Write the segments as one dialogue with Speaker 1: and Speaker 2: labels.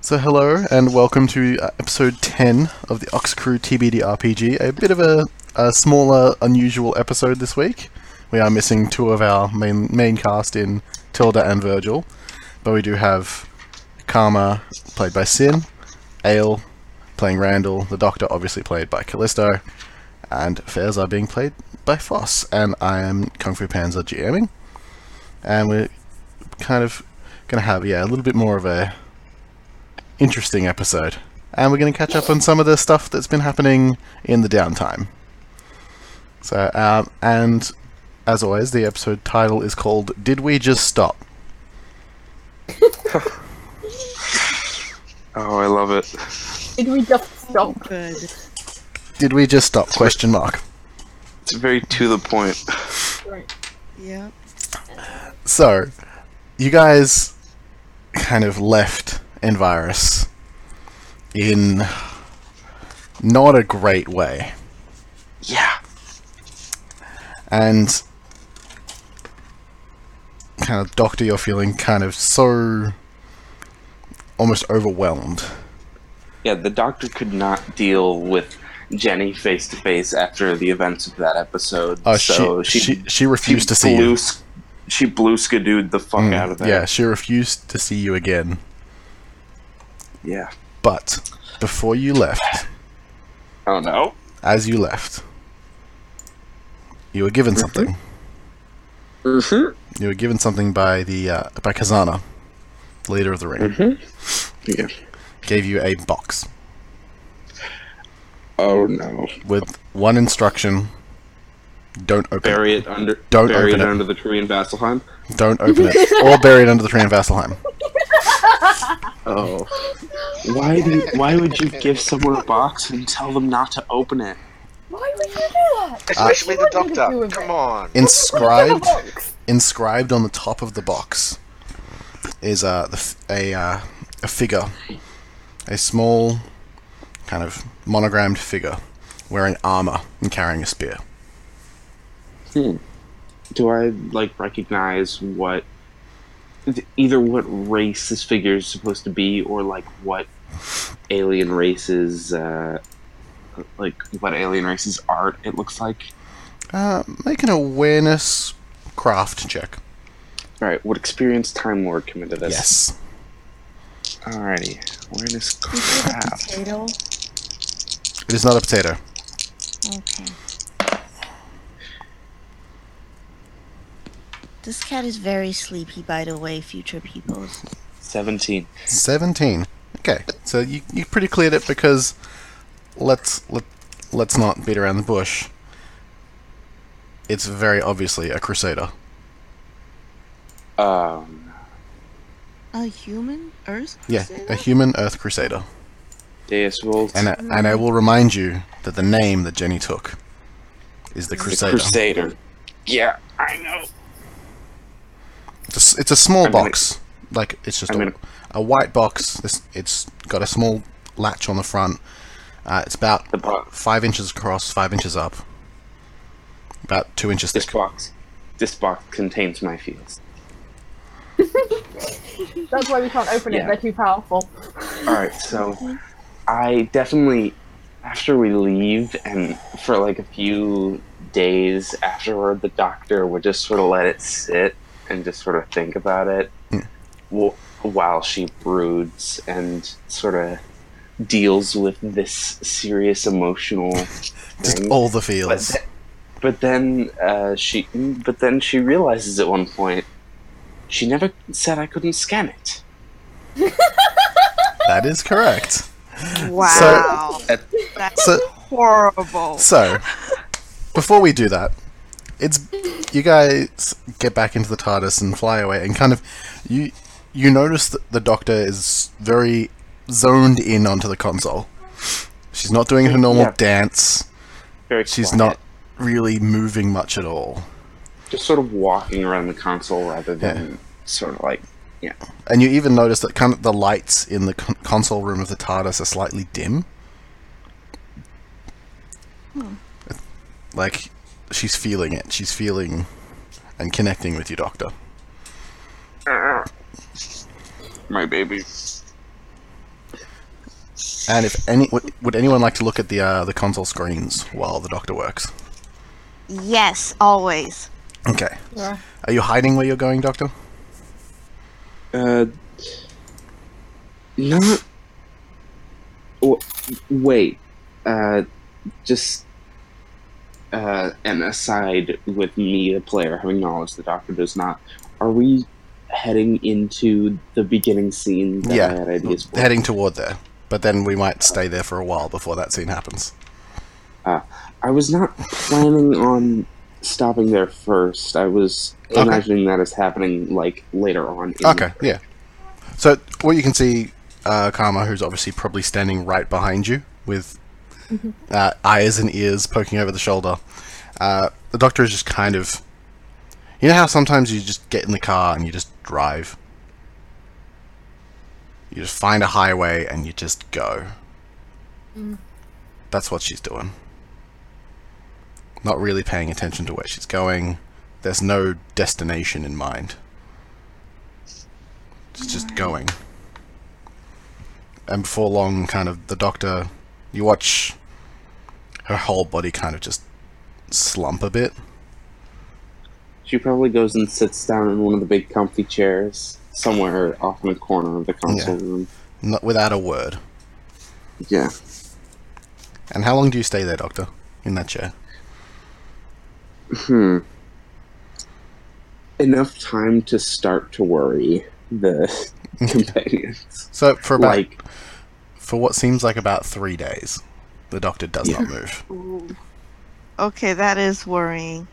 Speaker 1: So hello and welcome to uh, episode 10 of the Ox Crew TBD RPG. A bit of a, a smaller, unusual episode this week. We are missing two of our main main cast in Tilda and Virgil, but we do have Karma played by Sin, Ale playing Randall, the Doctor obviously played by Callisto, and Fairs are being played by Foss. And I am Kung Fu Panzer GMing, and we're kind of gonna have yeah a little bit more of a interesting episode. And we're going to catch up on some of the stuff that's been happening in the downtime. So, um, and as always, the episode title is called Did We Just Stop?
Speaker 2: Oh, I love it.
Speaker 3: Did we just stop?
Speaker 4: Good.
Speaker 1: Did We Just Stop? Question mark.
Speaker 2: It's very to the point.
Speaker 4: Yeah.
Speaker 1: So, you guys kind of left Envirus in not a great way.
Speaker 2: Yeah.
Speaker 1: and kind of doctor you're feeling kind of so almost overwhelmed
Speaker 2: Yeah, the doctor could not deal with Jenny face to face after the events of that episode.
Speaker 1: oh
Speaker 2: so
Speaker 1: she, she she refused to see
Speaker 2: blew,
Speaker 1: you Mm,
Speaker 2: s- She blew Skidooed the fuck out of that.
Speaker 1: yeah she refused to see you again
Speaker 2: Yeah.
Speaker 1: but before you left
Speaker 2: Oh no.
Speaker 1: as you left you were given something
Speaker 2: Mm-hmm.
Speaker 1: you were given something by the uh, by Kazana leader of the ring
Speaker 2: Mm-hmm. Yeah.
Speaker 1: gave you a box
Speaker 2: Oh no.
Speaker 1: with one instruction don't open it.
Speaker 2: Bury it under.
Speaker 1: Don't
Speaker 2: bury
Speaker 1: open
Speaker 2: it
Speaker 1: it.
Speaker 2: under the tree in Vasselheim.
Speaker 1: Don't open it. or bury it under the tree in Vasselheim.
Speaker 2: Oh. Why do? you- Why would you give someone a box and tell them not to open it?
Speaker 3: Why would you do that?
Speaker 5: Especially the
Speaker 3: What would you do
Speaker 5: doctor.
Speaker 3: with
Speaker 5: Come
Speaker 3: it?
Speaker 5: on.
Speaker 1: Inscribed,
Speaker 3: What kind of box?
Speaker 1: inscribed on the top of the box is uh, the f- a uh, a figure, a small kind of monogrammed figure wearing armor and carrying a spear.
Speaker 2: Hmm. do I like recognize what th- either what race this figure is supposed to be, or like what alien races, uh, like what alien races art it looks like?
Speaker 1: Uh, make an awareness craft check.
Speaker 2: All right, what experience Time Lord committed this?
Speaker 1: Yes.
Speaker 2: Alrighty, awareness craft.
Speaker 4: Potato.
Speaker 1: It is not a potato.
Speaker 4: Okay. This cat is very sleepy, by the way, future peoples.
Speaker 2: Seventeen.
Speaker 1: 17 okay so you, you pretty cleared it because let's let, let's not beat around the bush it's very obviously a crusader
Speaker 2: Um,
Speaker 4: A human Earth?
Speaker 1: yeah
Speaker 4: person?
Speaker 1: a human earth crusader
Speaker 2: Deus Volt.
Speaker 1: and I, and I will remind you that the name that jenny took is the
Speaker 2: the
Speaker 1: crusader,
Speaker 2: Crusader. Yeah, I know.
Speaker 1: It's, a, s- it's a small
Speaker 2: I'm gonna-
Speaker 1: box like it's just a,
Speaker 2: I'm gonna-
Speaker 1: a white box it's, it's got a small latch on the front uh, it's about
Speaker 2: The box.
Speaker 1: five inches across five inches up about two inches
Speaker 2: This
Speaker 1: thick
Speaker 2: box. This box contains my feels.
Speaker 3: That's why we can't open
Speaker 2: Yeah.
Speaker 3: it. They're too powerful.
Speaker 2: All right, so I definitely after we leave and for like a few days afterward, the doctor would just sort of let it sit and just sort of think about it
Speaker 1: Hmm.
Speaker 2: wh- while she broods and sort of deals with this serious emotional
Speaker 1: just
Speaker 2: thing.
Speaker 1: all the
Speaker 2: but,
Speaker 1: fields.
Speaker 2: th- but then uh, she but then she realizes at one point she never said I couldn't scan it.
Speaker 1: That is correct.
Speaker 6: Wow. That's
Speaker 1: So,
Speaker 6: horrible.
Speaker 1: so before we do that, it's you guys get back into the TARDIS and fly away, and kind of you you notice that the Doctor is very zoned in onto the console. She's not doing her normal
Speaker 2: Yeah.
Speaker 1: dance.
Speaker 2: Very
Speaker 1: She's
Speaker 2: quiet.
Speaker 1: not really moving much at all.
Speaker 2: just sort of walking around the console rather than
Speaker 1: Yeah.
Speaker 2: sort of like yeah
Speaker 1: And you even notice that kind of the lights in the con- console room of the TARDIS are slightly dim. Like she's feeling it. She's feeling and connecting with you, Doctor.
Speaker 2: my baby
Speaker 1: And if any, would, would anyone like to look at the uh, the console screens while the doctor works?
Speaker 4: Yes, always.
Speaker 1: Okay. Are you hiding where you're going, doctor?
Speaker 2: Uh, not. W- wait. Uh, just. Uh, an aside with me, the player, having knowledge the doctor does not. Are we heading into the beginning scene that I had ideas for?
Speaker 1: Heading toward there, but then we might stay there for a while before that scene happens.
Speaker 2: I was not planning on stopping there first. I was
Speaker 1: Okay.
Speaker 2: imagining that as happening like later on. in-
Speaker 1: Okay, yeah. So what you can see, uh, Karma, who's obviously probably standing right behind you with uh, eyes and ears poking over the shoulder. Uh, the doctor is just kind of, you know how sometimes you just get in the car and you just drive. You just find a highway and you just go. That's what she's doing. Not really paying attention to where she's going. There's no destination in mind. It's just going. And before long, kind of the doctor, you watch her whole body kind of just slump a bit.
Speaker 2: She probably goes and sits down in one of the big comfy chairs somewhere off in the corner of the console room.
Speaker 1: Not without a word.
Speaker 2: Yeah.
Speaker 1: And how long do you stay there, Doctor? In that chair?
Speaker 2: Hmm. Enough time to start to worry the companions.
Speaker 1: So for about
Speaker 2: Like,
Speaker 1: for what seems like about three days, the Doctor does not move.
Speaker 4: Okay, that is worrying.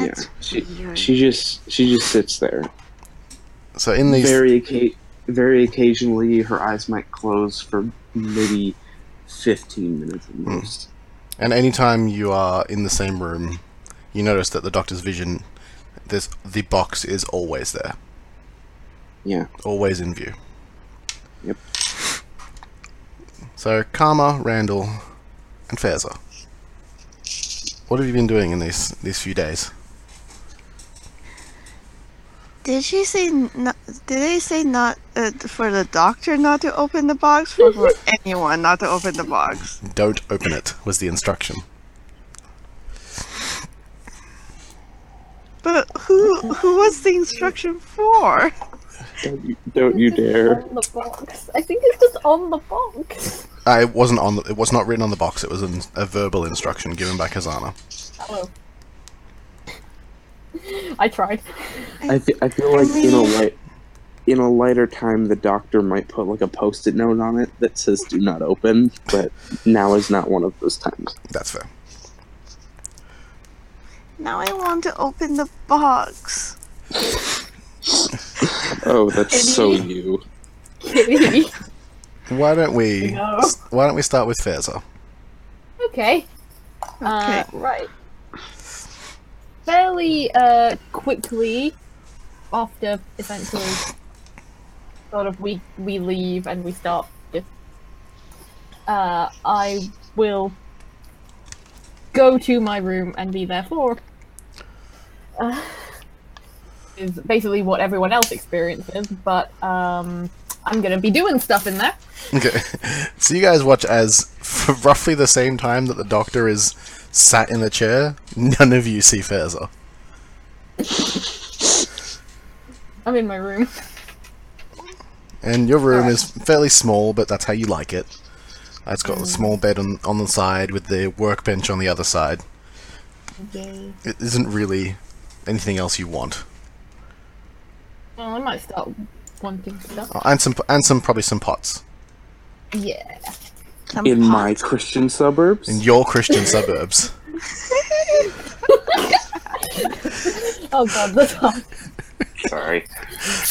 Speaker 2: yeah,
Speaker 7: That's
Speaker 2: she,
Speaker 7: weird.
Speaker 2: she just she just sits there.
Speaker 1: So in these,
Speaker 2: Very occa- very occasionally, her eyes might close for maybe fifteen minutes at
Speaker 1: Hmm.
Speaker 2: most.
Speaker 1: and anytime you are in the same room, you notice that the Doctor's vision, this the box is always there,
Speaker 2: Yeah.
Speaker 1: always in view.
Speaker 2: Yep.
Speaker 1: So, Karma, Randall, and Faiza. What have you been doing in these these few days?
Speaker 4: Did she say? n- Not, did they say not uh, for the doctor not to open the box? For, for anyone not to open the box?
Speaker 1: Don't open it was the instruction.
Speaker 4: But who who was the instruction for?
Speaker 2: Don't you, don't you
Speaker 3: It's just
Speaker 2: dare!
Speaker 3: On the box. I think it's just on the box.
Speaker 1: Uh, it wasn't on. The, it was not written on the box. It was an, a verbal instruction given by Kazana.
Speaker 3: Oh. I tried.
Speaker 2: I, fe- I feel like in a light in a lighter time the doctor might put like a post-it note on it that says do not open but now is not one of those times
Speaker 1: That's fair.
Speaker 4: Now I want to open the box.
Speaker 2: oh that's so you
Speaker 3: Kitty.
Speaker 1: Why don't we?
Speaker 3: No.
Speaker 1: s- Why don't we start with Faiza?
Speaker 3: Okay. Uh, right. Fairly uh, quickly after essentially sort of we we leave and we start just uh, I will go to my room and be there for uh, is basically what everyone else experiences, but um, I'm gonna be doing stuff in there.
Speaker 1: Okay. So you guys watch as, for roughly the same time that the doctor is sat in the chair, none of you see Faiza.
Speaker 3: I'm in my room.
Speaker 1: And your room is fairly small, but that's how you like it. It's got a small bed on, on the side with the workbench on the other side.
Speaker 7: Yay.
Speaker 1: It isn't really anything else you want.
Speaker 3: Well, I might start wanting stuff.
Speaker 1: Oh, and some and some probably some pots
Speaker 3: Yeah.
Speaker 7: Some
Speaker 2: in
Speaker 7: pot.
Speaker 2: my christian suburbs
Speaker 1: in your Christian suburbs.
Speaker 3: Oh god, that's hard.
Speaker 2: sorry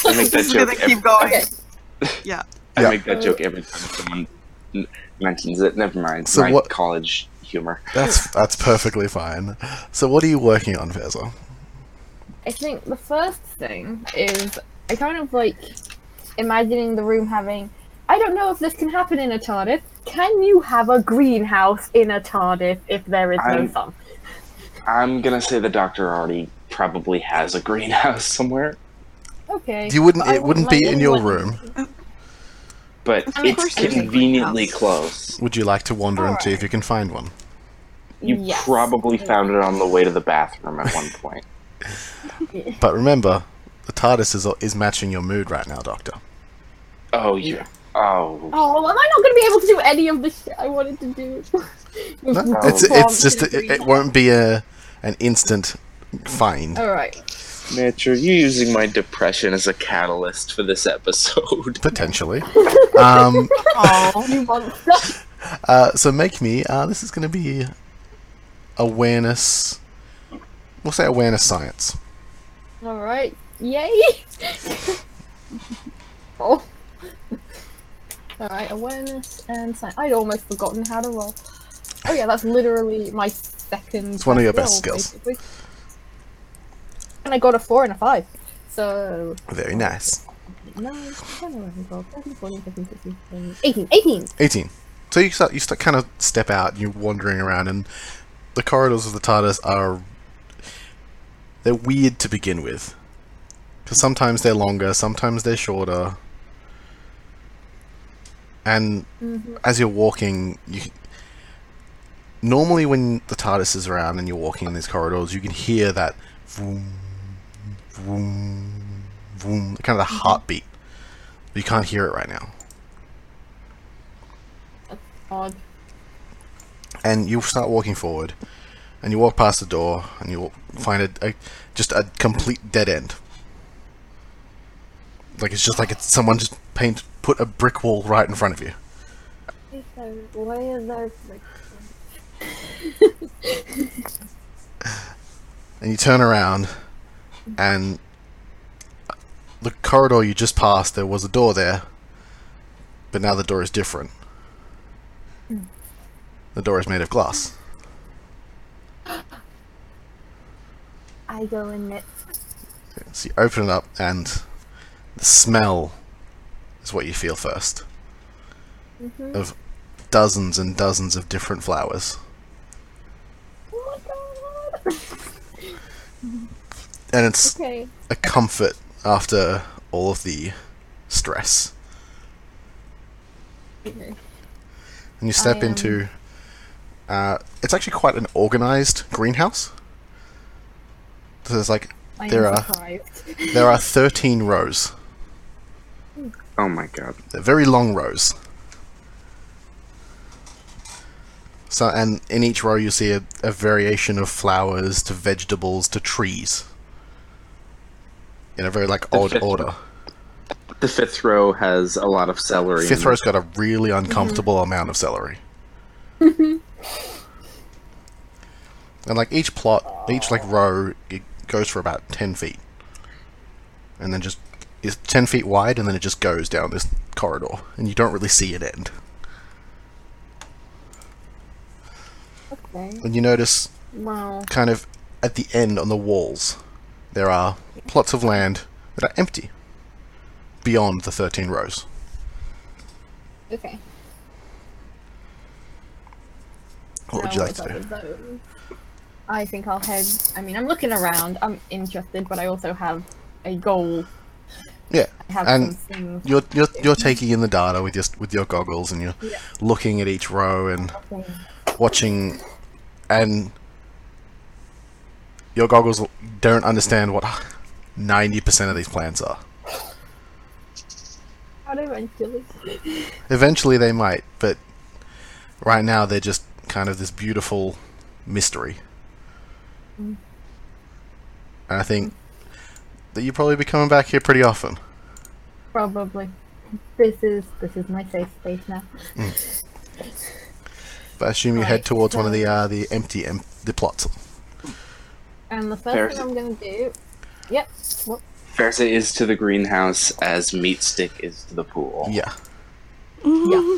Speaker 2: i make that
Speaker 4: Just gonna
Speaker 2: joke every,
Speaker 4: keep going.
Speaker 3: Okay.
Speaker 4: Yeah.
Speaker 2: I
Speaker 1: Yeah.
Speaker 2: make that joke every time someone n- mentions it never mind
Speaker 1: So
Speaker 2: my
Speaker 1: what-
Speaker 2: college humor
Speaker 1: That's that's perfectly fine. So what are you working on, Faiza?
Speaker 3: I think the first thing is I kind of like imagining the room having. I don't know if this can happen in a TARDIS. Can you have a greenhouse in a TARDIS if there is no
Speaker 2: I'm-
Speaker 3: sun?
Speaker 2: i'm gonna say the doctor already probably has a greenhouse somewhere
Speaker 3: Okay.
Speaker 1: You wouldn't
Speaker 3: but I
Speaker 1: it
Speaker 3: want,
Speaker 1: wouldn't
Speaker 3: like,
Speaker 1: be in your
Speaker 3: anyone-
Speaker 1: room.
Speaker 2: but
Speaker 4: Of
Speaker 2: it's
Speaker 4: course it is.
Speaker 2: conveniently close.
Speaker 1: Would you like to wander and see if you can find one?
Speaker 2: You
Speaker 3: Yes.
Speaker 2: probably found it on the way to the bathroom at one point.
Speaker 1: But remember, the TARDIS is, is matching your mood right now, Doctor.
Speaker 2: Oh, you. Oh.
Speaker 3: Oh, am I not going to be able to do any of the shit I wanted to do?
Speaker 1: No, it's it's just it, it won't be a an instant find.
Speaker 3: All right.
Speaker 2: Mitch, are you using my depression as a catalyst for this episode?
Speaker 1: Potentially. Um,
Speaker 4: Oh,
Speaker 3: You monster.
Speaker 1: uh, so make me. Uh, this is going to be awareness. We'll say awareness science.
Speaker 3: All right. Yay. oh. All right. Awareness and sign. I'd almost forgotten how to roll. Oh yeah, that's literally my second.
Speaker 1: It's one of your best
Speaker 3: roll,
Speaker 1: skills.
Speaker 3: basically. And I got a four and a five. So
Speaker 1: Very nice.
Speaker 3: 9, 10, 11, 12, 13, 14, 15, 16, 17, 18. 18.
Speaker 1: 18. So you start, you start kind of step out and you're wandering around, and the corridors of the TARDIS are. They're weird to begin with. Because sometimes they're longer, sometimes they're shorter. And as you're walking, you. Normally, when the TARDIS is around and you're walking in these corridors, you can hear that vroom, vroom, vroom, kind of the heartbeat. But you can't hear it right now.
Speaker 3: Odd.
Speaker 1: and you start walking forward, and you walk past the door, and you'll find a, a just a complete dead end. Like it's just like it's someone just paint put a brick wall right in front of you.
Speaker 3: Why is there?
Speaker 1: and you turn around and the corridor you just passed there was a door there but now the door is different the door is made of glass
Speaker 3: I go in it.
Speaker 1: so you open it up and the smell is what you feel 1st
Speaker 3: Mm-hmm.
Speaker 1: of dozens and dozens of different flowers
Speaker 3: Oh my god.
Speaker 1: and it's
Speaker 3: okay.
Speaker 1: a comfort after all of the stress.
Speaker 3: Okay.
Speaker 1: And you step
Speaker 3: I, um,
Speaker 1: into. Uh, it's actually quite an organized greenhouse. So there's like
Speaker 3: I
Speaker 1: there
Speaker 3: am
Speaker 1: are
Speaker 3: surprised.
Speaker 1: there are thirteen rows.
Speaker 2: Oh my god.
Speaker 1: They're very long rows. So and in each row you see a, a variation of flowers to vegetables to trees. In a very like
Speaker 2: The
Speaker 1: odd
Speaker 2: fifth
Speaker 1: order.
Speaker 2: The fifth row has a lot of celery. in
Speaker 1: Fifth
Speaker 2: it.
Speaker 1: row's got a really
Speaker 2: Mm-hmm.
Speaker 1: uncomfortable amount of celery. and like each plot, each like row, it goes for about ten feet, and then just it's ten feet wide, and then it just goes down this corridor, and you don't really see it end.
Speaker 3: Okay.
Speaker 1: And you notice
Speaker 3: Wow.
Speaker 1: kind of at the end on the walls, there are plots of land that are empty beyond the thirteen rows.
Speaker 3: Okay.
Speaker 1: What would
Speaker 3: Now
Speaker 1: you like
Speaker 3: what's up
Speaker 1: to do?
Speaker 3: with those? I think I'll head. I mean, I'm looking around. I'm interested, but I also have a goal.
Speaker 1: Yeah,
Speaker 3: I have
Speaker 1: and
Speaker 3: something.
Speaker 1: you're you're you're taking in the data with your with your goggles and you're looking at each row and watching and your goggles don't understand what 90% of these plants are.
Speaker 3: How do I feel this?
Speaker 1: Eventually they might, but right now they're just kind of this beautiful mystery. And I think that you probably be coming back here pretty often.
Speaker 3: Probably. This is this is my safe space now.
Speaker 1: But I assume you head
Speaker 3: Right,
Speaker 1: towards one of
Speaker 3: so-
Speaker 1: the uh, the empty em- the plots.
Speaker 3: And the first
Speaker 2: Fair.
Speaker 3: thing I'm gonna do. Yep. What?
Speaker 2: Versa is to the greenhouse as meat stick is to the pool.
Speaker 1: Yeah.
Speaker 3: Yeah.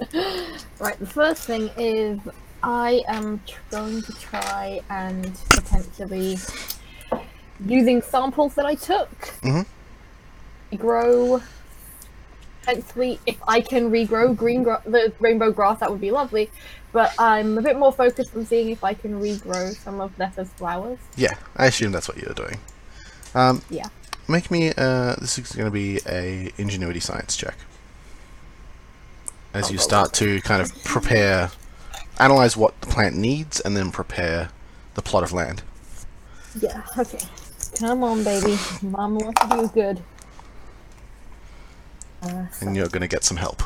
Speaker 3: right. The first thing is I am tr- going to try and potentially using samples that I took
Speaker 1: Mhm.
Speaker 3: grow. Potentially, if I can regrow green gra- the rainbow grass, that would be lovely. But I'm a bit more focused on seeing if I can regrow some of Nessa's flowers.
Speaker 1: Yeah, I assume that's what you're doing. Um,
Speaker 3: Yeah.
Speaker 1: Make me. Uh, this is going to be a ingenuity science check.
Speaker 3: Oh,
Speaker 1: as you start to kind of prepare, analyze what the plant needs, and then prepare the plot of land.
Speaker 3: Yeah, okay. Come on, baby. Mom wants to do good. Uh,
Speaker 1: And you're going to get some help.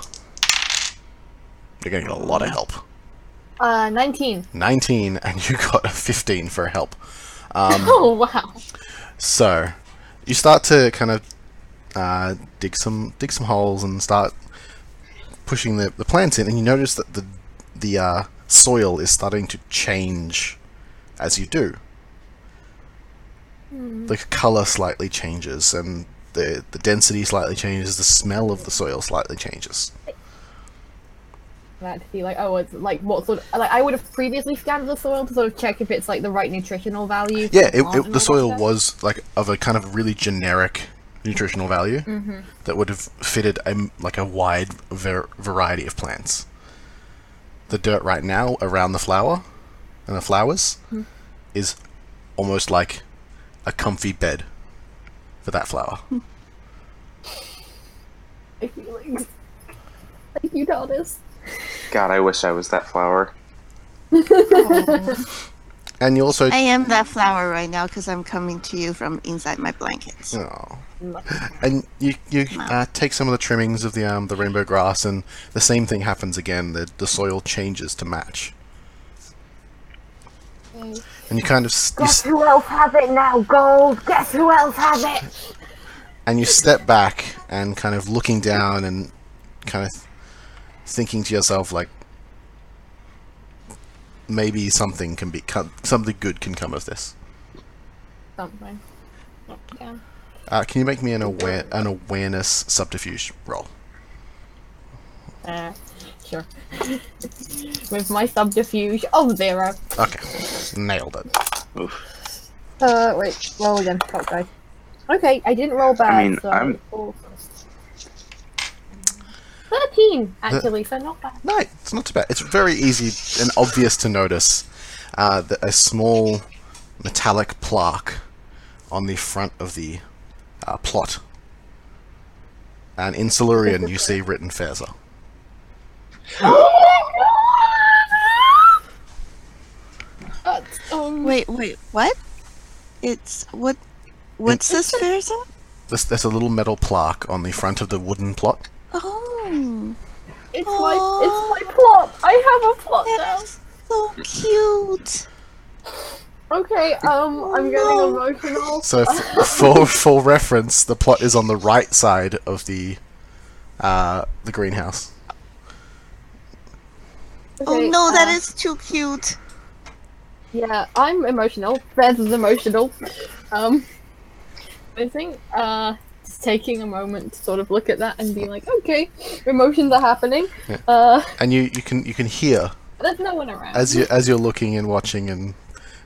Speaker 1: You're going to get a lot of help.
Speaker 3: uh 19.
Speaker 1: 19, and you got a 15 for help.
Speaker 3: Oh, wow.
Speaker 1: So, you start to kind of uh, dig some dig some holes and start pushing the, the plants in, and you notice that the the uh, soil is starting to change as you do. The color slightly changes, and the the density slightly changes. The smell of the soil slightly changes.
Speaker 3: That to see like oh it's like what sort of like I would have previously scanned the soil to sort of check if it's like the right nutritional value. for
Speaker 1: Yeah, it, it,
Speaker 3: plant and
Speaker 1: the
Speaker 3: all that
Speaker 1: soil
Speaker 3: stuff.
Speaker 1: was like of a kind of really generic nutritional value that would have fitted a m like a wide ver- variety of plants. The dirt right now around the flower and the flowers is almost like a comfy bed for that flower.
Speaker 3: My feelings. Thank you, Donis.
Speaker 2: God, I wish I was that flower.
Speaker 1: and you also
Speaker 4: I am that flower right now because I'm coming to you from inside my blankets.
Speaker 1: Aw. and you you uh, take some of the trimmings of the um the rainbow grass and the same thing happens again. The the soil changes to match. And you kind of s- you s-
Speaker 3: Who else has it now? Gold. Guess who else has it?
Speaker 1: and you step back and kind of looking down and kind of thinking to yourself like maybe something can be come, something good can come of this
Speaker 3: Something. Yeah.
Speaker 1: uh, can you make me an aware an awareness subterfuge roll
Speaker 3: Uh, sure. With my subterfuge of zero.
Speaker 1: okay nailed it
Speaker 3: Uh, wait. Roll again. Fuck, guys. Okay, I didn't roll bad.
Speaker 2: mean,
Speaker 3: so
Speaker 2: I'm-
Speaker 3: Oh. Thirteen, actually, so not bad.
Speaker 1: no it's not too bad it's very easy and obvious to notice uh, that a small metallic plaque on the front of the uh, plot and in Silurian you see written Fairzar.
Speaker 3: That's, um,
Speaker 4: Wait, wait, what? It's what? What's this person?
Speaker 1: There's, there's a little metal plaque on the front of the wooden plot.
Speaker 4: Oh,
Speaker 3: it's my it's my plot. I have a plot now.
Speaker 4: that's Oh. so cute.
Speaker 3: Okay, um, I'm getting
Speaker 4: no.
Speaker 3: emotional.
Speaker 1: So, f- for for reference, the plot is on the right side of the uh, the greenhouse.
Speaker 4: Oh
Speaker 3: Okay,
Speaker 4: no, that
Speaker 3: uh,
Speaker 4: is too cute.
Speaker 3: Yeah, I'm emotional. Bez is emotional. Um, I think uh, just taking a moment to sort of look at that and be like, okay, emotions are happening. Uh,
Speaker 1: And you, you can you can hear
Speaker 3: there's no one around.
Speaker 1: as you as you're looking and watching and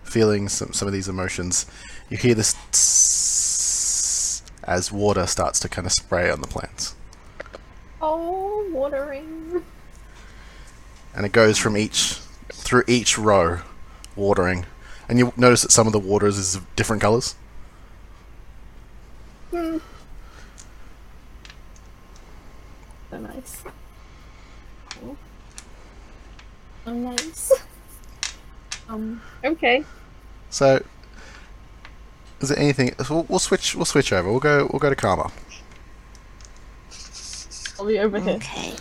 Speaker 1: feeling some some of these emotions. You hear this tss as water starts to kind of spray on the plants,
Speaker 3: oh, watering.
Speaker 1: and it goes from each through each row, watering. And you notice that some of the waters is of different colors.
Speaker 3: So nice. Cool. So nice. Um, okay.
Speaker 1: So, is there anything? so We'll, we'll switch. We'll switch over. We'll go. We'll go to Karma.
Speaker 3: I'll be over here.
Speaker 4: Okay.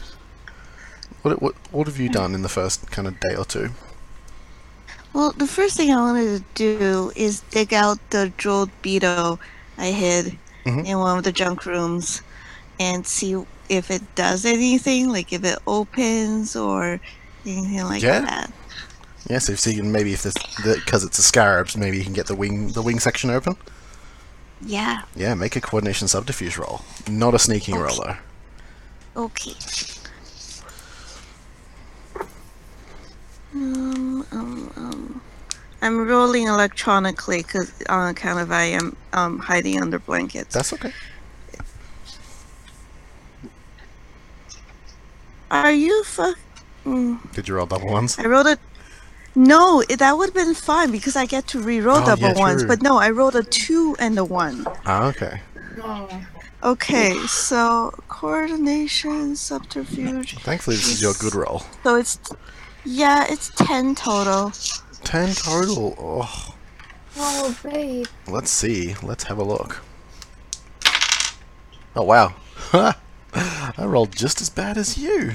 Speaker 1: What, what What have you done in the first kind of day or two?
Speaker 4: Well, the first thing I wanted to do is dig out the jeweled beetle I hid
Speaker 1: Mhm.
Speaker 4: in one of the junk rooms and see if it does anything, like if it opens or anything like
Speaker 1: Yeah.
Speaker 4: that.
Speaker 1: Yeah, so if so you can maybe if there's because it's a scarabs, maybe you can get the wing the wing section open.
Speaker 4: Yeah.
Speaker 1: Yeah, make a coordination subterfuge roll. Not a sneaking roll though.
Speaker 4: Okay. Um, um, um. I'm rolling electronically because on account of I am um, hiding under blankets.
Speaker 1: That's okay.
Speaker 4: Are you fuck? Mm.
Speaker 1: Did you roll double ones?
Speaker 4: I rolled a. No, it- that would have been fine because I get to re-roll
Speaker 1: Oh,
Speaker 4: double
Speaker 1: yeah,
Speaker 4: ones.
Speaker 1: true.
Speaker 4: But no, I rolled a two and a one.
Speaker 1: Ah, okay.
Speaker 4: Okay, so coordination, subterfuge.
Speaker 1: Thankfully, this is your good roll.
Speaker 4: So it's yeah, it's ten total.
Speaker 1: Ten total. Oh,
Speaker 3: Oh, babe.
Speaker 1: let's see. Let's have a look. Oh wow, I rolled just as bad as you.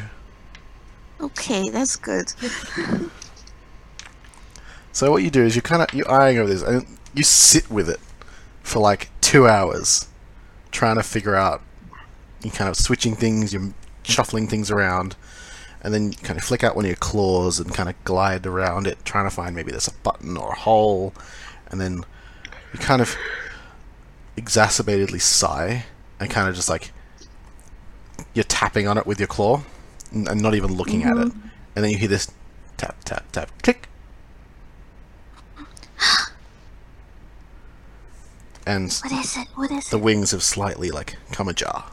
Speaker 4: Okay, that's good.
Speaker 1: So what you do is you kind of you're eyeing over this and you sit with it for like two hours, trying to figure out. You kind of switching things, you're shuffling things around, and then you kind of flick out one of your claws and kind of glide around it, trying to find maybe there's a button or a hole, and then you kind of exacerbatedly sigh and kind of just like you're tapping on it with your claw and and not even looking at it,
Speaker 8: Mm-hmm.
Speaker 1: and then you hear this tap tap tap click and
Speaker 8: What is it? What is
Speaker 1: the
Speaker 8: it?
Speaker 1: wings have slightly like come ajar,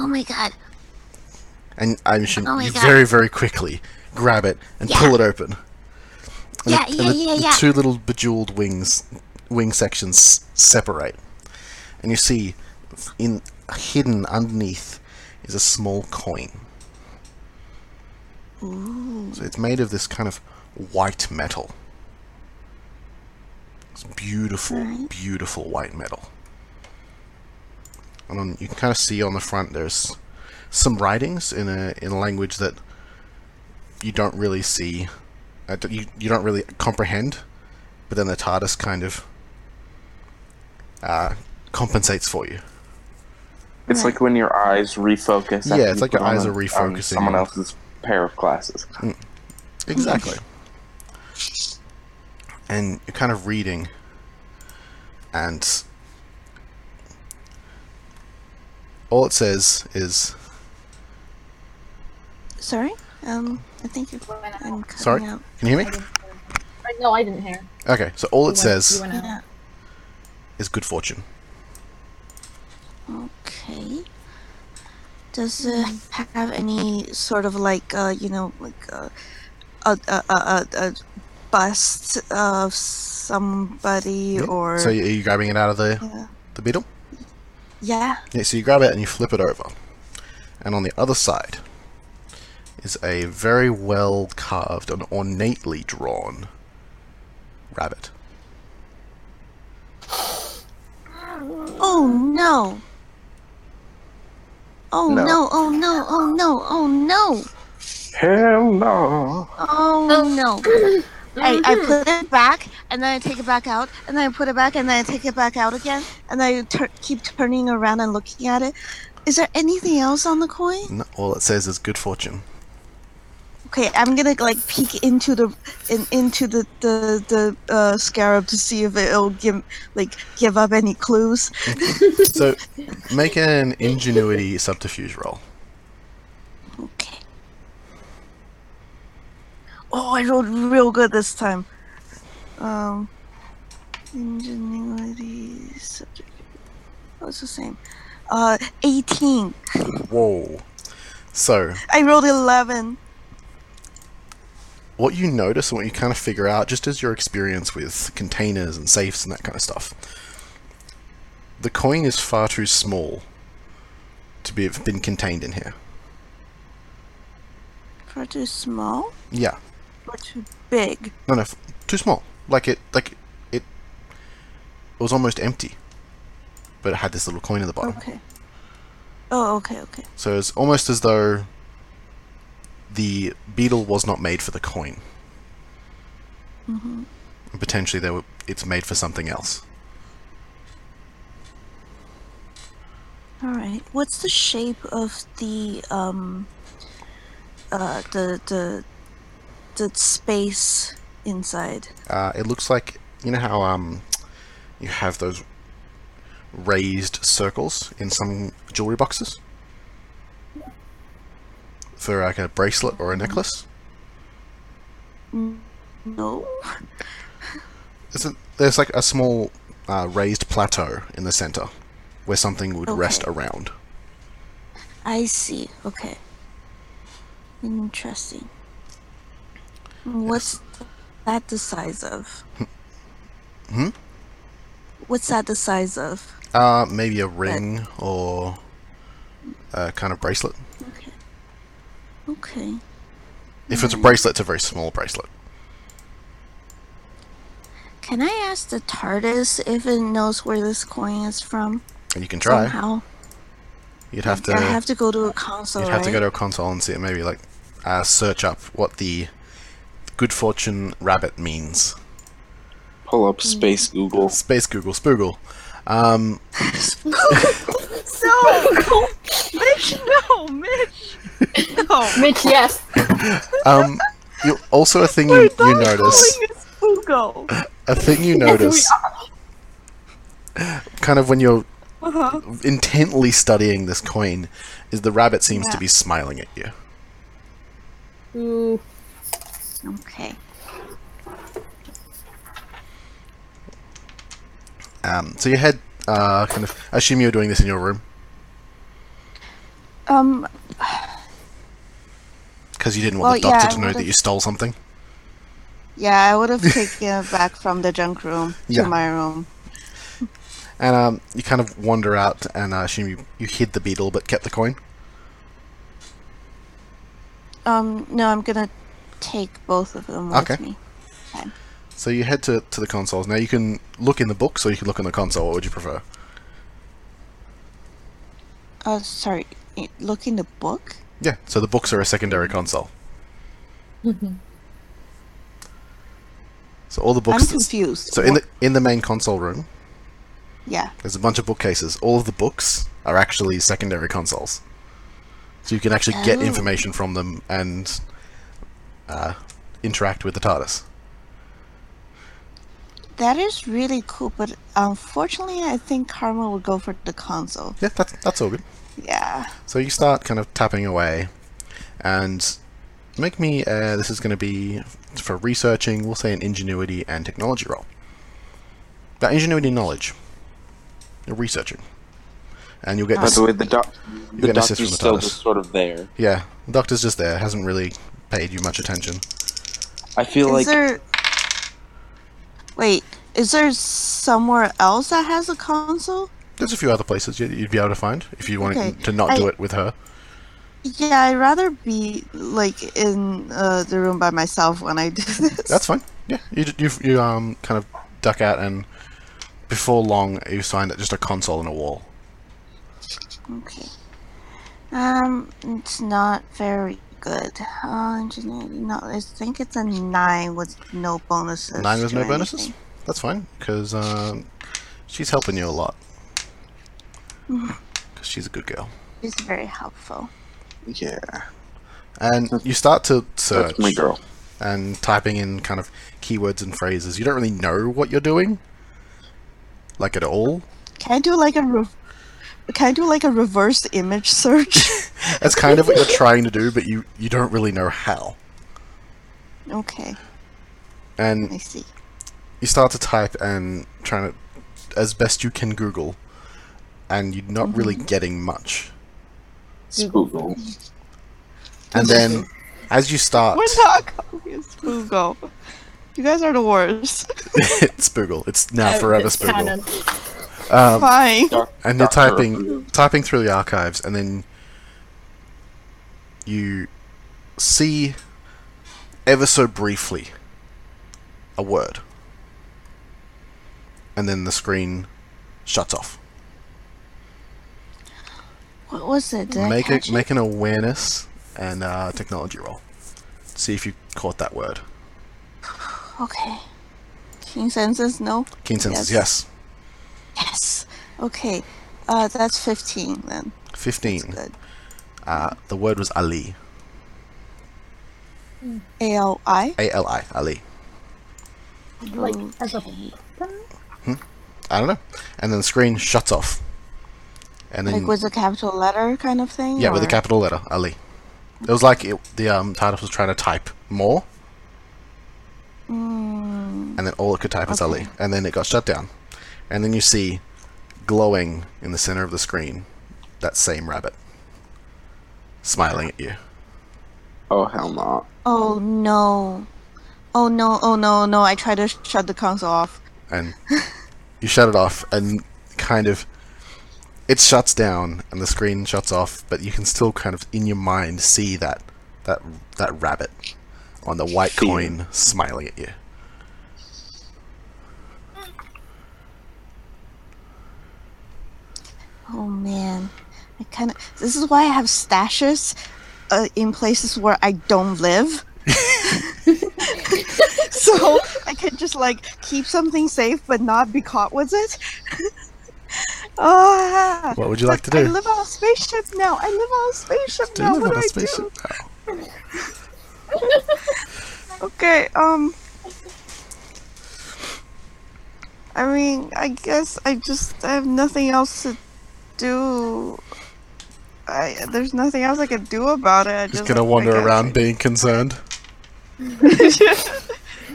Speaker 8: Oh my god.
Speaker 1: and I'm sure
Speaker 8: Oh my
Speaker 1: you
Speaker 8: God.
Speaker 1: very very quickly grab it and pull it open. And
Speaker 8: Yeah,
Speaker 1: the- and
Speaker 8: yeah,
Speaker 1: the,
Speaker 8: yeah,
Speaker 1: the
Speaker 8: yeah.
Speaker 1: two little bejeweled wings, wing sections s- separate, and you see in hidden underneath is a small coin. So it's made of this kind of white metal. It's beautiful, beautiful white metal. And on, you can kind of see on the front there's some writings in a in a language that you don't really see, uh, that you you don't really comprehend, but then the TARDIS kind of uh, compensates for you.
Speaker 2: It's like when your eyes refocus. after
Speaker 1: Yeah, it's
Speaker 2: you
Speaker 1: like your
Speaker 2: put on
Speaker 1: eyes
Speaker 2: a-
Speaker 1: are
Speaker 2: on
Speaker 1: refocusing.
Speaker 2: someone else's pair of glasses.
Speaker 1: Exactly. Hmm. And you're kind of reading, and all it says is
Speaker 4: Sorry, um, I think you're
Speaker 3: Went out.
Speaker 4: I'm cutting
Speaker 1: sorry.
Speaker 4: out.
Speaker 1: Can you hear me?
Speaker 3: Uh, No, I didn't hear.
Speaker 1: Okay, so all
Speaker 3: You
Speaker 1: it
Speaker 3: went- you
Speaker 1: says
Speaker 3: went out.
Speaker 4: Yeah.
Speaker 1: is good fortune.
Speaker 4: Okay. Does it have any sort of like uh, you know like uh, a a a, a, a bust of somebody or
Speaker 1: Hmm? So you- are you grabbing it out of the
Speaker 3: Oh.
Speaker 4: Yeah.
Speaker 1: the beetle?
Speaker 4: yeah?
Speaker 1: Yeah, so you grab it and you flip it over. And on the other side is a very well carved and ornately drawn rabbit.
Speaker 4: Oh no! Oh
Speaker 2: No.
Speaker 4: no! Oh no! Oh no! Oh no!
Speaker 2: Hell no!
Speaker 4: Oh no! Mm-hmm. I, I put it back and then I take it back out and then I put it back and then I take it back out again and I tur- keep turning around and looking at it. Is there anything else on the coin?
Speaker 1: And all it says is good fortune.
Speaker 4: Okay, I'm gonna like peek into the in, into the the, the uh, scarab to see if it'll give like give up any clues.
Speaker 1: So make an ingenuity subterfuge roll.
Speaker 4: Okay. Oh, I rolled real good this time. Um, ingenuity. subject- Oh, it's the same. Uh, 18.
Speaker 1: Whoa. So
Speaker 4: I rolled 11.
Speaker 1: what you notice and what you kind of figure out, just as your experience with containers and safes and that kind of stuff, the coin is far too small to be have been contained in here.
Speaker 4: For too small
Speaker 1: Yeah.
Speaker 4: or too big?
Speaker 1: No, no, f- too small. Like it, like it, it was almost empty, but it had this little coin at the bottom.
Speaker 4: Okay. Oh, okay, okay.
Speaker 1: So it's almost as though the beetle was not made for the coin. Mm-hmm. Potentially, there were, it's made for something else.
Speaker 4: Alright. What's the shape of the, um, uh, the, the, the space inside?
Speaker 1: Uh, it looks like you know how um, you have those raised circles in some jewelry boxes for like a bracelet or a necklace.
Speaker 4: No.
Speaker 1: There's, a, there's like a small uh, raised plateau in the center where something would rest
Speaker 4: Okay.
Speaker 1: around.
Speaker 4: I see. Okay. Interesting. What's
Speaker 1: Hmm?
Speaker 4: that the size of? Hmm? What's that the size of?
Speaker 1: Uh, maybe a ring or a kind of bracelet.
Speaker 4: Okay. Okay.
Speaker 1: If
Speaker 4: Mm.
Speaker 1: it's a bracelet, it's a very small bracelet.
Speaker 4: Can I ask the TARDIS if it knows where this coin is from?
Speaker 1: And you can try.
Speaker 4: Somehow.
Speaker 1: You'd have to.
Speaker 4: I have to go to a console.
Speaker 1: You'd have to
Speaker 4: right?
Speaker 1: go to a console and see it. Maybe like uh, search up what the good fortune rabbit means.
Speaker 2: Pull up space Google.
Speaker 1: Space Google Spoogle. Um,
Speaker 8: No! Mitch, no! Mitch! No!
Speaker 3: Mitch, yes.
Speaker 1: um, you, also a thing you, you notice.
Speaker 8: Calling this Fugo.
Speaker 1: A thing you notice. kind of when you're
Speaker 4: Uh-huh.
Speaker 1: intently studying this coin, is the rabbit seems to
Speaker 8: Yeah.
Speaker 1: be smiling at you.
Speaker 3: Ooh.
Speaker 4: Okay.
Speaker 1: Um, so you head uh, kind of. I assume you're doing this in your room
Speaker 4: Um,
Speaker 1: because you didn't want
Speaker 4: Well,
Speaker 1: the
Speaker 4: yeah,
Speaker 1: doctor
Speaker 4: I
Speaker 1: to know that
Speaker 4: would've-
Speaker 1: you stole something.
Speaker 4: yeah, I would have taken it back from the junk room
Speaker 1: Yeah.
Speaker 4: to my room.
Speaker 1: And um, you kind of wander out, and uh, I assume you, you hid the beetle but kept the coin.
Speaker 4: Um, no, I'm gonna take both of them with
Speaker 1: Okay.
Speaker 4: me.
Speaker 1: So you head to, to the consoles. Now you can look in the books or you can look on the console. What would you prefer?
Speaker 4: Oh, sorry. i- Look in the book.
Speaker 1: Yeah, so the books are a secondary
Speaker 4: Mm-hmm.
Speaker 1: console. so all the books.
Speaker 4: I'm
Speaker 1: that's-
Speaker 4: confused.
Speaker 1: So in
Speaker 4: What-
Speaker 1: the in the main console room,
Speaker 4: yeah.
Speaker 1: there's a bunch of bookcases. All of the books are actually secondary consoles. So you can actually get
Speaker 4: Oh.
Speaker 1: information from them and uh, interact with the TARDIS.
Speaker 4: That is really cool, but unfortunately, I think Karma would go for the console.
Speaker 1: Yeah, that's that's all good.
Speaker 4: Yeah.
Speaker 1: So you start kind of tapping away, and make me. Uh, this is going to be for researching. We'll say an ingenuity and technology roll. That ingenuity and knowledge. You're researching, and you'll get
Speaker 2: By
Speaker 1: this.
Speaker 2: the way, the, doc- the
Speaker 1: get an assist
Speaker 2: doctor's
Speaker 1: from the
Speaker 2: still
Speaker 1: TARDIS.
Speaker 2: just sort of there.
Speaker 1: yeah, the doctor's just there. Hasn't really paid you much attention.
Speaker 2: I feel
Speaker 4: Is
Speaker 2: like
Speaker 4: there? Wait, is there somewhere else that has a console?
Speaker 1: There's a few other places you- you'd be able to find if you wanted
Speaker 4: Okay,
Speaker 1: to not
Speaker 4: I-
Speaker 1: do it with her.
Speaker 4: Yeah, I'd rather be like in uh, the room by myself when I do this.
Speaker 1: That's fine. Yeah, you d- you you um kind of duck out, and before long you find just a console and a wall.
Speaker 4: Okay. Um, it's not very good. Uh, engineering, no, I think it's a nine with no bonuses.
Speaker 1: Nine with
Speaker 4: to
Speaker 1: no bonuses?
Speaker 4: anything.
Speaker 1: That's fine, because um, she's helping you a lot. Because she's a good girl.
Speaker 4: It's very helpful.
Speaker 2: yeah,
Speaker 1: And you start to search
Speaker 2: that's my girl.
Speaker 1: and typing in kind of keywords and phrases. You don't really know what you're doing, like at all.
Speaker 4: Can I do like a re- can I do like a reverse image search?
Speaker 1: That's kind of what you're trying to do, but you, you don't really know how.
Speaker 4: okay, I
Speaker 1: And
Speaker 4: see.
Speaker 1: you start to type and trying to, as best you can, Google, and you're not really
Speaker 3: Mm-hmm.
Speaker 1: getting much.
Speaker 2: Google.
Speaker 1: And then, as you start,
Speaker 4: We're not calling it Spoogle. You guys are the worst.
Speaker 1: it's Spoogle. It's now forever
Speaker 3: Oh, It's
Speaker 1: Spoogle.
Speaker 3: canon.
Speaker 1: Um,
Speaker 4: Fine.
Speaker 2: Doc-
Speaker 1: and you're
Speaker 2: doctor
Speaker 1: typing
Speaker 2: approved.
Speaker 1: typing through the archives and then you see ever so briefly a word and then the screen shuts off
Speaker 4: What was it? Did I
Speaker 1: make a,
Speaker 4: catch it?
Speaker 1: make an awareness and uh, technology roll see if you caught that word
Speaker 4: Okay. King senses no.
Speaker 1: keen senses yes,
Speaker 4: Yes. Yes. Okay. Uh, that's fifteen then.
Speaker 1: 15
Speaker 4: Good.
Speaker 1: uh, the word was ali
Speaker 4: A L I.
Speaker 1: a-l-i ali
Speaker 3: Like, as a
Speaker 1: i don't know and then the screen shuts off and then
Speaker 4: Like with a capital letter kind of thing?
Speaker 1: Mm. Yeah, with a
Speaker 4: or-
Speaker 1: capital letter, Ali. It was like it, the um, TARDIS was trying to type more, and then all it could type was Ali, and then it got shut down. And then you see, glowing in the center of the screen, that same rabbit, smiling at you.
Speaker 2: Oh hell no!
Speaker 4: Oh no. Oh no, oh no, no. I tried to sh- shut the console off.
Speaker 1: And you shut it off, and kind of it shuts down and the screen shuts off, but you can still kind of in your mind see that that that rabbit on the white
Speaker 2: Fear.
Speaker 1: coin smiling at you.
Speaker 4: Oh man, I kind of. This is why I have stashes uh, in places where I don't live. so I can just like keep something safe, but not be caught with it. ah,
Speaker 1: What would you like to
Speaker 4: I
Speaker 1: do?
Speaker 4: live on a spaceship now. I live on a spaceship
Speaker 1: Do you
Speaker 4: now.
Speaker 1: live
Speaker 4: what
Speaker 1: on
Speaker 4: do
Speaker 1: a
Speaker 4: I
Speaker 1: spaceship? Oh.
Speaker 4: do? Okay, um. I mean, I guess I just I have nothing else to do. I there's nothing else I can do about it. I just,
Speaker 1: Just gonna wander around being concerned.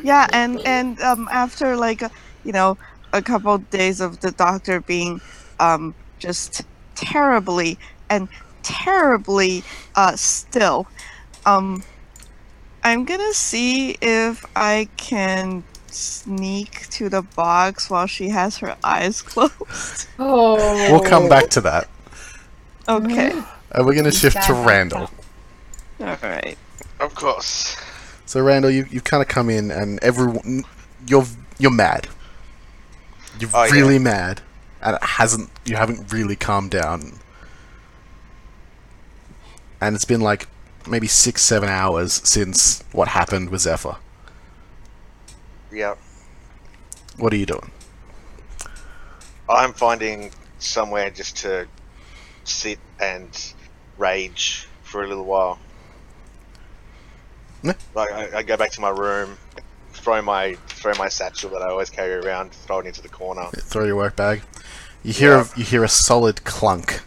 Speaker 4: yeah, and and um after like uh, you know a couple days of the doctor being um just terribly and terribly uh still, um, I'm gonna see if I can sneak to the box while she has her eyes closed.
Speaker 3: Oh.
Speaker 1: We'll come back to that.
Speaker 4: okay,
Speaker 1: And we're gonna shift to
Speaker 3: bad.
Speaker 1: Randall.
Speaker 4: all right.
Speaker 9: Of course.
Speaker 1: So Randall, you you kind of come in and everyone you're you're mad. You're
Speaker 9: Oh, yeah.
Speaker 1: really mad, and it hasn't you haven't really calmed down. And it's been like maybe six seven hours since what happened with Zephyr.
Speaker 9: Yep.
Speaker 1: What are you doing?
Speaker 9: I'm finding somewhere just to sit and rage for a little while.
Speaker 1: Yeah.
Speaker 9: Like I, I go back to my room, throw my throw my satchel that I always carry around, throw it into the corner.
Speaker 1: Throw your work bag. You hear
Speaker 9: Yeah.
Speaker 1: a, you hear a solid clunk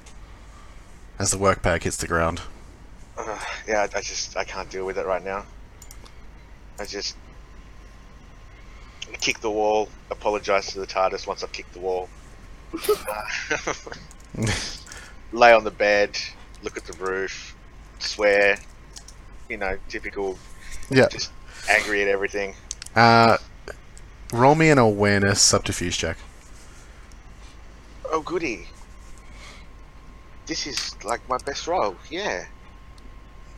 Speaker 1: as the work bag hits the ground.
Speaker 9: Ugh, yeah, I, I just I can't deal with it right now. I just kick the wall. Apologize to the TARDIS once I've kicked the wall. Uh, lay on the bed, look at the roof, swear. You know, typical.
Speaker 1: Yeah.
Speaker 9: Just angry at everything.
Speaker 1: Uh, roll me an awareness subterfuge check.
Speaker 9: Oh goody. This is like my best role. Yeah.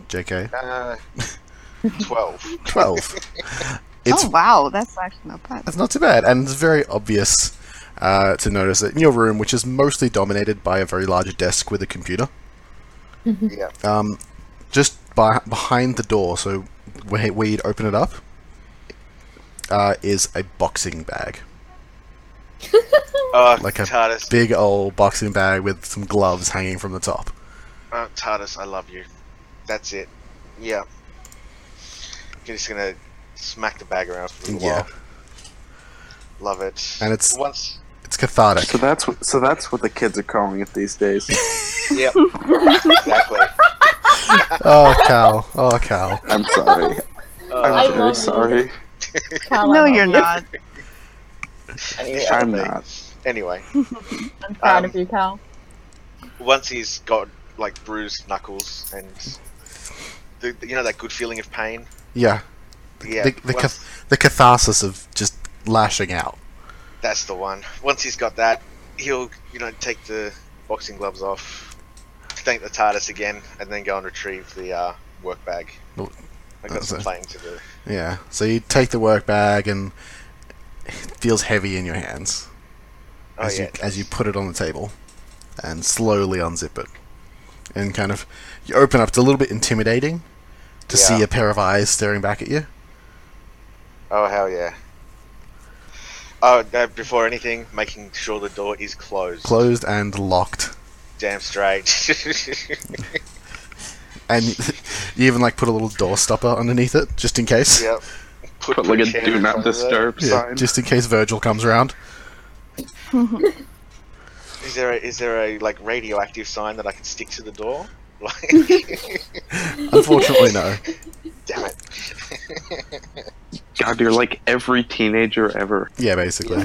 Speaker 1: JK.
Speaker 9: Uh, Twelve.
Speaker 1: 12. it's
Speaker 4: oh wow, that's actually not bad.
Speaker 1: That's not too bad, and it's very obvious uh, to notice that in your room, which is mostly dominated by a very large desk with a computer,
Speaker 9: yeah.
Speaker 1: um, just by, behind the door, so where, where you'd open it up, uh, is a boxing bag.
Speaker 9: Oh,
Speaker 1: Like a
Speaker 9: TARDIS.
Speaker 1: Big old boxing bag with some gloves hanging from the top.
Speaker 9: Uh, TARDIS, I love you. That's it. Yeah. You're just gonna smack the bag around for a little
Speaker 1: Yeah.
Speaker 9: while. Love it.
Speaker 1: And it's-
Speaker 9: once.
Speaker 1: It's cathartic.
Speaker 2: So that's what, so that's what the kids are calling it these days.
Speaker 9: Yep. exactly.
Speaker 1: oh, Cal. Oh, Cal.
Speaker 2: I'm sorry.
Speaker 3: I
Speaker 2: I'm
Speaker 3: love
Speaker 2: very
Speaker 3: you.
Speaker 2: sorry.
Speaker 3: Cal, I
Speaker 4: No,
Speaker 3: love
Speaker 4: you're
Speaker 3: you.
Speaker 4: not.
Speaker 2: I'm not.
Speaker 9: Anyway,
Speaker 3: I'm proud
Speaker 9: Um,
Speaker 3: of you, Cal.
Speaker 9: once he's got like bruised knuckles and the, you know that good feeling of pain.
Speaker 1: Yeah.
Speaker 9: Yeah.
Speaker 1: The, the,
Speaker 9: once-
Speaker 1: cath- the catharsis of just lashing out.
Speaker 9: That's the one. Once he's got that, he'll you know take the boxing gloves off, thank the TARDIS again, and then go and retrieve the uh, work bag.
Speaker 1: Oh,
Speaker 9: I got some
Speaker 1: that's it.
Speaker 9: playing to do.
Speaker 1: Yeah. So you take the work bag and it feels heavy in your hands.
Speaker 9: Oh
Speaker 1: as
Speaker 9: yeah.
Speaker 1: you as you put it on the table, and slowly unzip it, and kind of you open up. It's a little bit intimidating to see
Speaker 9: Yeah.
Speaker 1: a pair of eyes staring back at you.
Speaker 9: Oh hell yeah. Oh, uh, before anything, making sure the door is closed.
Speaker 1: Closed and locked,
Speaker 9: Damn straight.
Speaker 1: and you even like put a little door stopper underneath it just in case.
Speaker 9: yep. Put,
Speaker 2: But like a
Speaker 9: chair
Speaker 2: do
Speaker 9: in
Speaker 2: not
Speaker 9: front of it.
Speaker 2: disturb
Speaker 1: Yeah,
Speaker 2: sign.
Speaker 1: just in case Virgil comes around.
Speaker 9: Is there a, is there a like radioactive sign that I can stick to the door? Like,
Speaker 1: Unfortunately, no.
Speaker 9: damn it.
Speaker 2: God, you're like every teenager ever.
Speaker 1: Yeah, basically.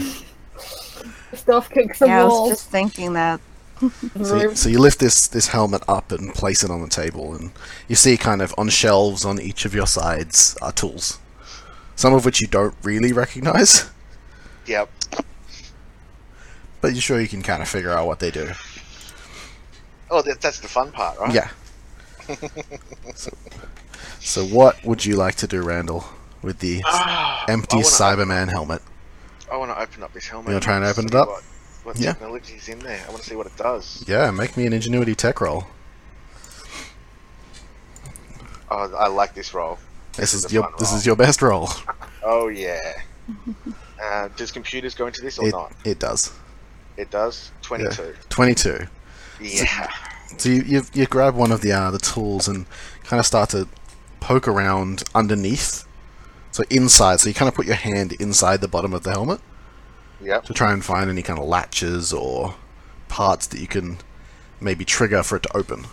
Speaker 3: Stuff kicks the
Speaker 4: Yeah, I
Speaker 3: wall.
Speaker 4: was just thinking that.
Speaker 1: So you, so you lift this this helmet up and place it on the table, and you see kind of on shelves on each of your sides are tools, some of which you don't really recognize.
Speaker 9: Yep.
Speaker 1: But you're sure you can kind of figure out what they do.
Speaker 9: Oh, that, that's the fun part, right?
Speaker 1: Yeah. so, so what would you like to do, Randall, with the s-
Speaker 9: Ah,
Speaker 1: empty
Speaker 9: I wanna,
Speaker 1: Cyberman helmet?
Speaker 9: I want to open up this helmet.
Speaker 1: You wanna try and
Speaker 9: I wanna
Speaker 1: open it
Speaker 9: see
Speaker 1: up?
Speaker 9: What, what
Speaker 1: Yeah.
Speaker 9: technology's in there? I want to see what it does.
Speaker 1: Yeah, make me an ingenuity tech roll.
Speaker 9: Oh, I like this role.
Speaker 1: This
Speaker 9: is
Speaker 1: is
Speaker 9: a
Speaker 1: your
Speaker 9: fun
Speaker 1: this
Speaker 9: roll.
Speaker 1: is your best roll.
Speaker 9: Oh yeah. uh, does computers go into this or
Speaker 1: It,
Speaker 9: not?
Speaker 1: it does.
Speaker 9: It does. Twenty-two.
Speaker 1: Twenty two.
Speaker 9: Yeah.
Speaker 1: So you, you you grab one of the uh, the tools and kind of start to poke around underneath. So inside, so you kind of put your hand inside the bottom of the helmet
Speaker 9: Yep.
Speaker 1: to try and find any kind of latches or parts that you can maybe trigger for it to open.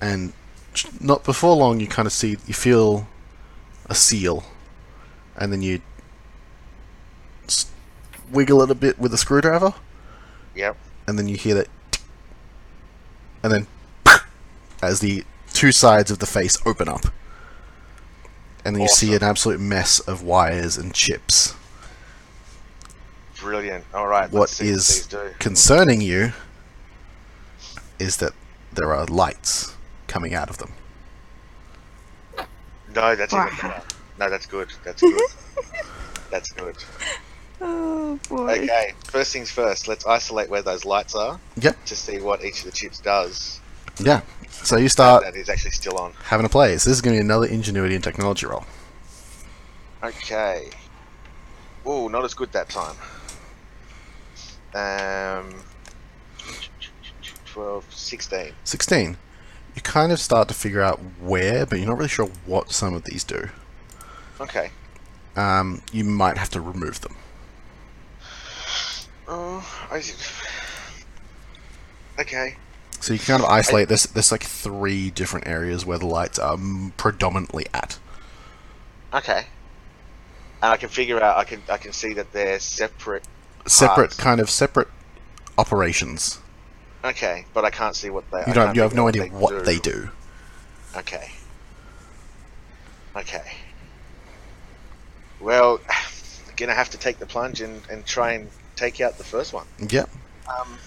Speaker 1: And sh- not before long, you kind of see you feel a seal, and then you s- wiggle it a bit with a screwdriver,
Speaker 9: Yep.
Speaker 1: and then you hear that, tick, and then as the two sides of the face open up, and then you see an absolute mess of wires and chips.
Speaker 9: Brilliant. All right. let's
Speaker 1: What
Speaker 9: see
Speaker 1: is
Speaker 9: What these do.
Speaker 1: concerning you is that there are lights coming out of them.
Speaker 9: No, that's even better. No, that's good. That's good. that's good.
Speaker 4: Oh boy.
Speaker 9: Okay. First things first. Let's isolate where those lights are
Speaker 1: Yep.
Speaker 9: to see what each of the chips does.
Speaker 1: Yeah. So you start
Speaker 9: that is actually still on.
Speaker 1: having a play. So this is going to be another ingenuity and technology roll.
Speaker 9: Okay. Ooh, not as good that time. Um, 12, 16.
Speaker 1: 16. You kind of start to figure out where, but you're not really sure what some of these do.
Speaker 9: Okay.
Speaker 1: Um, you might have to remove them.
Speaker 9: Oh, I see. Okay.
Speaker 1: So you can kind of isolate. There's, there's like three different areas where the lights are mm, predominantly at.
Speaker 9: Okay. And I can figure out. I can. I can see that they're separate.
Speaker 1: Separate,
Speaker 9: Parts.
Speaker 1: kind of separate operations.
Speaker 9: Okay, but I can't see what they. I
Speaker 1: You don't.
Speaker 9: can't
Speaker 1: You have
Speaker 9: figure
Speaker 1: no
Speaker 9: out
Speaker 1: idea what they do.
Speaker 9: Okay. Okay. Well, gonna have to take the plunge and, and try and take out the first one.
Speaker 1: Yep.
Speaker 9: Um,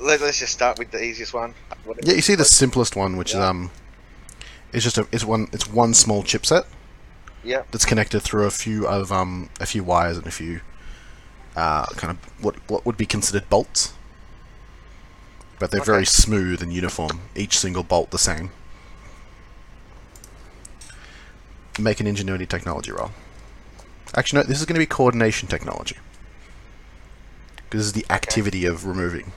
Speaker 9: let, let's just start with the easiest one. What-
Speaker 1: Yeah, you see the simplest one, which is
Speaker 9: Yeah.
Speaker 1: um, it's just a it's one it's one small chipset
Speaker 9: Yeah.
Speaker 1: that's connected through a few of um a few wires and a few uh kind of what what would be considered bolts, but they're very
Speaker 9: Okay.
Speaker 1: smooth and uniform. Each single bolt the same. Make an ingenuity technology roll. Actually, no, this is going to be coordination technology because this is the activity of removing.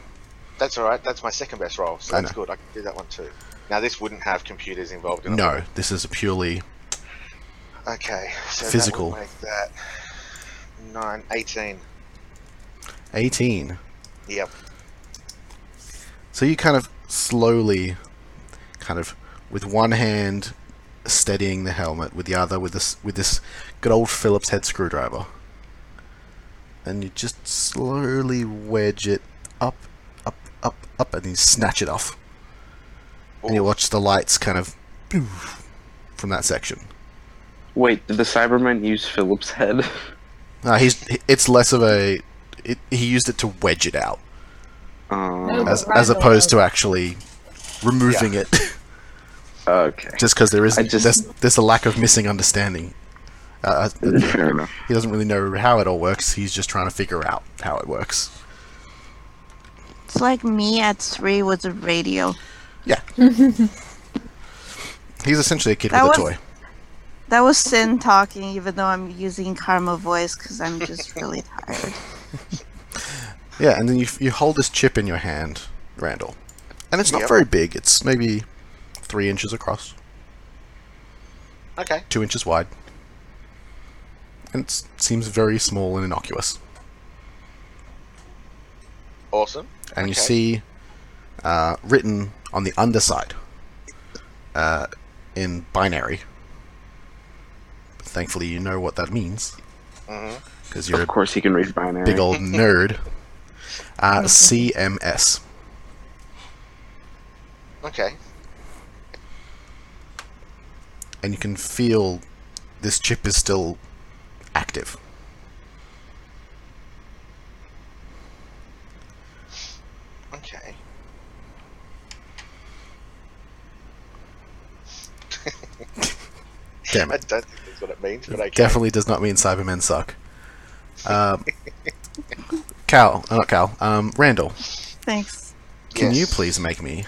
Speaker 9: That's all right. That's my second best roll, so
Speaker 1: I
Speaker 9: that's
Speaker 1: know.
Speaker 9: good. I can do that one too. Now this wouldn't have computers involved in it.
Speaker 1: No, this is purely
Speaker 9: Okay. So
Speaker 1: Physical.
Speaker 9: That would make that nine, 18.
Speaker 1: 18.
Speaker 9: Yep.
Speaker 1: So you kind of slowly, kind of with one hand steadying the helmet, with the other with this with this good old Phillips head screwdriver, and you just slowly wedge it up, up, up, up, and you snatch it off. And you watch the lights kind of poof from that section.
Speaker 2: Wait, did the Cyberman use Philip's head?
Speaker 1: No, he's it's less of a it, he used it to wedge it out
Speaker 2: Um,
Speaker 3: No.
Speaker 1: as as
Speaker 3: Randall
Speaker 1: opposed to
Speaker 3: does.
Speaker 1: actually removing it.
Speaker 2: okay.
Speaker 1: just because there isn't
Speaker 2: just-
Speaker 1: there's, there's a lack of missing understanding. Uh, uh,
Speaker 2: Fair enough.
Speaker 1: he doesn't really know how it all works. He's just trying to figure out how it works.
Speaker 4: It's like me at three with the radio.
Speaker 1: He's essentially a kid
Speaker 4: That
Speaker 1: with a
Speaker 4: was-
Speaker 1: toy.
Speaker 4: That was Sin talking, even though I'm using Karma voice because I'm just really tired.
Speaker 1: Yeah, and then you you hold this chip in your hand, Randall, and it's not
Speaker 9: Yep.
Speaker 1: very big. It's maybe three inches across,
Speaker 9: Okay.
Speaker 1: two inches wide, and it seems very small and innocuous.
Speaker 9: Awesome.
Speaker 1: and you
Speaker 9: Okay.
Speaker 1: see uh, written on the underside uh, in binary. Thankfully, you know what that means
Speaker 9: Mhm.
Speaker 1: because you're
Speaker 2: Of
Speaker 1: a
Speaker 2: course, he can read binary.
Speaker 1: big old nerd.
Speaker 9: Mm-hmm.
Speaker 1: Uh, CMS.
Speaker 9: Okay.
Speaker 1: And you can feel this chip is still active.
Speaker 9: Okay.
Speaker 1: Damn
Speaker 9: I
Speaker 1: it.
Speaker 9: don't think that's what it means, but okay.
Speaker 1: Definitely does not mean Cybermen suck. Um, Cal, uh, not Cal, um, Randall,
Speaker 4: Thanks.
Speaker 1: can you
Speaker 9: Yes.
Speaker 1: please make me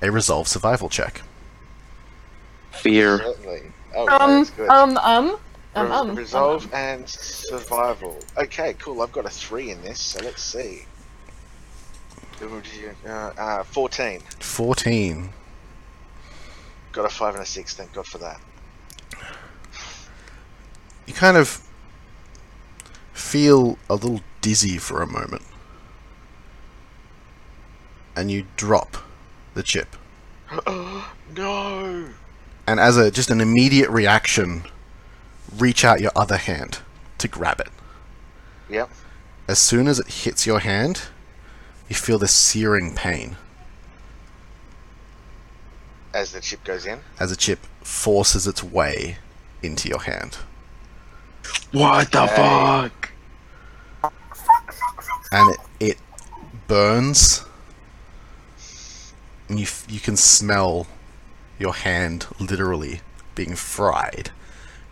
Speaker 1: a resolve survival check?
Speaker 2: Fear.
Speaker 9: Certainly. Oh,
Speaker 3: Um,
Speaker 9: that's good.
Speaker 3: um, um, um,
Speaker 9: Re-
Speaker 3: um.
Speaker 9: resolve and survival. Okay, cool. I've got a three in this, so let's see. Uh, uh, 14.
Speaker 1: 14.
Speaker 9: Got a five and a six. Thank God for that.
Speaker 1: You kind of feel a little dizzy for a moment. And you drop the chip.
Speaker 9: Oh, no.
Speaker 1: and as a just an immediate reaction, reach out your other hand to grab it.
Speaker 9: Yep.
Speaker 1: As soon as it hits your hand, you feel this searing pain
Speaker 9: As the chip goes in.
Speaker 1: as a chip forces its way into your hand.
Speaker 2: What the
Speaker 9: Hey.
Speaker 2: fuck?
Speaker 1: and it, it burns. And you, f- you can smell your hand literally being fried.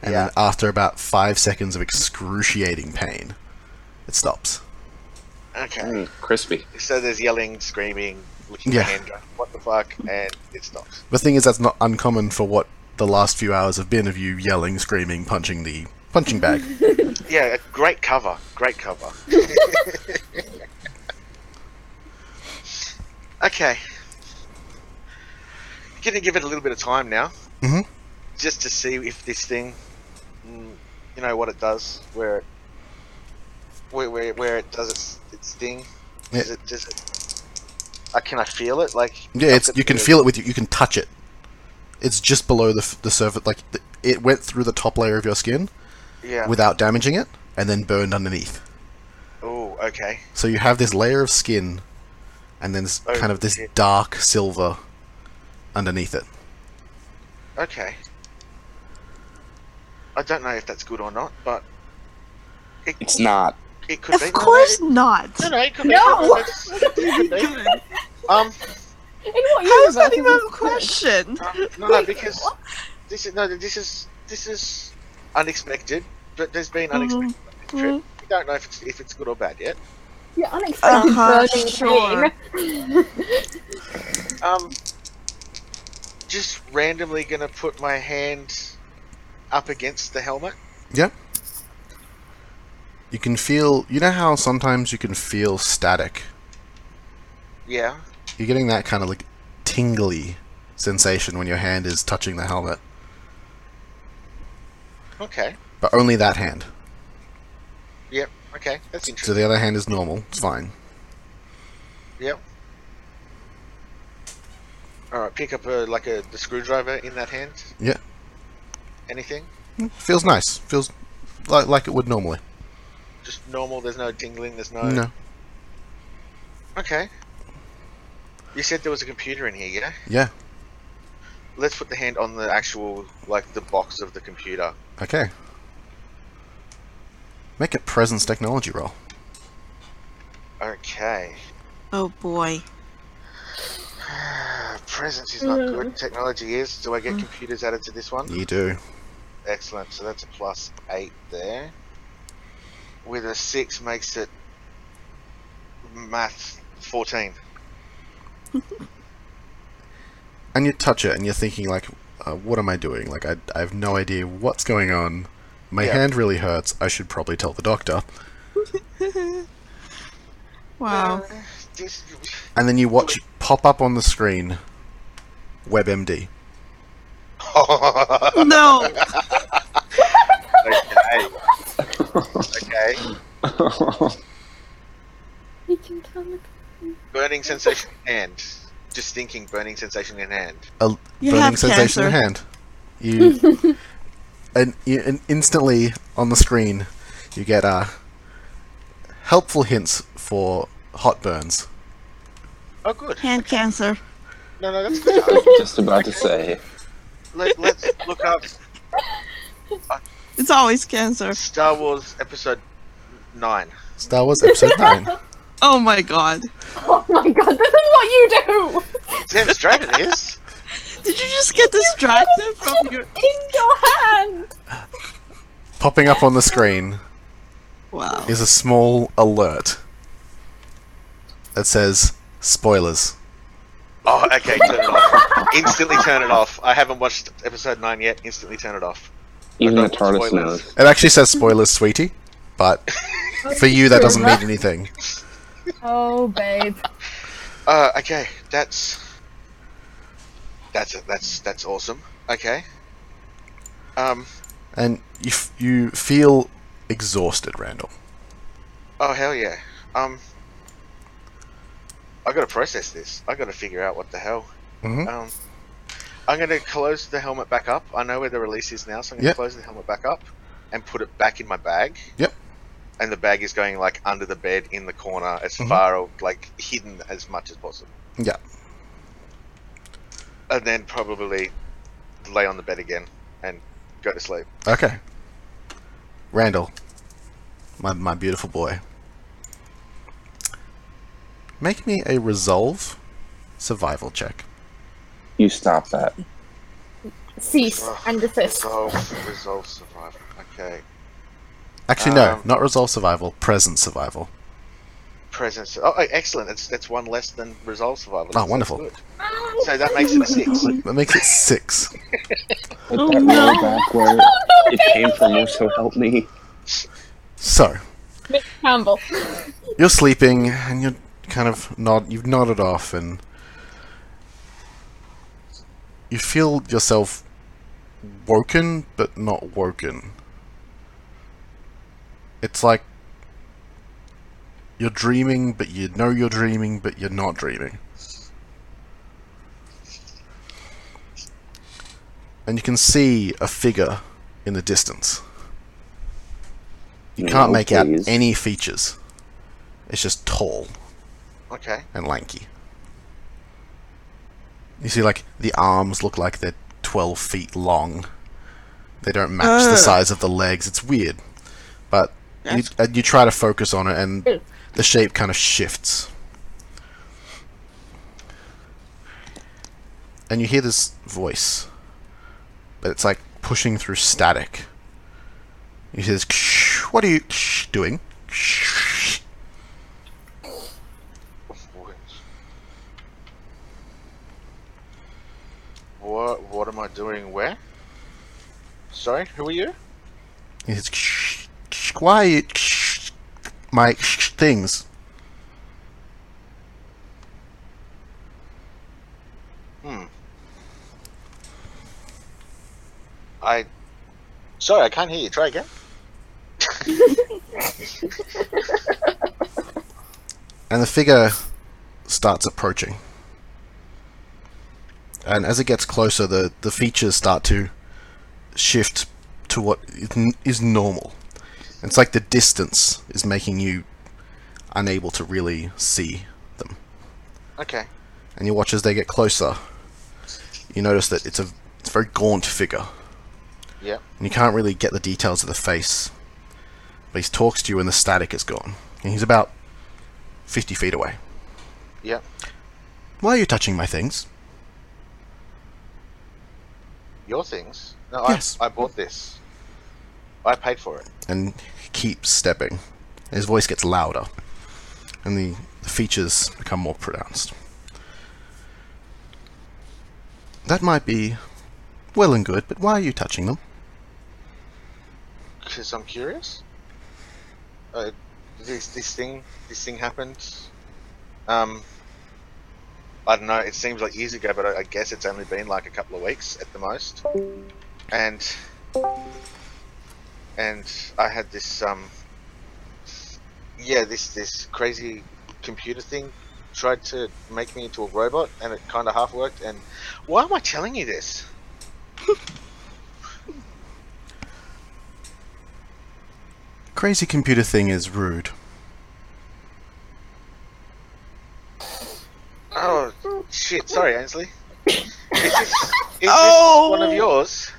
Speaker 1: And
Speaker 9: Yeah.
Speaker 1: then after about five seconds of excruciating pain, it stops.
Speaker 9: Okay.
Speaker 2: Mm, crispy.
Speaker 9: So there's yelling, screaming, looking
Speaker 1: Yeah.
Speaker 9: at hand, going, what the fuck, and it stops.
Speaker 1: The thing is, that's not uncommon for what the last few hours have been of you yelling, screaming, punching the punching bag.
Speaker 9: Yeah, a great cover. Great cover. okay. Gonna give it a little bit of time now.
Speaker 1: Mhm.
Speaker 9: Just to see if this thing, mm, you know, what it does, where it, where, where, where it does its, its thing.
Speaker 1: Yeah.
Speaker 9: Is it just. Uh, can I feel it? Like
Speaker 1: yeah, it's you can feel it with you. You can touch it. It's just below the f- the surface. Like the, it went through the top layer of your skin
Speaker 9: Yeah.
Speaker 1: without damaging it, and then burned underneath.
Speaker 9: oh, okay.
Speaker 1: So you have this layer of skin, and then this,
Speaker 9: Oh,
Speaker 1: kind of this
Speaker 9: shit.
Speaker 1: dark silver underneath it.
Speaker 9: Okay. I don't know if that's good or not, but it,
Speaker 2: It's not.
Speaker 9: it could be.
Speaker 4: Of course not.
Speaker 9: No, no, it could
Speaker 3: No!
Speaker 9: be. It could be. Um,
Speaker 3: In what
Speaker 4: How is that
Speaker 3: universe
Speaker 4: even a
Speaker 3: this
Speaker 4: question?
Speaker 9: um, no, no, because this is no, this is this is unexpected. But there's been unexpected trip.
Speaker 4: mhm.
Speaker 9: We don't know if it's if it's good or bad yet.
Speaker 3: Yeah, unexpected
Speaker 4: Uh-huh,
Speaker 3: burning
Speaker 4: sure.
Speaker 3: pain.
Speaker 9: Um, just randomly gonna put my hand up against the helmet.
Speaker 1: Yeah. You can feel. You know how sometimes you can feel static.
Speaker 9: Yeah.
Speaker 1: You're getting that kind of like tingly sensation when your hand is touching the helmet,
Speaker 9: Okay.
Speaker 1: but only that hand.
Speaker 9: Yep. Okay. That's
Speaker 1: So
Speaker 9: interesting.
Speaker 1: the other hand is normal. It's fine.
Speaker 9: Yep. All right, pick up a like a the screwdriver in that hand.
Speaker 1: Yeah.
Speaker 9: Anything?
Speaker 1: Feels nice. Feels like like it would normally.
Speaker 9: Just normal. There's no tingling. There's no.
Speaker 1: No.
Speaker 9: Okay. You said there was a computer in here, yeah?
Speaker 1: Yeah.
Speaker 9: Let's put the hand on the actual like the box of the computer.
Speaker 1: Okay. Make a presence technology roll.
Speaker 9: Okay.
Speaker 4: Oh boy.
Speaker 9: Uh, Presence is not good. Technology is. Do I get computers added to this one?
Speaker 1: You do.
Speaker 9: Excellent. So that's a plus eight there. With a six makes it math fourteen.
Speaker 1: and you touch it and you're thinking like uh, what am i doing like I, I have no idea what's going on my
Speaker 9: Yeah.
Speaker 1: hand really hurts i should probably tell the doctor
Speaker 4: Wow.
Speaker 9: This,
Speaker 1: and then you watch it pop up on the screen webmd
Speaker 9: okay.
Speaker 4: No.
Speaker 9: Okay.
Speaker 3: he can come.
Speaker 9: Burning sensation in hand. Just thinking burning sensation in hand.
Speaker 1: a
Speaker 4: You
Speaker 1: burning
Speaker 4: have
Speaker 1: sensation in
Speaker 4: cancer.
Speaker 1: hand you and, you and instantly on the screen you get uh, helpful hints for hot burns
Speaker 9: Oh good.
Speaker 4: Hand cancer.
Speaker 9: No no that's good.
Speaker 2: Just about to say.
Speaker 9: Let, let's look up
Speaker 4: It's always cancer.
Speaker 9: Star Wars episode nine.
Speaker 1: star wars episode 9
Speaker 4: Oh my god.
Speaker 3: Oh my god, this is what you do!
Speaker 9: Damn straight it is.
Speaker 8: Did you just get distracted from your.
Speaker 3: In your hand!
Speaker 1: Popping up on the screen
Speaker 8: Wow.
Speaker 1: is a small alert that says spoilers.
Speaker 9: Oh, okay, turn it off. Instantly turn it off. I haven't watched episode 9 yet. Instantly turn it off.
Speaker 2: Even the
Speaker 9: don't want
Speaker 2: TARDIS
Speaker 9: spoilers.
Speaker 2: knows.
Speaker 1: It actually says spoilers, sweetie, but for you that doesn't mean anything.
Speaker 3: Oh, babe.
Speaker 9: Uh, okay, that's that's that's that's awesome. Okay. Um.
Speaker 1: And you, f- you feel exhausted, Randall.
Speaker 9: Oh hell yeah. Um. I gotta process this. I gotta figure out what the hell.
Speaker 1: Mhm.
Speaker 9: Um. I'm gonna close the helmet back up. I know where the release is now, so I'm gonna
Speaker 1: Yep.
Speaker 9: close the helmet back up and put it back in my bag.
Speaker 1: Yep.
Speaker 9: And the bag is going like under the bed in the corner, as
Speaker 1: Mhm.
Speaker 9: far like hidden as much as possible.
Speaker 1: Yeah.
Speaker 9: and then probably lay on the bed again and go to sleep.
Speaker 1: Okay. Randall, my, my beautiful boy, make me a resolve survival check.
Speaker 2: You stop that.
Speaker 3: Cease and desist.
Speaker 9: Resolve, resolve survival. Okay.
Speaker 1: Actually, no,
Speaker 9: Um,
Speaker 1: not resolve survival, present survival.
Speaker 9: Presence. Oh, oh, excellent. It's that's one less than resolve survival. That's- that's
Speaker 1: Ah, wonderful.
Speaker 9: good.
Speaker 1: Oh,
Speaker 9: So that makes it six.
Speaker 1: That makes it six.
Speaker 2: Put that
Speaker 8: no.
Speaker 2: roll back where it came from, so help me.
Speaker 1: So,
Speaker 3: Miss Campbell.
Speaker 1: you're sleeping and you're kind of nod you've nodded off and you feel yourself woken but not woken it's like you're dreaming but you know you're dreaming but you're not dreaming and you can see a figure in the distance you can't
Speaker 2: No,
Speaker 1: make
Speaker 2: please.
Speaker 1: out any features it's just tall
Speaker 9: Okay.
Speaker 1: and lanky. You see, like, the arms look like they're 12 feet long. They don't match the size of the legs. It's weird. But you,
Speaker 8: That's-
Speaker 1: uh, you try to focus on it, and
Speaker 3: Ew.
Speaker 1: the shape kind of shifts. And you hear this voice, but it's like pushing through static. You hear this, "Ksh, what are you ksh, doing? Ksh."
Speaker 9: What what am I doing where? Sorry, who are you?
Speaker 1: It's ksh, ksh, quiet. Ksh, my ksh, things.
Speaker 9: I Sorry, I can't hear you. Try again.
Speaker 1: And the figure starts approaching. And as it gets closer, the, the features start to shift to what is n- is normal. It's like the distance is making you unable to really see them.
Speaker 9: Okay.
Speaker 1: And you watch as they get closer. You notice that it's a, it's a very gaunt figure.
Speaker 9: Yeah.
Speaker 1: and you can't really get the details of the face. But he talks to you, and the static is gone. And he's about 50 feet away.
Speaker 9: Yeah.
Speaker 1: Why are you touching my things?
Speaker 9: Your things. No,
Speaker 1: Yes.
Speaker 9: I I bought this. I paid for it.
Speaker 1: And he keeps stepping. His voice gets louder, and the, the features become more pronounced. That might be well and good, but why are you touching them?
Speaker 9: Because I'm curious. Uh, this this thing this thing happened. Um, I don't know. It seems like years ago, but I, I guess it's only been like a couple of weeks at the most. And and I had this um yeah this this crazy computer thing tried to make me into a robot, and it kind of half worked. And why am I telling you this?
Speaker 1: Crazy computer thing is rude.
Speaker 9: Oh shit! Sorry, Ainsley. Is this, is this one of yours?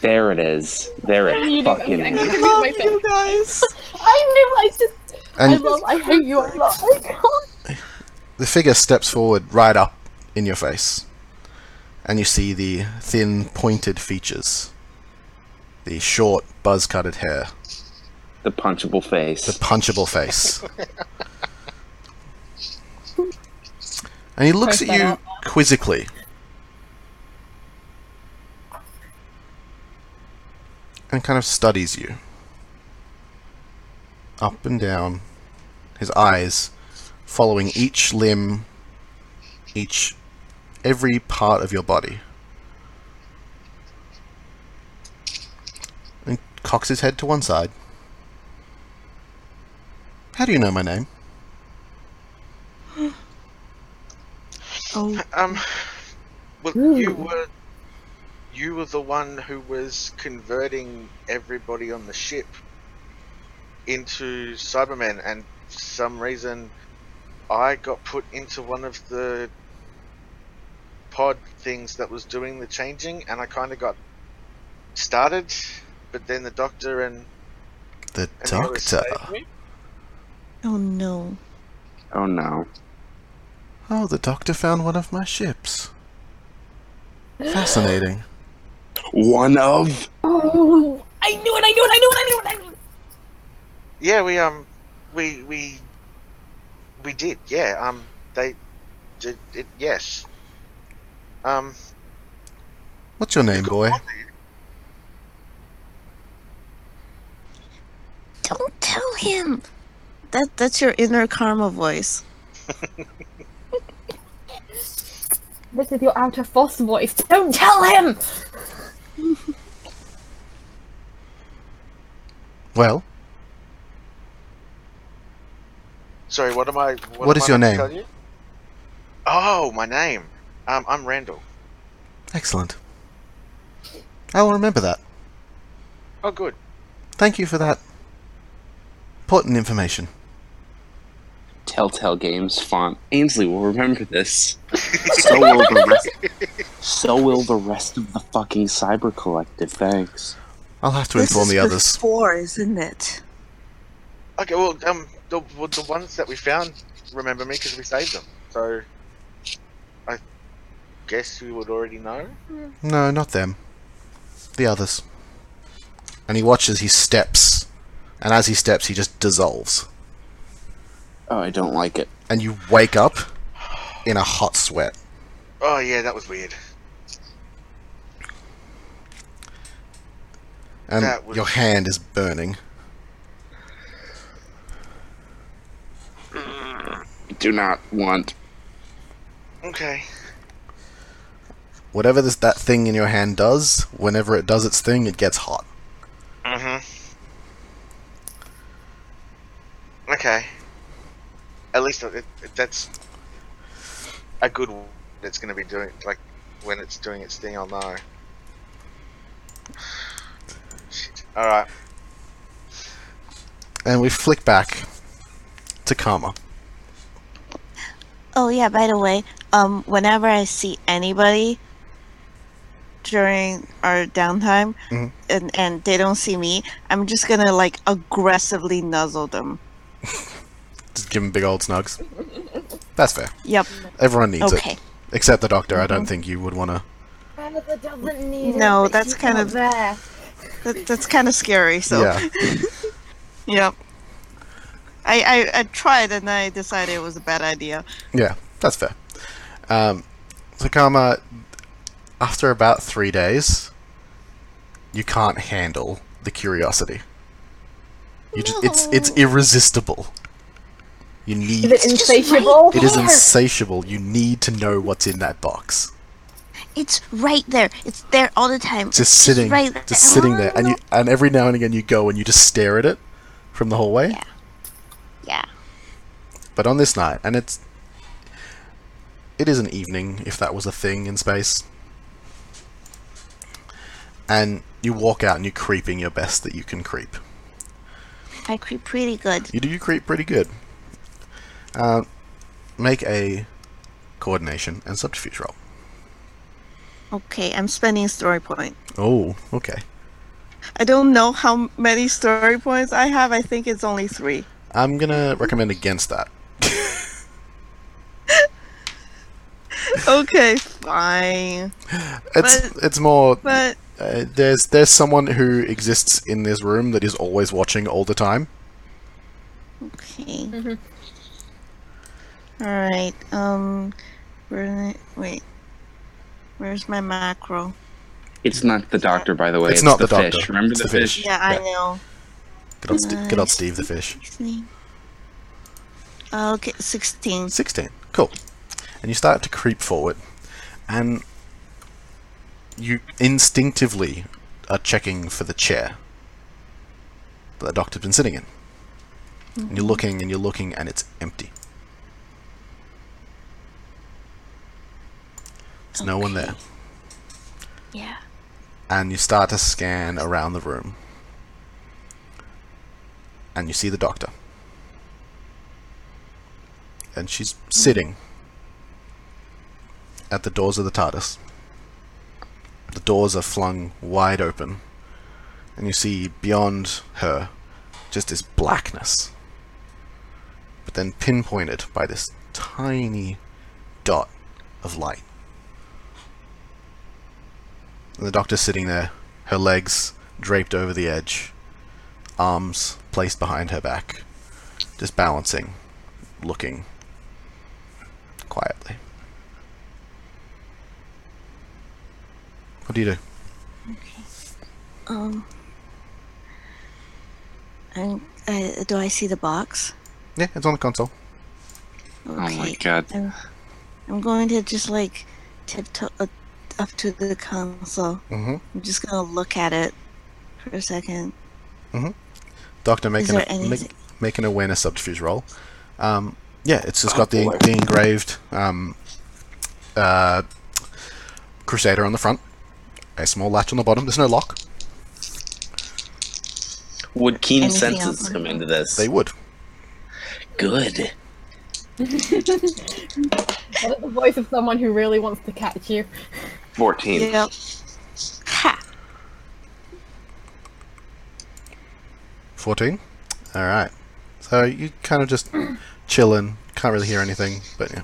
Speaker 2: There it is. There
Speaker 3: You
Speaker 2: it
Speaker 3: know,
Speaker 2: fucking
Speaker 3: I
Speaker 2: is.
Speaker 3: knew I said-
Speaker 8: guys.
Speaker 3: I knew I just. I
Speaker 1: And
Speaker 3: love. I hate you. I love. I can't.
Speaker 1: the figure steps forward right up in your face. And you see the thin, pointed features, the short, buzz cutted hair,
Speaker 2: The punchable face.
Speaker 1: the punchable face. and he looks at
Speaker 3: Post that
Speaker 1: you
Speaker 3: out.
Speaker 1: quizzically. And kind of studies you. Up and down. His eyes following each limb, each. every part of your body. And cocks his head to one side. How do you know my name?
Speaker 4: Oh,
Speaker 9: Um, well, you were you were the one who was converting everybody on the ship into Cybermen, and for some reason, I got put into one of the pod things that was doing the changing, and I kind of got started, but then the doctor and,
Speaker 1: The
Speaker 9: and the others
Speaker 1: doctor.
Speaker 9: saved me.
Speaker 4: oh no.
Speaker 2: oh no.
Speaker 1: Oh, the doctor found one of my ships. Fascinating.
Speaker 2: One of
Speaker 3: Oh, I knew it! I knew it! I knew it! I knew it! I knew it!
Speaker 9: Yeah, we um, we we we did. Yeah, um, they did. It, yes. Um,
Speaker 1: What's your name, boy?
Speaker 4: Don't tell him. That that's your inner karma voice.
Speaker 3: This is your outer force voice. Don't tell him.
Speaker 1: Well,
Speaker 9: sorry. What am I?
Speaker 1: What
Speaker 9: am
Speaker 1: is
Speaker 9: I
Speaker 1: your
Speaker 9: meant
Speaker 1: name?
Speaker 9: to tell you? Oh, my name. Um, I'm Randall.
Speaker 1: excellent. I will remember that.
Speaker 9: Oh, good.
Speaker 1: Thank you for that important information.
Speaker 2: Telltale Games font. Ainsley will remember this. so will the rest. So will the rest of the fucking cyber collective. Thanks.
Speaker 1: I'll have to
Speaker 4: This
Speaker 1: inform
Speaker 4: is
Speaker 1: the others.
Speaker 4: before, isn't it?
Speaker 9: Okay. Well, um, the well, the ones that we found remember me because we saved them. So, I guess we would already know.
Speaker 1: No, not them. The others. And he watches, he steps, and as he steps, he just dissolves.
Speaker 2: Oh, I don't like it.
Speaker 1: And you wake up in a hot sweat.
Speaker 9: Oh, yeah, that was weird.
Speaker 1: and
Speaker 9: That was-
Speaker 1: your hand is burning.
Speaker 2: Do not want.
Speaker 9: Okay.
Speaker 1: Whatever this that thing in your hand does, whenever it does its thing, it gets hot.
Speaker 9: Mm-hmm. Okay. At least it, it- that's a good. w- It's going to be doing like when it's doing its thing. I'll know. Shit. All right.
Speaker 1: And we flick back to Karma.
Speaker 4: Oh yeah, by the way, um whenever I see anybody during our downtime
Speaker 1: Mhm.
Speaker 4: and and they don't see me, I'm just gonna like aggressively nuzzle them.
Speaker 1: Just give him big old snugs. That's fair.
Speaker 4: Yep.
Speaker 1: Everyone needs
Speaker 4: Okay.
Speaker 1: it. Except the doctor. I don't think you would want to.
Speaker 3: Canada doesn't need it,
Speaker 4: No,
Speaker 3: but
Speaker 4: that's
Speaker 3: she's
Speaker 4: kind
Speaker 3: not
Speaker 4: of-
Speaker 3: there.
Speaker 4: That, that's kind of scary. So
Speaker 1: Yeah.
Speaker 4: Yep. I, I I tried and I decided it was a bad idea.
Speaker 1: Yeah. That's fair. Um, so, Karma, after about three days, you can't handle the curiosity. You just, it's it's irresistible. You need
Speaker 3: Is it insatiable?
Speaker 1: It is insatiable. You need to know what's in that box.
Speaker 8: It's right there. It's there all the time.
Speaker 1: Just sitting,
Speaker 8: right there.
Speaker 1: just sitting there, and you, and every now and again you go and you just stare at it from the hallway. Yeah.
Speaker 8: Yeah.
Speaker 1: But on this night, and it's it is an evening, if that was a thing in space. And you walk out and you're creeping your best that you can creep.
Speaker 8: I creep pretty good.
Speaker 1: You do you creep pretty good. Uh, make a coordination and subterfuge roll.
Speaker 4: Okay, I'm spending a story point.
Speaker 1: Oh, okay.
Speaker 4: I don't know how many story points I have. I think it's only three.
Speaker 1: I'm gonna recommend against that.
Speaker 4: okay, fine.
Speaker 1: It's it's more
Speaker 4: But
Speaker 1: uh, there's there's someone who exists in this room that is always watching all the time.
Speaker 4: okay. All right. Um, we're gonna, wait. Where's my macro?
Speaker 2: It's not the doctor, by the way.
Speaker 1: It's not the
Speaker 2: fish.
Speaker 1: doctor.
Speaker 2: Remember
Speaker 1: It's
Speaker 2: the
Speaker 1: the fish.
Speaker 2: fish?
Speaker 4: Yeah, I
Speaker 1: Yeah.
Speaker 4: know.
Speaker 1: Good old, Ste good old Steve the fish.
Speaker 4: Sixteen. Okay, sixteen.
Speaker 1: 16. Cool. And you start to creep forward, and you instinctively are checking for the chair that the doctor's been sitting in. And you're looking and you're looking, and it's empty. There's no one there.
Speaker 4: Yeah.
Speaker 1: And you start to scan around the room. And you see the doctor. And she's sitting at the doors of the TARDIS. The doors are flung wide open. And you see beyond her just this blackness. But then pinpointed by this tiny dot of light. And the doctor's sitting there, her legs draped over the edge, arms placed behind her back, just balancing, looking quietly. What do you do?
Speaker 4: Um. And uh, do I see the box?
Speaker 1: Yeah, it's on the console.
Speaker 4: Okay.
Speaker 2: Oh my god.
Speaker 4: I'm, I'm going to just like tiptoe up, up to the console.
Speaker 1: Mhm.
Speaker 4: I'm just gonna look at it for a second.
Speaker 1: Doctor, make
Speaker 4: Is
Speaker 1: an
Speaker 4: there
Speaker 1: make-
Speaker 4: anything-
Speaker 1: make an awareness subterfuge roll. Um, yeah, it's just
Speaker 4: Oh,
Speaker 1: got the, the engraved um, uh, Crusader on the front, a small latch on the bottom. There's no lock.
Speaker 2: Would keen
Speaker 4: Anything
Speaker 2: senses
Speaker 4: else?
Speaker 2: come into this?
Speaker 1: They would.
Speaker 2: Good.
Speaker 3: What is the voice of someone who really wants to catch you?
Speaker 2: 14.
Speaker 4: Yep. Ha!
Speaker 1: 14 all right so you kind of just chilling can't really hear anything but yeah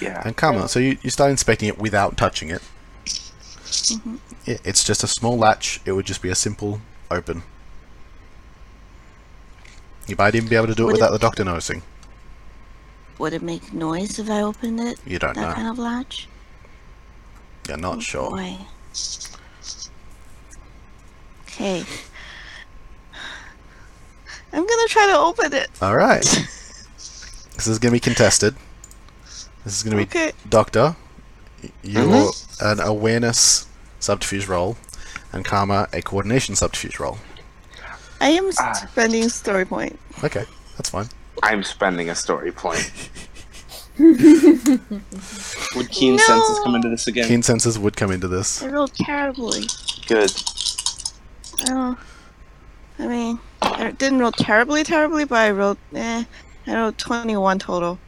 Speaker 2: Yeah.
Speaker 1: and karma so you, you start inspecting it without touching it
Speaker 4: Mm-hmm.
Speaker 1: It- it's just a small latch it would just be a simple open you might even be able to do it
Speaker 4: Would it-
Speaker 1: without the doctor noticing
Speaker 4: Would it make noise if I opened it?
Speaker 1: you don't
Speaker 4: that
Speaker 1: know
Speaker 4: kind of latch?
Speaker 1: you're not sure
Speaker 4: Uh-huh. Oh, Boy. Okay. I'm gonna try to open it.
Speaker 1: all right this is going to be contested this is going to be
Speaker 4: Okay.
Speaker 1: Doctor, y- you're
Speaker 2: Mm-hmm.
Speaker 1: an awareness subterfuge roll, and Karma a coordination subterfuge roll.
Speaker 4: I am
Speaker 2: Ah.
Speaker 4: spending story point.
Speaker 1: Okay, that's fine.
Speaker 2: I'm spending a story point. Would keen senses come into this again?
Speaker 1: Keen senses would come into this.
Speaker 4: I rolled terribly.
Speaker 2: Good.
Speaker 4: Oh, I mean, I didn't roll terribly, terribly, but I rolled, eh, I rolled 21 total.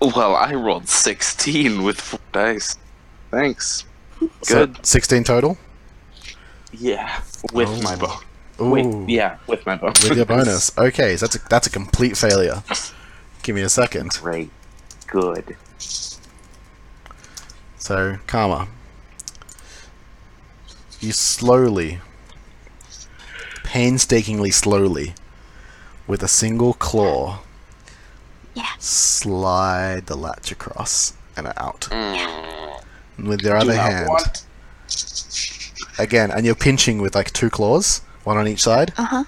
Speaker 2: Well, I rolled 16 with four dice. Thanks.
Speaker 1: So,
Speaker 2: Good.
Speaker 1: 16 total.
Speaker 2: Yeah. With
Speaker 1: Oh.
Speaker 2: my bow.
Speaker 1: Ooh,
Speaker 2: Wait, yeah, with my bow.
Speaker 1: with your bonus. Okay, so that's a, that's a complete failure. Give me a second.
Speaker 2: Great. Good.
Speaker 1: So, Karma, you slowly, painstakingly slowly, with a single claw, slide the latch across and out. And with your other
Speaker 2: not
Speaker 1: hand,
Speaker 2: want-
Speaker 1: again, and you're pinching with like two claws, one on each side,
Speaker 4: Uh huh.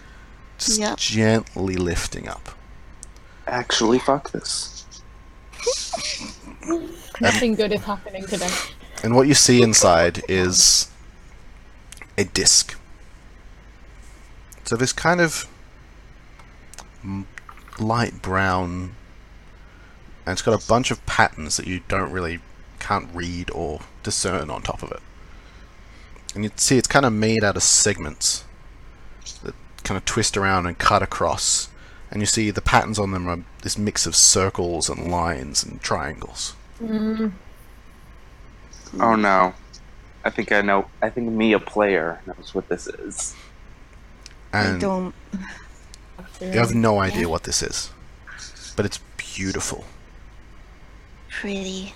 Speaker 1: just
Speaker 4: Yep.
Speaker 1: gently lifting up.
Speaker 2: Actually, fuck this.
Speaker 3: Nothing good is happening today.
Speaker 1: And what you see inside is a disc. So this kind of m- light brown, and it's got a bunch of patterns that you don't really can't read or discern on top of it. And you see it's kind of made out of segments that kind of twist around and cut across. And you see the patterns on them are this mix of circles and lines and triangles.
Speaker 2: Oh no. I think I know. I think me, a player, knows what this is.
Speaker 1: And
Speaker 4: I don't.
Speaker 1: You have no idea what this is, but it's beautiful.
Speaker 8: pretty.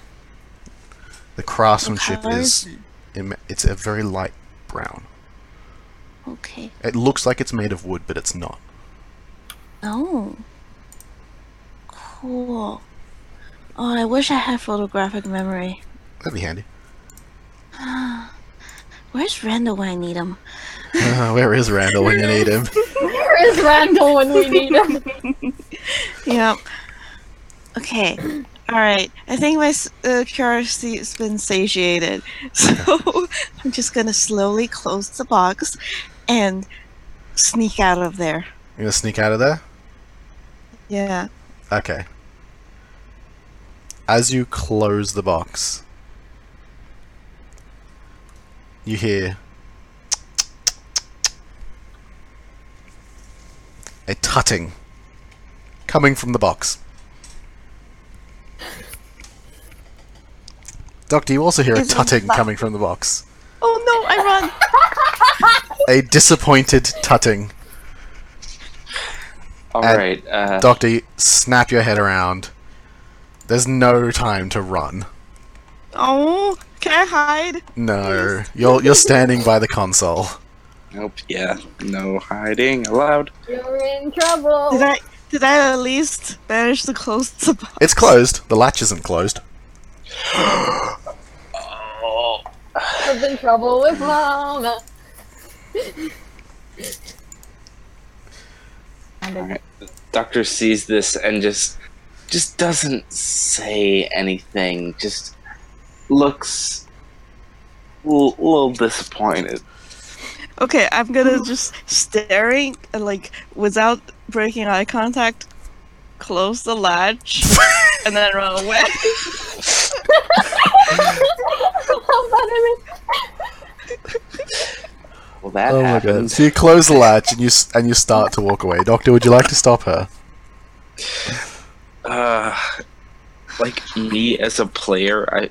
Speaker 1: The craftsmanship
Speaker 8: Colours
Speaker 1: is
Speaker 8: and-
Speaker 1: im- it's a very light brown.
Speaker 8: Okay.
Speaker 1: It looks like it's made of wood, but it's not.
Speaker 8: Oh. Cool. Oh, I wish I had photographic memory.
Speaker 1: That'd be handy.
Speaker 8: Where's Randall when I need him?
Speaker 1: Uh, where is Randall when you need him?
Speaker 3: Where is Randall when we need him?
Speaker 4: Yep. Okay. All right. I think my s- uh, curiosity has been satiated, so I'm just gonna slowly close the box and sneak out of there.
Speaker 1: You gonna sneak out of there?
Speaker 4: Yeah.
Speaker 1: Okay. As you close the box, you hear a tutting coming from the box. Doctor, you also hear a
Speaker 4: Is it
Speaker 1: tutting
Speaker 4: that-
Speaker 1: coming from the box.
Speaker 4: Oh no! I run.
Speaker 1: A disappointed tutting.
Speaker 2: All
Speaker 1: And
Speaker 2: right. Uh,
Speaker 1: Doctor, you snap your head around. There's no time to run.
Speaker 4: Oh, can I hide?
Speaker 1: No, you're you're standing by the console.
Speaker 2: nope. Yeah. No hiding allowed.
Speaker 3: You're in trouble.
Speaker 4: Did I? Did I at least manage to close the box?
Speaker 1: It's closed. The latch isn't closed.
Speaker 3: was in trouble with Mama. and
Speaker 2: All
Speaker 3: I
Speaker 2: right. Doctor sees this and just just doesn't say anything. Just looks a little, little disappointed.
Speaker 4: Okay, I'm gonna just staring and like without breaking eye contact, close the latch, and then run away.
Speaker 3: How bad am I?
Speaker 2: Well, that
Speaker 1: Oh my god!
Speaker 2: happens.
Speaker 1: So you close the latch and you s- and you start to walk away. Doctor, would you like to stop her?
Speaker 2: uh like me as a player i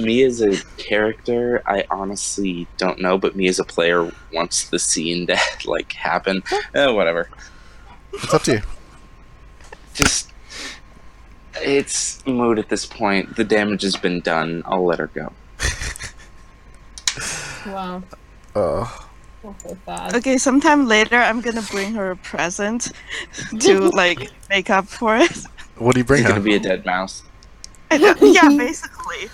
Speaker 2: me as a character i honestly don't know but me as a player wants the scene to like happen uh, whatever
Speaker 1: It's up to you.
Speaker 2: just it's mood at this point the damage has been done i'll let her go
Speaker 3: Wow,
Speaker 1: Oh,
Speaker 3: that's so sad.
Speaker 4: Okay, sometime later I'm gonna bring her a present to like make up for it.
Speaker 1: what do you bring
Speaker 2: it's gonna
Speaker 1: her?
Speaker 2: be a dead mouse
Speaker 4: I don't- yeah, basically.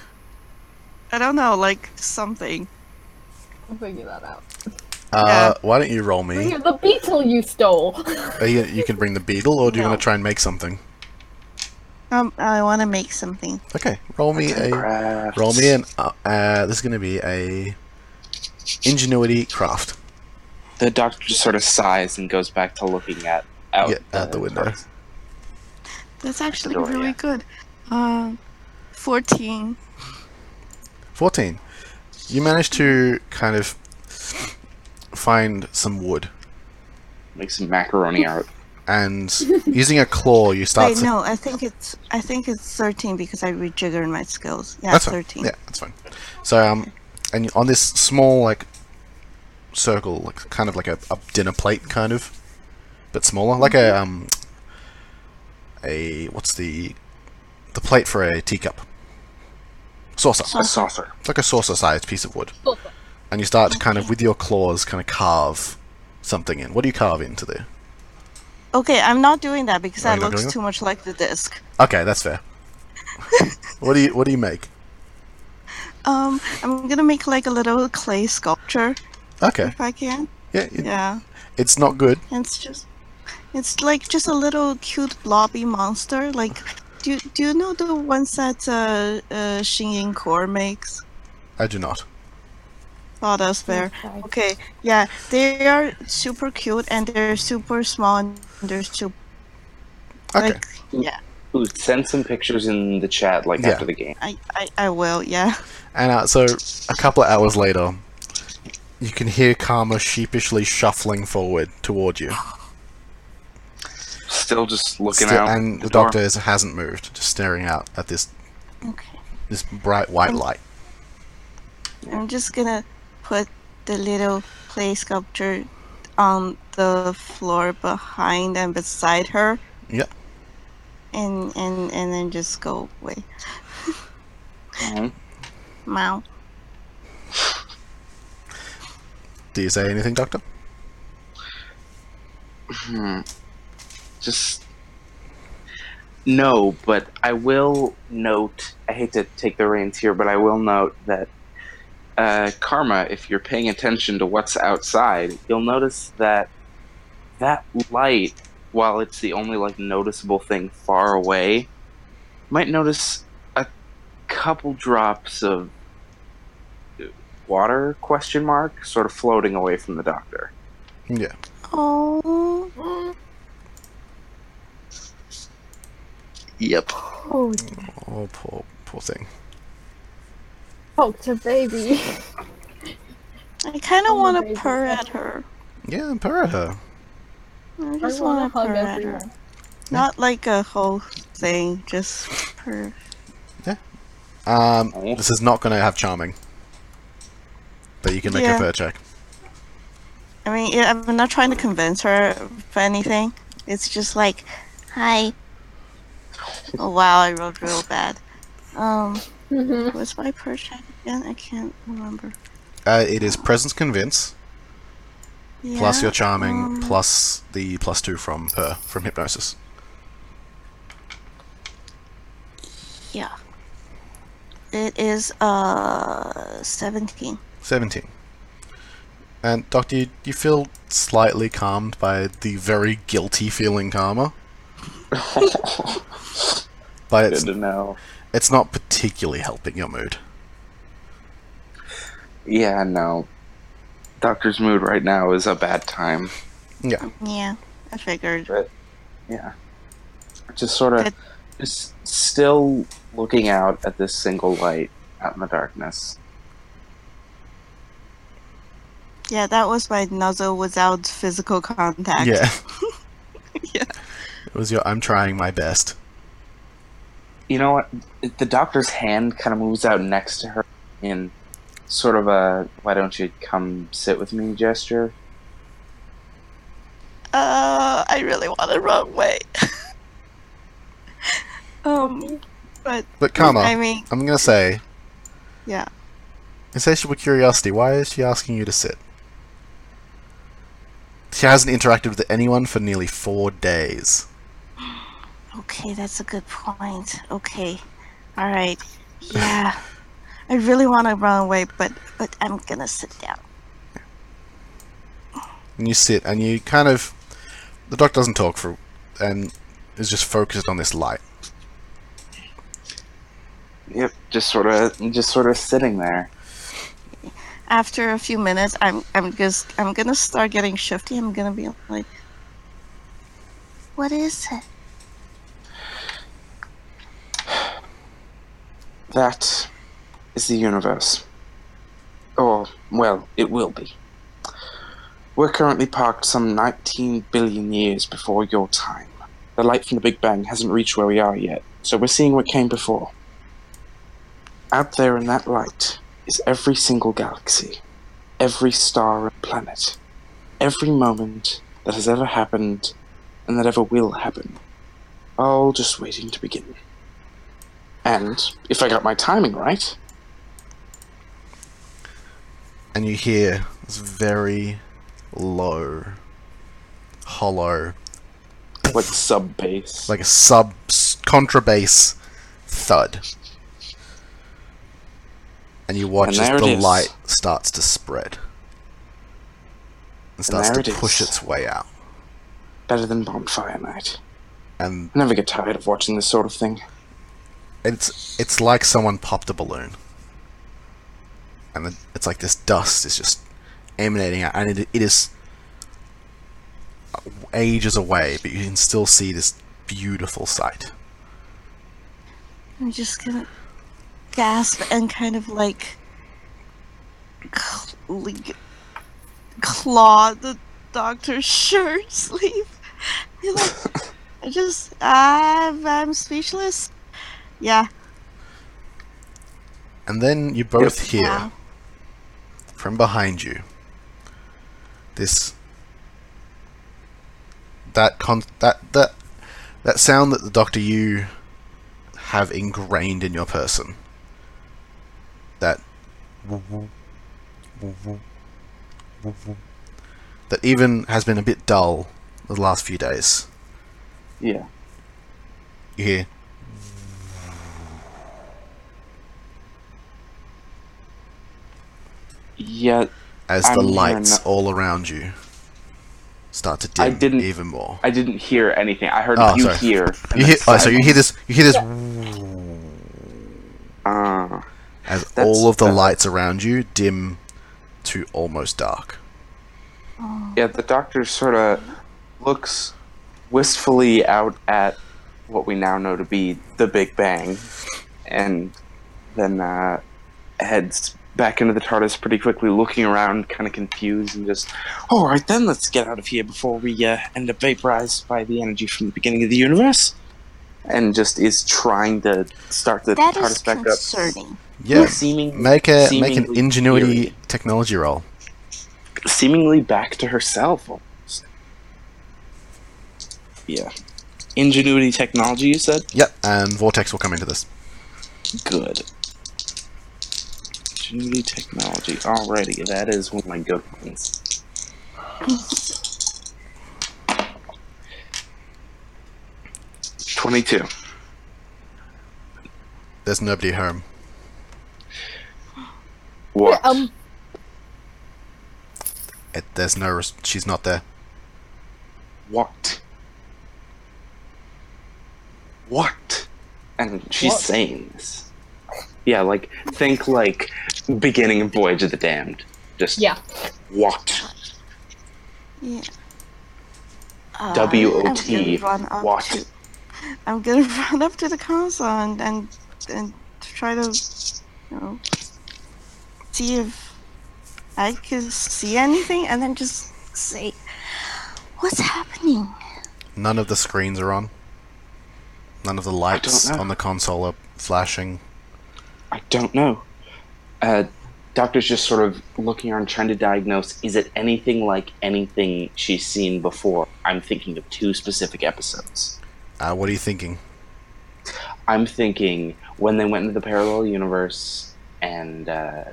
Speaker 4: I don't know, like something.
Speaker 3: I'll figure that out.
Speaker 1: Uh, why don't you roll
Speaker 3: Bring
Speaker 1: me?
Speaker 3: it- the beetle you stole.
Speaker 1: Uh, you, you can bring the beetle, or do you
Speaker 4: No.
Speaker 1: want to try and make something?
Speaker 4: Um, I want to make something.
Speaker 1: Okay, roll me a
Speaker 2: Crafts.
Speaker 1: roll me an. Uh, uh, this is gonna be a ingenuity craft.
Speaker 2: the doctor just sort of sighs and goes back to looking at out
Speaker 1: Yeah, out the window.
Speaker 4: That's actually
Speaker 1: Oh,
Speaker 2: Door,
Speaker 4: really
Speaker 2: yeah.
Speaker 4: good. Um, fourteen.
Speaker 1: Fourteen. You manage to kind of find some wood,
Speaker 2: make some macaroni art
Speaker 1: and using a claw, you start.
Speaker 4: Wait,
Speaker 1: to-
Speaker 4: no, I think it's I think it's thirteen because I rejiggered my skills. Yeah,
Speaker 1: That's fine.
Speaker 4: thirteen.
Speaker 1: Yeah, that's fine. So, um, and on this small like circle, like kind of like a, a dinner plate, kind of, but smaller, like a um, a what's the the plate for a teacup, saucer.
Speaker 2: a saucer
Speaker 1: It's like a saucer-sized piece of wood, and you start to kind of with your claws, kind of carve something in. What do you carve into there?
Speaker 4: Okay, I'm not doing that because
Speaker 1: Oh,
Speaker 4: that
Speaker 1: you're not
Speaker 4: looks
Speaker 1: doing that?
Speaker 4: too much like the disc.
Speaker 1: Okay, that's fair. what do you what do you make?
Speaker 4: Um, I'm gonna make like a little clay sculpture
Speaker 1: Okay,
Speaker 4: if I can.
Speaker 1: yeah, it,
Speaker 4: Yeah,
Speaker 1: it's not good.
Speaker 4: and it's just, it's like just a little cute blobby monster. Like, do you- do you know the ones that uh, uh Shingin Core makes?
Speaker 1: I do not.
Speaker 4: Oh, that's fair.
Speaker 3: Okay.
Speaker 4: Okay, yeah, they are super cute and they're super small and they're super
Speaker 1: Okay.
Speaker 4: like yeah.
Speaker 2: Ooh, send some pictures in the chat like
Speaker 1: Yeah.
Speaker 2: after the game.
Speaker 4: I, I I will. Yeah.
Speaker 1: And uh, so, a couple of hours later, you can hear Karma sheepishly shuffling forward toward you.
Speaker 2: Still just looking
Speaker 1: Still-
Speaker 2: out.
Speaker 1: and the
Speaker 2: door.
Speaker 1: doctor is, hasn't moved, just staring out at this
Speaker 4: Okay. Um,
Speaker 1: this bright white light.
Speaker 4: I'm just gonna put the little clay sculpture on the floor behind and beside her.
Speaker 1: Yep.
Speaker 4: And and and then just go away. Mao.
Speaker 1: Do you say anything, Doctor?
Speaker 2: just no but i will note i hate to take the reins here but i will note that uh, karma if you're paying attention to what's outside you'll notice that that light while it's the only like noticeable thing far away you might notice a couple drops of water question mark sort of floating away from the doctor
Speaker 1: Yeah.
Speaker 4: Oh,
Speaker 2: yep
Speaker 3: Oh,
Speaker 1: Oh, poor, poor thing.
Speaker 3: doctor baby.
Speaker 4: I kind of
Speaker 3: Oh,
Speaker 4: want
Speaker 3: baby.
Speaker 4: to purr at her.
Speaker 1: Yeah, purr at her.
Speaker 4: I
Speaker 3: I
Speaker 4: just
Speaker 3: wanna
Speaker 4: want to
Speaker 3: hug
Speaker 4: purr at her.
Speaker 3: everyone.
Speaker 4: Not like a whole thing, just purr.
Speaker 1: Um,
Speaker 2: Oh.
Speaker 1: this is not going to have charming, but you can make
Speaker 4: Yeah.
Speaker 1: a purr check.
Speaker 4: I mean, yeah, I'm not trying to convince her for anything. It's just like, hi. Oh wow, I rolled real bad. Um,
Speaker 3: Mhm.
Speaker 4: what's my purr check again? I can't remember.
Speaker 1: Uh, it is presence convince
Speaker 4: Yeah.
Speaker 1: plus your charming
Speaker 4: um,
Speaker 1: plus the plus two from purr from hypnosis.
Speaker 4: Yeah. It is uh seventeen.
Speaker 1: 17. And, Doctor, you, you feel slightly calmed by the very guilty feeling karma. but
Speaker 2: good
Speaker 1: it's,
Speaker 2: to know
Speaker 1: it's not particularly helping your mood.
Speaker 2: Yeah, no. Doctor's mood right now is a bad time.
Speaker 1: Yeah.
Speaker 4: Yeah, I figured.
Speaker 2: Yeah. Just sort of
Speaker 4: Good.
Speaker 2: just still looking out at this single light out in the darkness.
Speaker 4: Yeah, that was my nuzzle without physical contact.
Speaker 1: Yeah.
Speaker 4: Yeah.
Speaker 1: It was your I'm trying my best.
Speaker 2: You know what? The doctor's hand kind of moves out next to her in sort of a why don't you come sit with me gesture.
Speaker 4: Uh, I really want to run away. um, but
Speaker 1: But, Karma,
Speaker 4: I mean,
Speaker 1: I'm going to say
Speaker 4: yeah.
Speaker 1: insatiable curiosity. Why is she asking you to sit? She hasn't interacted with anyone for nearly four days.
Speaker 4: Okay, that's a good point. Okay, all right. Yeah, I really want to run away, but but I'm gonna sit down.
Speaker 1: and you sit and you kind of the doc doesn't talk for and is just focused on this light
Speaker 2: Yep, just sort of just sort of sitting there.
Speaker 4: After a few minutes, I'm I'm just I'm gonna start getting shifty. I'm gonna be like, what is it?
Speaker 2: That is the universe. Or, well, it will be. We're currently parked some 19 billion years before your time. The light from the Big Bang hasn't reached where we are yet, so we're seeing what came before. Out there in that light is every single galaxy, every star and planet, every moment that has ever happened and that ever will happen, all just waiting to begin. And, if I got my timing right,
Speaker 1: and you hear this very low hollow
Speaker 2: like sub bass.
Speaker 1: like a sub s- contrabass thud and you watch
Speaker 2: And there
Speaker 1: as
Speaker 2: it
Speaker 1: the
Speaker 2: is.
Speaker 1: light starts to spread and starts
Speaker 2: there
Speaker 1: to
Speaker 2: it
Speaker 1: push
Speaker 2: is.
Speaker 1: its way out
Speaker 2: better than bonfire night.
Speaker 1: and
Speaker 2: I never get tired of watching this sort of thing.
Speaker 1: It's it's like someone popped a balloon, and the, it's like this dust is just emanating out, and it, it is ages away, but you can still see this beautiful sight.
Speaker 4: I'm just gonna gasp and kind of like, cl- like claw the doctor's shirt sleeve. Be like, I just, I'm, I'm speechless. Yeah.
Speaker 1: And then you both hear
Speaker 4: Wow.
Speaker 1: from behind you this that con that that that sound that the doctor you have ingrained in your person that that even has been a bit dull the last few days.
Speaker 2: Yeah.
Speaker 1: You hear?
Speaker 2: Yeah,
Speaker 1: as the
Speaker 2: I'm here
Speaker 1: lights
Speaker 2: now.
Speaker 1: all around you start to dim
Speaker 2: I didn't-
Speaker 1: even more.
Speaker 2: I didn't hear anything. I heard
Speaker 1: Oh,
Speaker 2: you
Speaker 1: sorry.
Speaker 2: hear. and
Speaker 1: You hear,
Speaker 2: then
Speaker 1: oh, so you hear this. You hear this
Speaker 2: silence. Ah.
Speaker 1: as
Speaker 2: That's-
Speaker 1: all of the
Speaker 2: uh,
Speaker 1: lights around you dim to almost dark.
Speaker 2: yeah, the doctor sort of looks wistfully out at what we now know to be the Big Bang, and then uh, heads back into the TARDIS pretty quickly, looking around, kind of confused, and just, all right, then let's get out of here before we uh, end up vaporized by the energy from the beginning of the universe. And just is trying to start the
Speaker 4: That
Speaker 2: TARDIS
Speaker 4: is
Speaker 2: back up.
Speaker 4: concerning.
Speaker 1: Yeah,
Speaker 2: Seeming,
Speaker 1: make a make an
Speaker 2: seemingly
Speaker 1: ingenuity
Speaker 2: eerie.
Speaker 1: technology roll.
Speaker 2: seemingly back to herself. Almost. Yeah. Ingenuity technology, you said?
Speaker 1: Yep, and vortex will come into this.
Speaker 2: Good. Ingenuity technology. Alrighty, that is one of my good ones. Twenty-two.
Speaker 1: There's nobody home.
Speaker 2: What?
Speaker 3: Um,
Speaker 1: It, there's no. res- She's not there.
Speaker 2: what? What? And she's
Speaker 3: What?
Speaker 2: saying this. Yeah, like think like beginning of Voyage of the Damned. Just
Speaker 3: yeah.
Speaker 2: what?
Speaker 4: Yeah. Uh,
Speaker 2: W.O.T..
Speaker 4: I'm gonna run up
Speaker 2: What?
Speaker 4: to- I'm gonna run up to the console and and, and try to, you know, see if I can see anything, and then just say, "What's happening?"
Speaker 1: None of the screens are on. None of the lights
Speaker 2: know.
Speaker 1: on the console are flashing.
Speaker 2: I don't know. Uh, doctor's just sort of looking around, trying to diagnose is it anything like anything she's seen before? I'm thinking of two specific episodes.
Speaker 1: Uh, what are you thinking?
Speaker 2: I'm thinking when they went into the parallel universe and uh,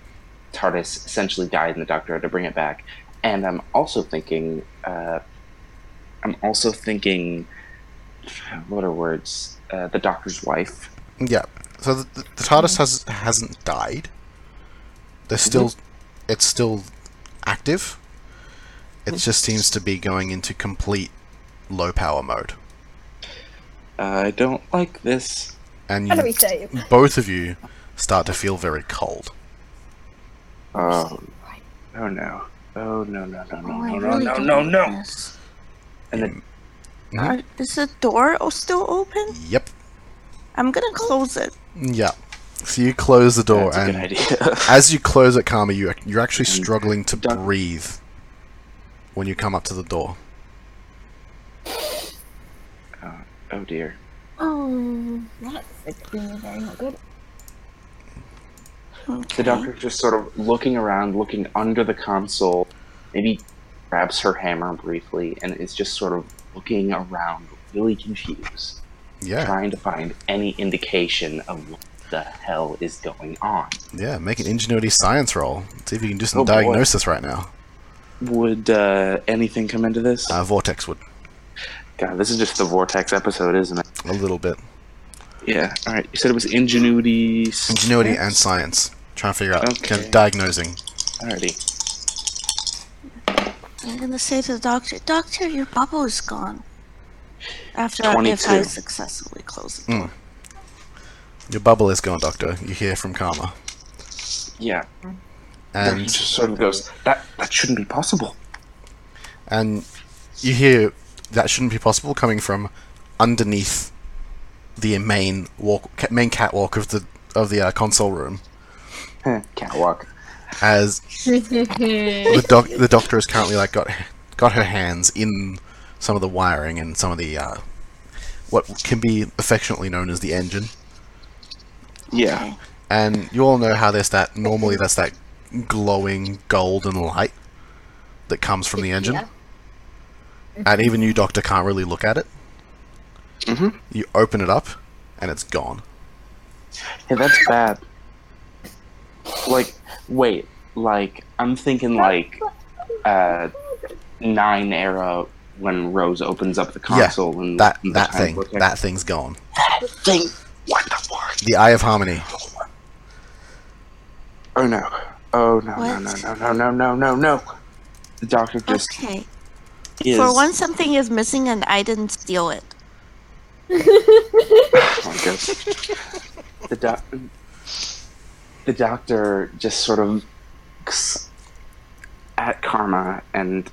Speaker 2: TARDIS essentially died, and the Doctor had to bring it back. And I'm also thinking, uh, I'm also thinking, what are words? Uh, the Doctor's wife.
Speaker 1: Yeah. So the, the, the TARDIS
Speaker 3: Hmm.
Speaker 1: has hasn't died. There's still,
Speaker 3: Mm-hmm.
Speaker 1: it's still active.
Speaker 3: Hmm.
Speaker 1: It just seems to be going into complete low power mode,
Speaker 2: Uh, I don't like this.
Speaker 1: and
Speaker 3: How do we
Speaker 1: you,
Speaker 3: save?
Speaker 1: both of you start to feel very cold.
Speaker 2: Oh, oh no. Oh no no no no
Speaker 8: Oh, I
Speaker 2: no
Speaker 8: really
Speaker 2: no
Speaker 8: don't
Speaker 2: no no
Speaker 8: like
Speaker 2: no!
Speaker 8: this.
Speaker 2: And then
Speaker 4: Are, is the door o- still open?
Speaker 1: Mm-hmm. Yep.
Speaker 4: I'm gonna close it.
Speaker 1: Yeah. So you close the door,
Speaker 2: that's a good
Speaker 1: and
Speaker 2: idea. Mm-hmm.
Speaker 1: as you close it, Karma, you ac- you're actually struggling to
Speaker 2: Dun-
Speaker 1: breathe when you come up to the door.
Speaker 2: oh dear.
Speaker 3: Oh, that's extremely very not good.
Speaker 2: The doctor's just sort of looking around, looking under the console. Maybe grabs her hammer briefly and is just sort of looking around, really confused,
Speaker 1: Yeah.
Speaker 2: trying to find any indication of what the hell is going on.
Speaker 1: Yeah. Make an ingenuity science roll. See if you can do some
Speaker 2: Oh, boy.
Speaker 1: diagnosis right now.
Speaker 2: Would uh, anything come into this?
Speaker 1: Uh, Vortex would
Speaker 2: Um, God, this is just the vortex episode, isn't it?
Speaker 1: a little bit.
Speaker 2: Yeah. All right. You said it was ingenuity.
Speaker 1: Ingenuity and science. Trying to figure out
Speaker 2: Okay.
Speaker 1: kind of diagnosing.
Speaker 2: Alrighty.
Speaker 8: I'm gonna say to the doctor, Doctor, your bubble is gone.
Speaker 4: After if
Speaker 2: 22.
Speaker 4: I successfully close it.
Speaker 1: Your bubble is gone, Doctor. You hear from Karma,
Speaker 2: Yeah. He
Speaker 1: and
Speaker 2: just sort of goes, that that shouldn't be possible.
Speaker 1: and you hear that shouldn't be possible coming from underneath the main walk, ca- main catwalk of the of the uh, console room.
Speaker 2: Hmm, Catwalk.
Speaker 1: As the doc, the Doctor has currently like got got her hands in some of the wiring and some of the uh, what can be affectionately known as the engine.
Speaker 2: Yeah.
Speaker 1: and you all know how there's that normally that's that glowing golden light that comes from the engine
Speaker 3: Yeah.
Speaker 1: and even you doctor can't really look at it mm-hmm. you open it up and it's gone
Speaker 2: Hey, that's bad. Like, Wait, like I'm thinking like uh, nine era when Rose opens up the console and
Speaker 1: That
Speaker 2: and the
Speaker 1: that
Speaker 2: time
Speaker 1: thing,
Speaker 2: vortex.
Speaker 1: that thing's gone.
Speaker 2: thing. What the fuck?
Speaker 1: The Eye of Harmony.
Speaker 2: Oh no! Oh no!
Speaker 4: What?
Speaker 2: No! No! No! No! No! No! No! The doctor just
Speaker 4: Okay.
Speaker 2: is.
Speaker 4: For one, something is missing, and I didn't steal it.
Speaker 2: Oh, my God. the doc- the doctor just sort of looks at Karma and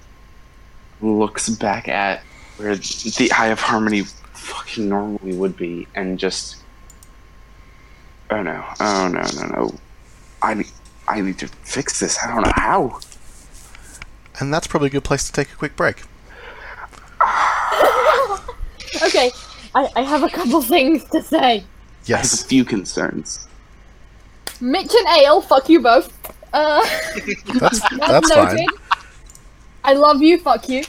Speaker 2: looks back at where the Eye of Harmony fucking normally would be, and just oh no, oh no, no, no, I need, I need to fix this. I don't know how.
Speaker 1: And that's probably a good place to take a quick break.
Speaker 3: Okay, I, I have a couple things to say.
Speaker 2: I have a
Speaker 1: Yes.
Speaker 2: few concerns.
Speaker 3: Mitch and Ale, fuck you both. Uh,
Speaker 1: That's
Speaker 3: that's
Speaker 1: that's fine.
Speaker 3: noted. I love you, fuck you.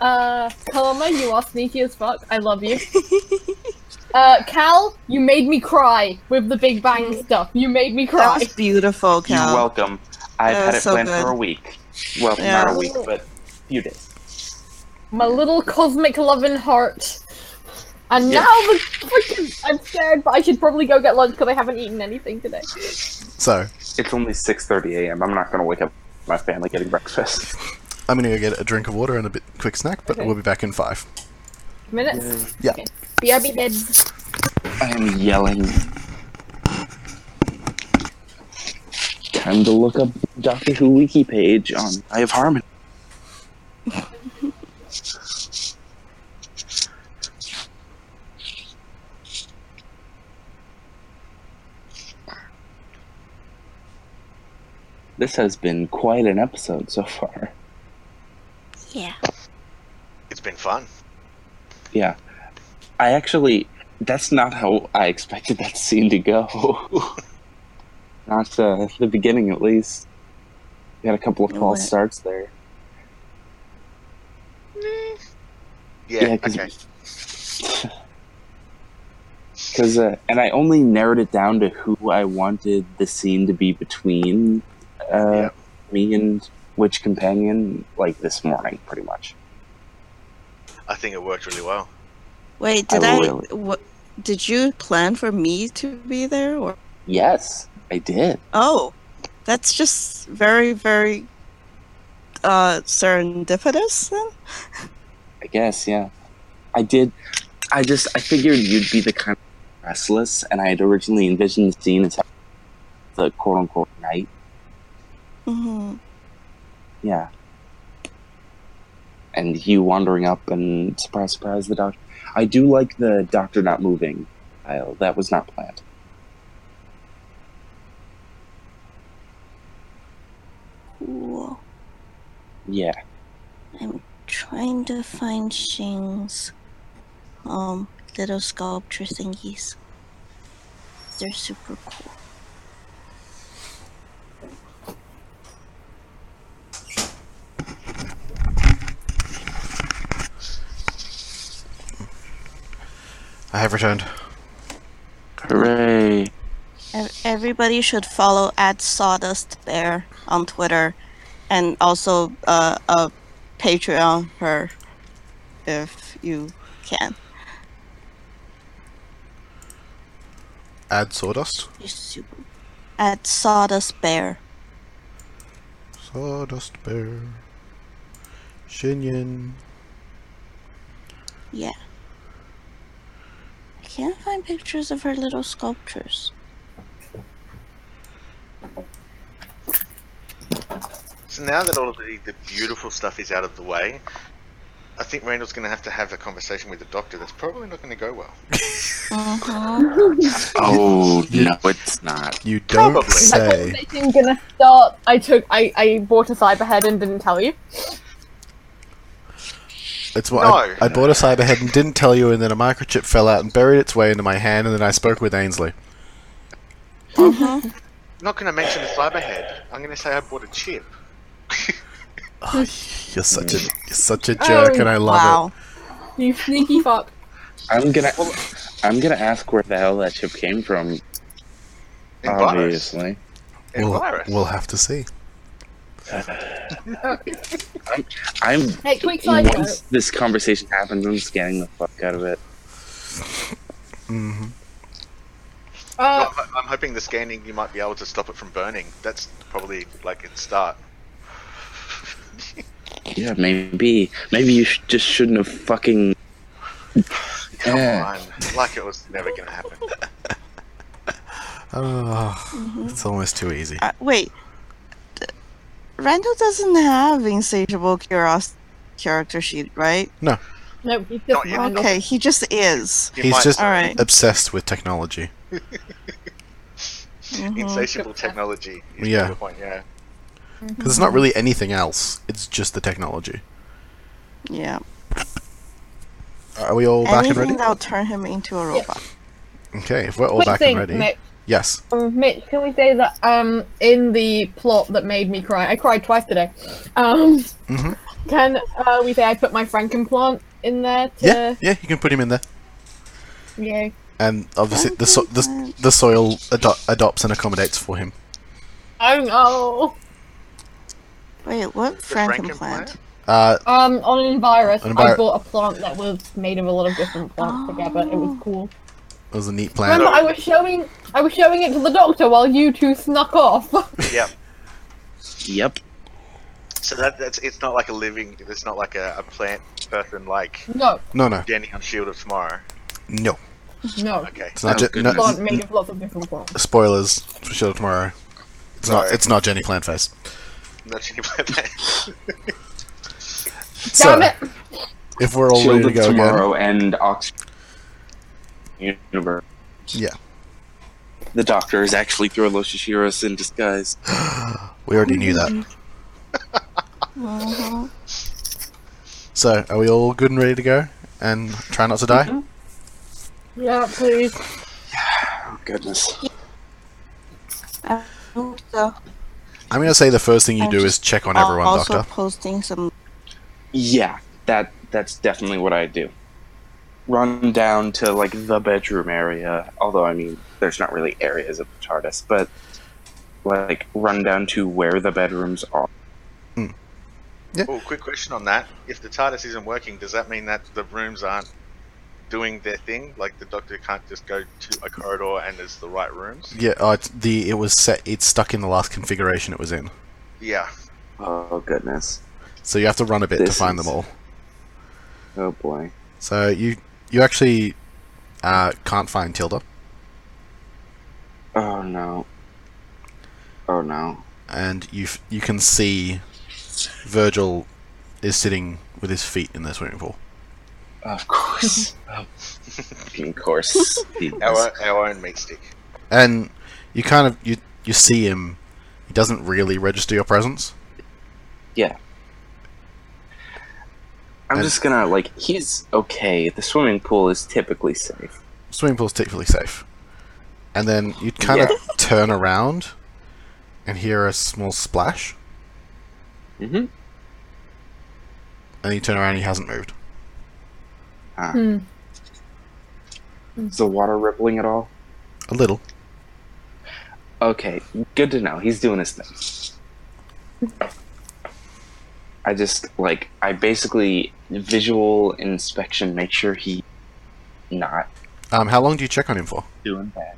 Speaker 3: Uh, Karma, you are sneaky as fuck. I love you. Uh, Cal, you made me cry with the Big Bang stuff. You made me
Speaker 4: That
Speaker 3: cry.
Speaker 4: was beautiful,
Speaker 2: You're
Speaker 4: Cal.
Speaker 2: welcome. I've
Speaker 4: That
Speaker 2: had
Speaker 4: was
Speaker 2: it
Speaker 4: so
Speaker 2: planned
Speaker 4: good.
Speaker 2: for a week. Well,
Speaker 4: Yeah.
Speaker 2: not a week, but a few days.
Speaker 3: My little cosmic loving heart. And
Speaker 2: Yeah.
Speaker 3: now the freaking. I'm scared, but I should probably go get lunch because I haven't eaten anything today.
Speaker 1: So
Speaker 2: It's only six thirty a.m. I'm not gonna wake up my family getting breakfast.
Speaker 1: I'm gonna go get a drink of water and a bit quick snack, but
Speaker 3: Okay.
Speaker 1: we'll be back in five.
Speaker 3: Minutes?
Speaker 1: Yeah.
Speaker 3: Okay. BRB dead.
Speaker 2: I am yelling. Time to look up Doctor Who wiki page on I have Harmony. This has been quite an episode so far.
Speaker 8: Yeah.
Speaker 9: It's been fun.
Speaker 2: Yeah. I actually that's not how I expected that scene to go. not uh, the beginning at least. We had a couple of
Speaker 8: No
Speaker 2: false
Speaker 8: way.
Speaker 2: starts there.
Speaker 9: Yeah,
Speaker 2: 'cause-
Speaker 9: okay.
Speaker 2: Cause, uh, and I only narrowed it down to who I wanted the scene to be between uh,
Speaker 9: Yeah.
Speaker 2: me and which companion, like this morning, pretty much.
Speaker 9: I think it worked really well.
Speaker 4: Wait, did I?
Speaker 2: really-
Speaker 4: what, did you plan for me to be there, or?
Speaker 2: Yes, I did.
Speaker 4: Oh, that's just very, very uh, serendipitous. Then?
Speaker 2: I guess, yeah. I did. I just I figured you'd be the kind of restless, and I had originally envisioned the scene as the quote unquote night.
Speaker 4: hmm
Speaker 2: Yeah. And you wandering up and surprise, surprise, the doctor. I do like the doctor not moving. I, that was not planned.
Speaker 4: Cool.
Speaker 2: Yeah.
Speaker 4: I'm trying to find Shing's um little sculpture thingies. They're super cool.
Speaker 1: I have returned.
Speaker 2: Hooray!
Speaker 4: Ev- Everybody should follow at Sawdust Bear on Twitter, and also uh, uh, Patreon her if you can.
Speaker 1: Add sawdust.
Speaker 4: She's super. At Sawdust Bear.
Speaker 1: Sawdust bear. Shinyan.
Speaker 4: Yeah. I can't find pictures of her little sculptures.
Speaker 9: So now that all of the, the beautiful stuff is out of the way, I think Randall's going to have to have a conversation with the doctor that's probably not going to go well.
Speaker 4: Mhm.
Speaker 2: Oh no, it's not.
Speaker 1: You don't
Speaker 9: Probably.
Speaker 3: That
Speaker 1: say.
Speaker 3: conversation gonna start. I took. I I bought a cyberhead and didn't tell you.
Speaker 1: It's what I-
Speaker 9: No.
Speaker 1: I, bought a cyberhead and didn't tell you, and then a microchip fell out and buried its way into my hand, and then I spoke with Ainsley.
Speaker 9: I'm not going to mention the cyberhead. I'm going to say I bought a chip.
Speaker 1: You're such a you're such a jerk, and I love
Speaker 4: wow.
Speaker 3: You sneaky fuck.
Speaker 2: I'm gonna. I'm gonna ask where the hell that chip came from.
Speaker 9: In Virus.
Speaker 2: Obviously,
Speaker 9: In a
Speaker 1: We'll,
Speaker 9: virus.
Speaker 1: we'll have to see.
Speaker 2: I'm
Speaker 3: Hey, quick side note.
Speaker 2: once this conversation happens, I'm scanning the fuck out of it.
Speaker 3: Uh,
Speaker 9: I'm, I'm hoping the scanning you might be able to stop it from burning. That's probably like its start.
Speaker 2: Yeah, maybe. Maybe you sh- just shouldn't have fucking.
Speaker 9: Come
Speaker 2: Yeah.
Speaker 9: on, like it was never gonna happen.
Speaker 1: Oh, It's almost too easy.
Speaker 4: Uh, wait. D- Randall doesn't have insatiable curiosity character sheet, right?
Speaker 3: no, he's
Speaker 9: Not
Speaker 3: just
Speaker 8: Oh,
Speaker 9: yet.
Speaker 3: Randall.
Speaker 4: Okay, he just is.
Speaker 9: You
Speaker 1: He's
Speaker 9: might-
Speaker 1: just
Speaker 4: All right.
Speaker 1: obsessed with technology.
Speaker 9: insatiable technology. is
Speaker 1: Yeah.
Speaker 9: the Point, yeah.
Speaker 1: Because it's not really anything else, it's just the technology.
Speaker 4: Yeah.
Speaker 1: Are we all back and ready?
Speaker 4: Anything that'll turn him into a robot.
Speaker 1: Okay, if we're all
Speaker 3: Quick
Speaker 1: back
Speaker 3: thing,
Speaker 1: and ready.
Speaker 3: Mitch.
Speaker 1: Yes.
Speaker 3: Um, Mitch, can we say that um, in the plot that made me cry, I cried twice today. Um,
Speaker 1: Mhm.
Speaker 3: Can uh, we say I put my frankenplant in there? To,
Speaker 1: Yeah, yeah, you can put him in there.
Speaker 3: Yay.
Speaker 1: And obviously, the, so- the, the soil ado- adopts and accommodates for him.
Speaker 3: Oh no.
Speaker 4: Wait, what
Speaker 9: The
Speaker 4: Frankenplant?
Speaker 1: Uh,
Speaker 3: Um, on Envirus,
Speaker 1: On Envir-
Speaker 3: I bought a plant that was made of a lot of different plants together. It was cool.
Speaker 1: it was a neat plan.
Speaker 3: Remember, I was showing, I was showing it to the doctor while you two snuck off.
Speaker 9: Yeah.
Speaker 2: Yep.
Speaker 9: So that, that's it's not like a living. It's not like a, a plant person like
Speaker 3: no,
Speaker 1: No, no,
Speaker 9: Danny on Shield of Tomorrow.
Speaker 1: no.
Speaker 3: no.
Speaker 9: Okay.
Speaker 1: It's not.
Speaker 2: Oh,
Speaker 1: ju- no-
Speaker 2: goodness.
Speaker 3: Plant made of lots of different plants.
Speaker 1: spoilers for Shield of Tomorrow. It's not.
Speaker 9: Sorry.
Speaker 1: It's not Jenny Clanface.
Speaker 9: Not Danny Plant.
Speaker 1: So,
Speaker 3: Damn it!
Speaker 1: if we're all
Speaker 2: Shield
Speaker 1: ready to
Speaker 2: of
Speaker 1: Oh, go again,
Speaker 2: Tomorrow and Oxford Universe.
Speaker 1: Yeah.
Speaker 2: The Doctor is actually Thurlo Shishiros in disguise.
Speaker 1: we already knew that.
Speaker 4: Mhm.
Speaker 1: So, are we all good and ready to go? And try not to die.
Speaker 2: Mm-hmm.
Speaker 3: Yeah, please.
Speaker 2: Oh goodness.
Speaker 4: I hope so.
Speaker 1: I'm gonna say the first thing you
Speaker 4: I'm
Speaker 1: do is
Speaker 4: just
Speaker 1: check on
Speaker 4: uh, Al-
Speaker 1: everyone,
Speaker 4: also
Speaker 1: Doctor.
Speaker 4: posting some.
Speaker 2: Yeah, that that's definitely what I do. Run down to like the bedroom area. Although I mean, there's not really areas of the TARDIS, but like run down to where the bedrooms are.
Speaker 9: Oh, quick question on that. If the TARDIS isn't working, does that mean that the rooms aren't doing their thing? Like the Doctor can't just go to a corridor and there's the right rooms?
Speaker 1: Yeah. Oh, it's the it was set. It's stuck in the last configuration it was in.
Speaker 9: Yeah.
Speaker 2: Oh goodness.
Speaker 1: So you have to run a bit to
Speaker 2: This
Speaker 1: find
Speaker 2: is-
Speaker 1: them all.
Speaker 2: Oh boy.
Speaker 1: So you you actually uh, can't find Tilda,
Speaker 2: Oh no. Oh no.
Speaker 1: and you f- you can see Virgil is sitting with his feet in the swimming pool.
Speaker 2: Of course. Oh. of course.
Speaker 9: Our our own meat stick.
Speaker 1: and you kind of you you see him. He doesn't really register your presence.
Speaker 2: I'm just gonna like he's okay. The swimming pool is typically safe.
Speaker 1: Swimming pool's typically safe. And then you kind of turn around and hear a small splash.
Speaker 2: Mm-hmm.
Speaker 1: And you turn around and he hasn't moved.
Speaker 3: Hmm.
Speaker 2: Is the water rippling at all?
Speaker 1: A little.
Speaker 2: Okay, good to know. He's doing his thing. I just like I basically visual inspection, make sure he not
Speaker 1: Um, how long do you check on him for?
Speaker 2: doing bad.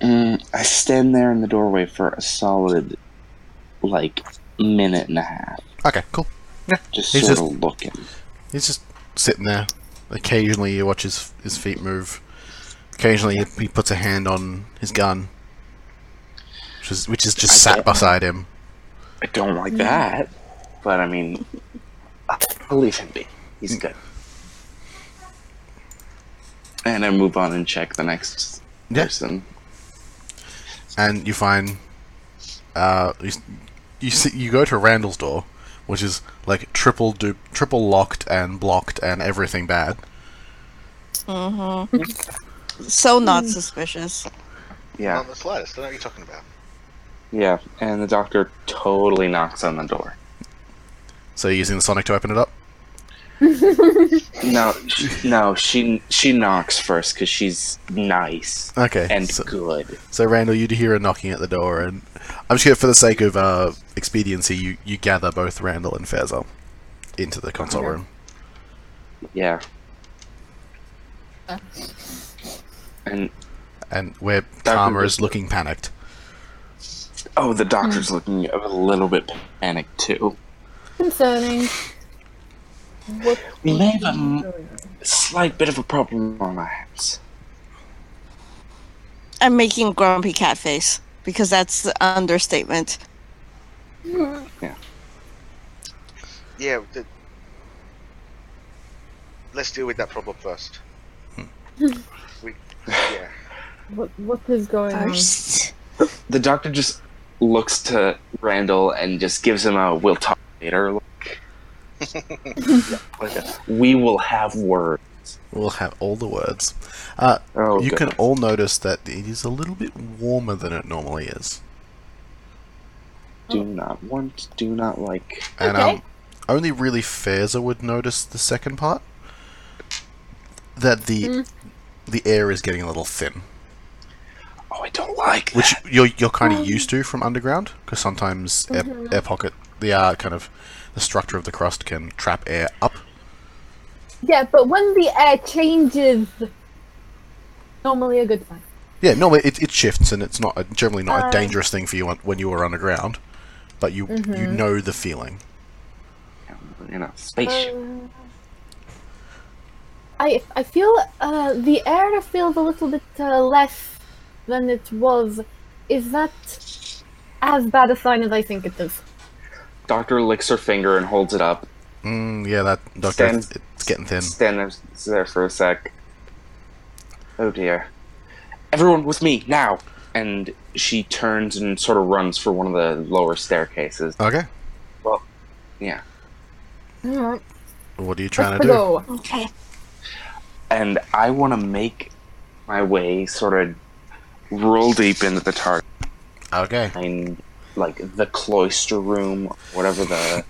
Speaker 2: Mm, I stand there in the doorway for a solid like minute and a half,
Speaker 1: Okay, cool.
Speaker 2: just
Speaker 1: He's
Speaker 2: sort
Speaker 1: just-
Speaker 2: of looking.
Speaker 1: He's just sitting there. Occasionally you watch his his feet move. Occasionally he, he puts a hand on his gun, which is which is
Speaker 2: I
Speaker 1: just sat
Speaker 2: bet.
Speaker 1: beside him.
Speaker 2: I don't like that, but I mean, I'll leave him be. He's good. And I move on and check the next
Speaker 1: Yeah.
Speaker 2: person.
Speaker 1: and you find uh, you, s- you see you go to Randall's door, which is like triple du- triple locked and blocked and everything bad.
Speaker 4: So not suspicious.
Speaker 2: Yeah.
Speaker 9: Not the slightest. I don't know what you're talking about.
Speaker 2: Yeah, and the doctor totally knocks on the door.
Speaker 1: So you're using the Sonic to open it up.
Speaker 2: No, sh- no, she she knocks first because she's nice
Speaker 1: Okay.
Speaker 2: and
Speaker 1: so,
Speaker 2: good.
Speaker 1: so, Randall, you'd hear a knocking at the door, and I'm just gonna, for the sake of uh, expediency, you, you gather both Randall and Fezzer into the console room.
Speaker 2: Yeah. And
Speaker 1: And where
Speaker 2: That
Speaker 1: Karma
Speaker 2: would be-
Speaker 1: is looking panicked.
Speaker 2: oh, the doctor's looking a little bit panicked too.
Speaker 3: Concerning. What
Speaker 2: We may have a m- slight bit of a problem on our hands.
Speaker 4: I'm making grumpy cat face because that's the understatement.
Speaker 9: Yeah. The... Let's deal with that problem first. we, yeah.
Speaker 3: what, what is going
Speaker 8: First,
Speaker 2: The doctor just looks to Randall and just gives him a "we'll talk later" look. Like a, we will have words.
Speaker 1: We'll have all the words. Uh,
Speaker 2: Oh,
Speaker 1: you
Speaker 2: good.
Speaker 1: can all notice that it is a little bit warmer than it normally is.
Speaker 2: do not want, do not like.
Speaker 1: And
Speaker 3: Okay.
Speaker 1: um, only really Fezzer would notice the second part. That the
Speaker 3: Mm.
Speaker 1: the air is getting a little thin,
Speaker 2: Oh, I don't like.
Speaker 1: which you're you're kind
Speaker 3: Um.
Speaker 1: of used to from underground, because sometimes air,
Speaker 3: Mm-hmm.
Speaker 1: air pocket the uh, kind of the structure of the crust can trap air up.
Speaker 3: on? Yeah, but when the air changes, normally a good sign.
Speaker 1: Yeah, no, it, it shifts, and it's not a, generally not
Speaker 3: Um,
Speaker 1: a dangerous thing for you on- when you are underground, but you you
Speaker 3: Mm-hmm.
Speaker 1: know the feeling.
Speaker 2: in a spaceship.
Speaker 3: Um, I I feel uh, the air feels a little bit uh, less than it was. Is that as bad a sign as I think it is?
Speaker 2: Doctor licks her finger and holds it up.
Speaker 1: Mm, yeah, that doctor,
Speaker 2: Stan-
Speaker 1: it's, it's getting thin.
Speaker 2: Stand there, s- there for a sec. Oh dear. Everyone with me now. And she turns and sort of runs for one of the lower staircases.
Speaker 1: Okay,
Speaker 2: Yeah.
Speaker 3: Alright,
Speaker 1: what are you trying
Speaker 3: let's
Speaker 1: to do?
Speaker 3: go.
Speaker 8: okay.
Speaker 2: And I want to make my way sort of roll deep into the target
Speaker 1: Okay,
Speaker 2: behind, like the cloister room, whatever the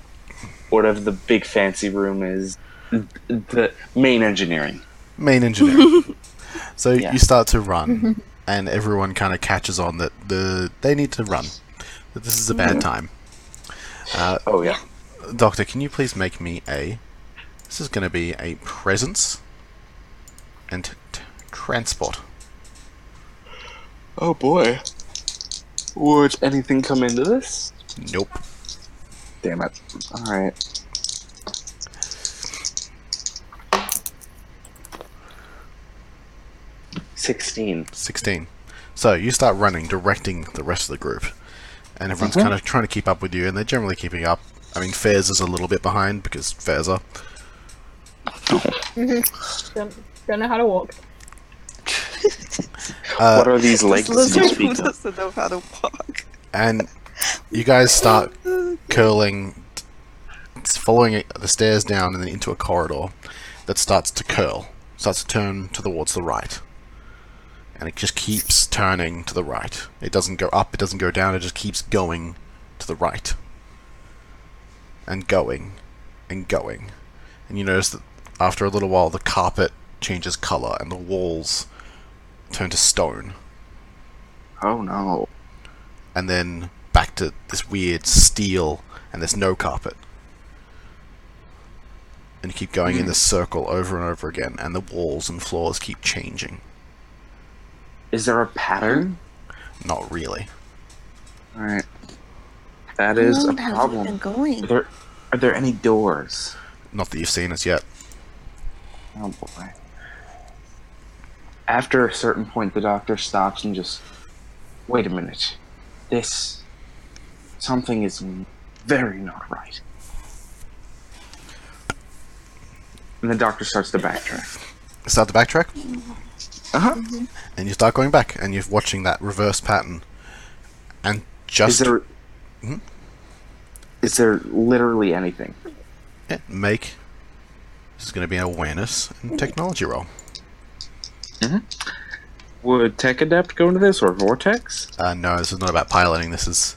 Speaker 2: whatever the big fancy room is, the main engineering.
Speaker 1: main engineer. so
Speaker 2: Yeah.
Speaker 1: you start to run, and everyone kind of catches on that the they need to run. That this is a bad time.
Speaker 2: Oh yeah.
Speaker 1: Doctor, can you please make me a? This is going to be a presence and t- t- transport.
Speaker 2: Oh boy. Would anything come into this?
Speaker 1: Nope.
Speaker 2: Damn it. Alright. Sixteen.
Speaker 1: 16. So you start running, directing the rest of the group, and everyone's kind of trying to keep up with you, and they're generally keeping up. I mean, Fairs is a little bit behind because Fairs are.
Speaker 3: Don't, don't know how to walk.
Speaker 1: Uh,
Speaker 2: what are these legs you
Speaker 4: Lizard who
Speaker 2: speak of?
Speaker 4: doesn't know how to walk.
Speaker 1: and you guys start curling, it's following it- the stairs down and then into a corridor that starts to curl, starts to turn to towards the right, and it just keeps turning to the right. It doesn't go up, it doesn't go down, it just keeps going to the right, and going, and going, and you notice that after a little while the carpet changes color and the walls turn to stone
Speaker 2: Oh no.
Speaker 1: and then back to this weird steel and there's no carpet. And you keep going in
Speaker 2: Hmm.
Speaker 1: this circle over and over again, and the walls and floors keep changing.
Speaker 2: Is there a pattern?
Speaker 1: Not really.
Speaker 2: Alright. That
Speaker 8: How
Speaker 2: is a
Speaker 4: Hmm,
Speaker 8: long have we been
Speaker 2: problem. Are
Speaker 8: going?
Speaker 2: there are there any doors?
Speaker 1: Not that you've seen us yet.
Speaker 2: Oh boy. After a certain point, the doctor stops and just. Wait a minute. This. Something is very not right. And the doctor starts to backtrack.
Speaker 1: Start the backtrack,
Speaker 2: Uh huh.
Speaker 1: and you start going back, and you're watching that reverse pattern. And
Speaker 2: Is
Speaker 1: just
Speaker 2: there? Is there literally anything?
Speaker 1: Yeah, make. This is going to be an awareness
Speaker 2: Hmm.
Speaker 1: and technology roll.
Speaker 2: Would Tech Adept go into this or Vortex?
Speaker 1: Uh, no, this is not about piloting. This is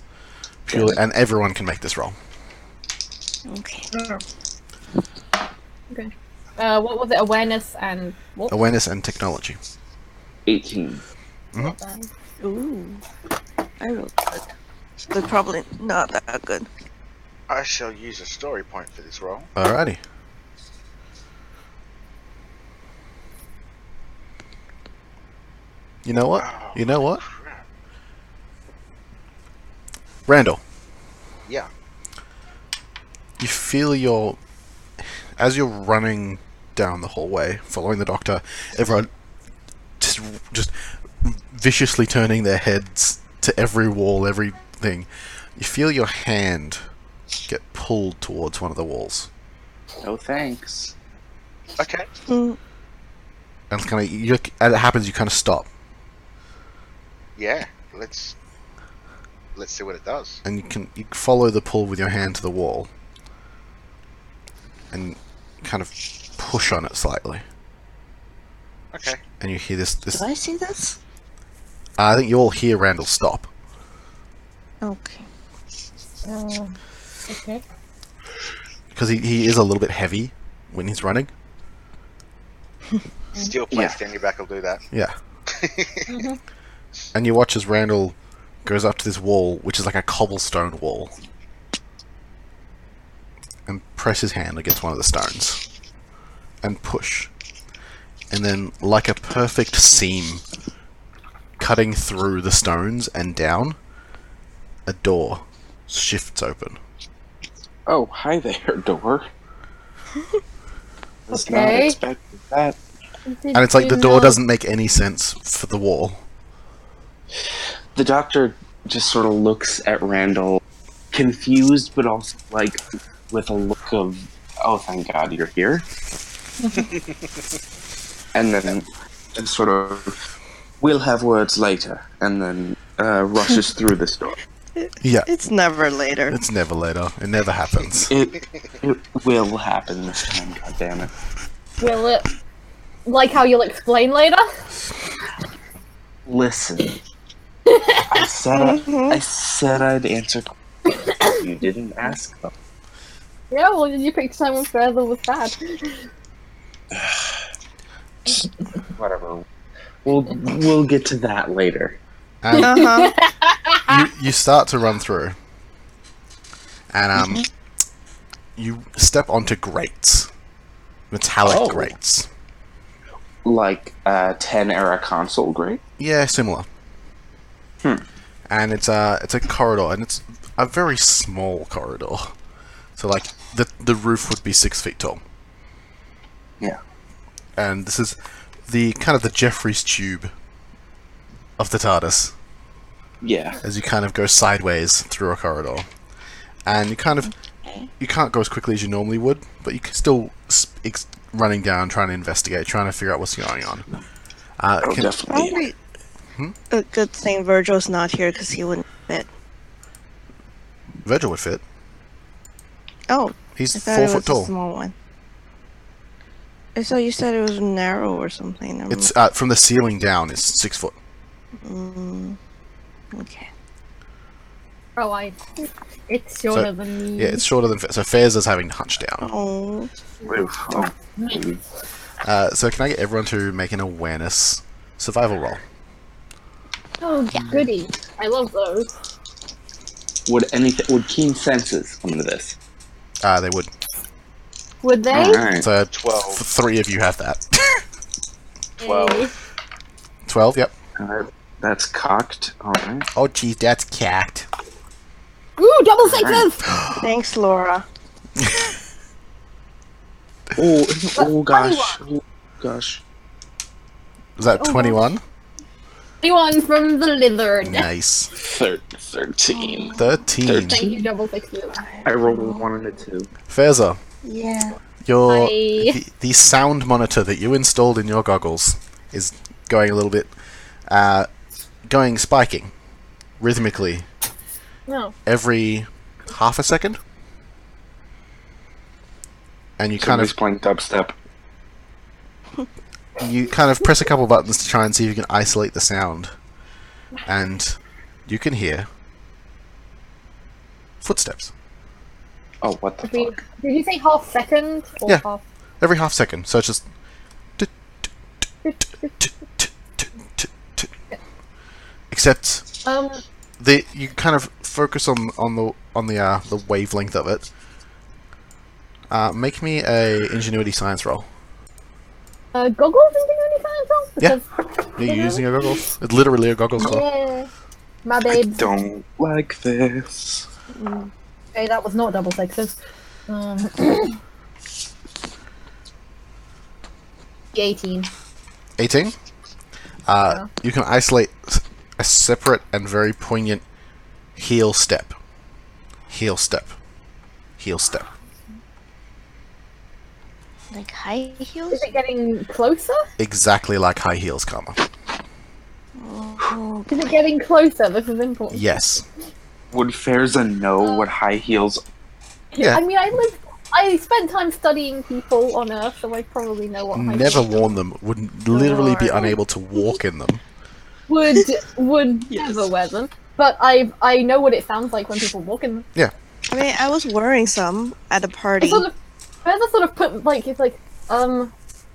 Speaker 1: purely, and everyone can make this roll.
Speaker 8: Okay.
Speaker 3: Okay. Uh, what was it? Awareness and what?
Speaker 1: Awareness and technology.
Speaker 2: 18.
Speaker 8: Ooh.
Speaker 4: I rolled good, but probably not that good.
Speaker 9: I shall use a story point for this roll.
Speaker 1: Alrighty. You know what? You know what?
Speaker 9: Crap.
Speaker 1: Randall,
Speaker 9: Yeah.
Speaker 1: you feel your as you're running down the hallway following the doctor everyone just just viciously turning their heads to every wall everything you feel your hand get pulled towards one of the walls
Speaker 2: No thanks.
Speaker 9: Okay.
Speaker 1: and kind of you as it happens you kind of stop
Speaker 9: Yeah. Let's let's see what it does.
Speaker 1: and you can you follow the pull with your hand to the wall and kind of push on it slightly
Speaker 9: Okay.
Speaker 1: and you hear this this
Speaker 4: Did I see this?
Speaker 1: I think you all hear Randall stop
Speaker 4: Okay.
Speaker 3: Okay.
Speaker 1: because he, he is a little bit heavy when he's running
Speaker 9: Steel plate standing back will do that.
Speaker 1: Yeah.
Speaker 3: Mm-hmm.
Speaker 1: And you watch as Randall goes up to this wall, which is like a cobblestone wall, and press his hand against one of the stones and push. And then, like a perfect seam cutting through the stones and down, a door shifts open.
Speaker 2: Oh, hi there, door. Was not
Speaker 3: Okay.
Speaker 2: expecting that.
Speaker 3: Did
Speaker 1: And it's like
Speaker 3: you
Speaker 1: the door
Speaker 3: know-
Speaker 1: doesn't make any sense for the wall.
Speaker 2: The doctor just sort of looks at Randall, confused, but also like with a look of, oh, thank God you're here. and then just sort of, we'll have words later, and then uh, rushes through this door.
Speaker 1: Yeah,
Speaker 8: It's never later.
Speaker 1: it's never later. It never happens.
Speaker 2: It, it will happen this time, God damn it.
Speaker 3: Will it? Like how you'll explain later.
Speaker 2: Listen, I said I said I'd answer. questions. you didn't ask them.
Speaker 3: Yeah. Well, did you pick someone further was bad?
Speaker 2: Whatever. We'll we'll get to that later.
Speaker 1: And
Speaker 8: Uh huh.
Speaker 1: you, you start to run through, and um, you step onto grates, metallic
Speaker 2: Oh.
Speaker 1: grates.
Speaker 2: Like uh, ten era console, great.
Speaker 1: Yeah, similar. And it's a it's a corridor, and it's a very small corridor. So like the the roof would be six feet tall,
Speaker 2: Yeah.
Speaker 1: and this is the kind of the Jeffrey's tube of the TARDIS.
Speaker 2: Yeah.
Speaker 1: as you kind of go sideways through a corridor, and you kind of you can't go as quickly as you normally would, but you can still s- ex- running down, trying to investigate, trying to figure out what's going on. Uh,
Speaker 2: Oh,
Speaker 1: can-
Speaker 2: definitely.
Speaker 1: Hmm?
Speaker 8: A good thing Virgil's not here because he wouldn't fit.
Speaker 1: Virgil would fit.
Speaker 8: Oh,
Speaker 1: He's
Speaker 8: I thought
Speaker 1: four
Speaker 8: it
Speaker 1: foot
Speaker 8: was
Speaker 1: tall.
Speaker 8: a small one. I thought you said it was narrow or something. I'm-
Speaker 1: It's uh, from the ceiling down. It's six foot.
Speaker 8: mm, okay.
Speaker 3: Oh, I. It's shorter than me.
Speaker 1: Yeah,
Speaker 8: Mm-hmm.
Speaker 1: it's shorter than Fa- so. Fairs is having to hunch down.
Speaker 8: Oh,
Speaker 2: Oof. Oh,
Speaker 1: Uh, so can I get everyone to make an awareness survival roll?
Speaker 3: Oh, goody! I love those.
Speaker 2: would anything would keen senses come to this?
Speaker 1: Uh, they would.
Speaker 3: Would they?
Speaker 2: All right.
Speaker 1: So
Speaker 9: Twelve.
Speaker 1: f- three of you have that.
Speaker 3: Hey.
Speaker 1: Twelve. Yep.
Speaker 2: All right. uh, That's cocked. All right.
Speaker 1: Oh, geez, that's cacked.
Speaker 3: Ooh, double sixes!
Speaker 8: thanks, Laura.
Speaker 2: Oh, oh gosh. Oh, gosh.
Speaker 1: Is
Speaker 8: Oh,
Speaker 1: that twenty-one?
Speaker 3: Anyone from the lizard.
Speaker 1: Nice.
Speaker 2: Thir- Thirteen.
Speaker 1: 13.
Speaker 3: Thank you, double sixes.
Speaker 2: I rolled a one and a two.
Speaker 1: Faiza,
Speaker 8: Yeah.
Speaker 1: your
Speaker 3: Hi.
Speaker 1: the, the sound monitor that you installed in your goggles is going a little bit uh, going spiking rhythmically
Speaker 3: No.
Speaker 1: every half a second. And you kind
Speaker 2: Somebody's
Speaker 1: of
Speaker 2: playing dubstep.
Speaker 1: you kind of press a couple buttons to try and see if you can isolate the sound. And you can hear footsteps.
Speaker 2: Oh, what the
Speaker 3: Did
Speaker 2: fuck?
Speaker 3: you say half second or
Speaker 1: Yeah.
Speaker 3: half?
Speaker 1: every half second. So it's just. Except
Speaker 3: Um,
Speaker 1: the you kind of focus on on the on the uh, the wavelength of it. Uh, make me a ingenuity science roll.
Speaker 3: uh, goggles and doing any kind of things?
Speaker 1: Yeah.
Speaker 3: Because-
Speaker 1: Yeah, you're using your goggles. It's literally a goggles club.
Speaker 3: Yeah. My
Speaker 2: I
Speaker 3: babe.
Speaker 2: don't like this.
Speaker 3: Okay, that was not double sixes. Um, Eighteen.
Speaker 1: 18. Uh, you can isolate s- a separate and very poignant heel step. Heel step. Heel step.
Speaker 4: Like high heels?
Speaker 3: Is it getting closer?
Speaker 1: Exactly like high heels, Karma.
Speaker 4: Oh,
Speaker 3: Is it getting closer? This is important.
Speaker 1: Yes.
Speaker 2: Would Fairza know what high heels?
Speaker 1: Yeah.
Speaker 3: I mean, I lived. I spent time studying people on Earth, so I probably know what. high
Speaker 1: Never
Speaker 3: heels-
Speaker 1: worn them. Would literally be unable to walk in them.
Speaker 3: would would never wear them. But I I know what it sounds like when people walk in. them.
Speaker 8: I mean, I was wearing some at a
Speaker 3: It's
Speaker 8: party.
Speaker 3: sort of Feather sort of put like it's like um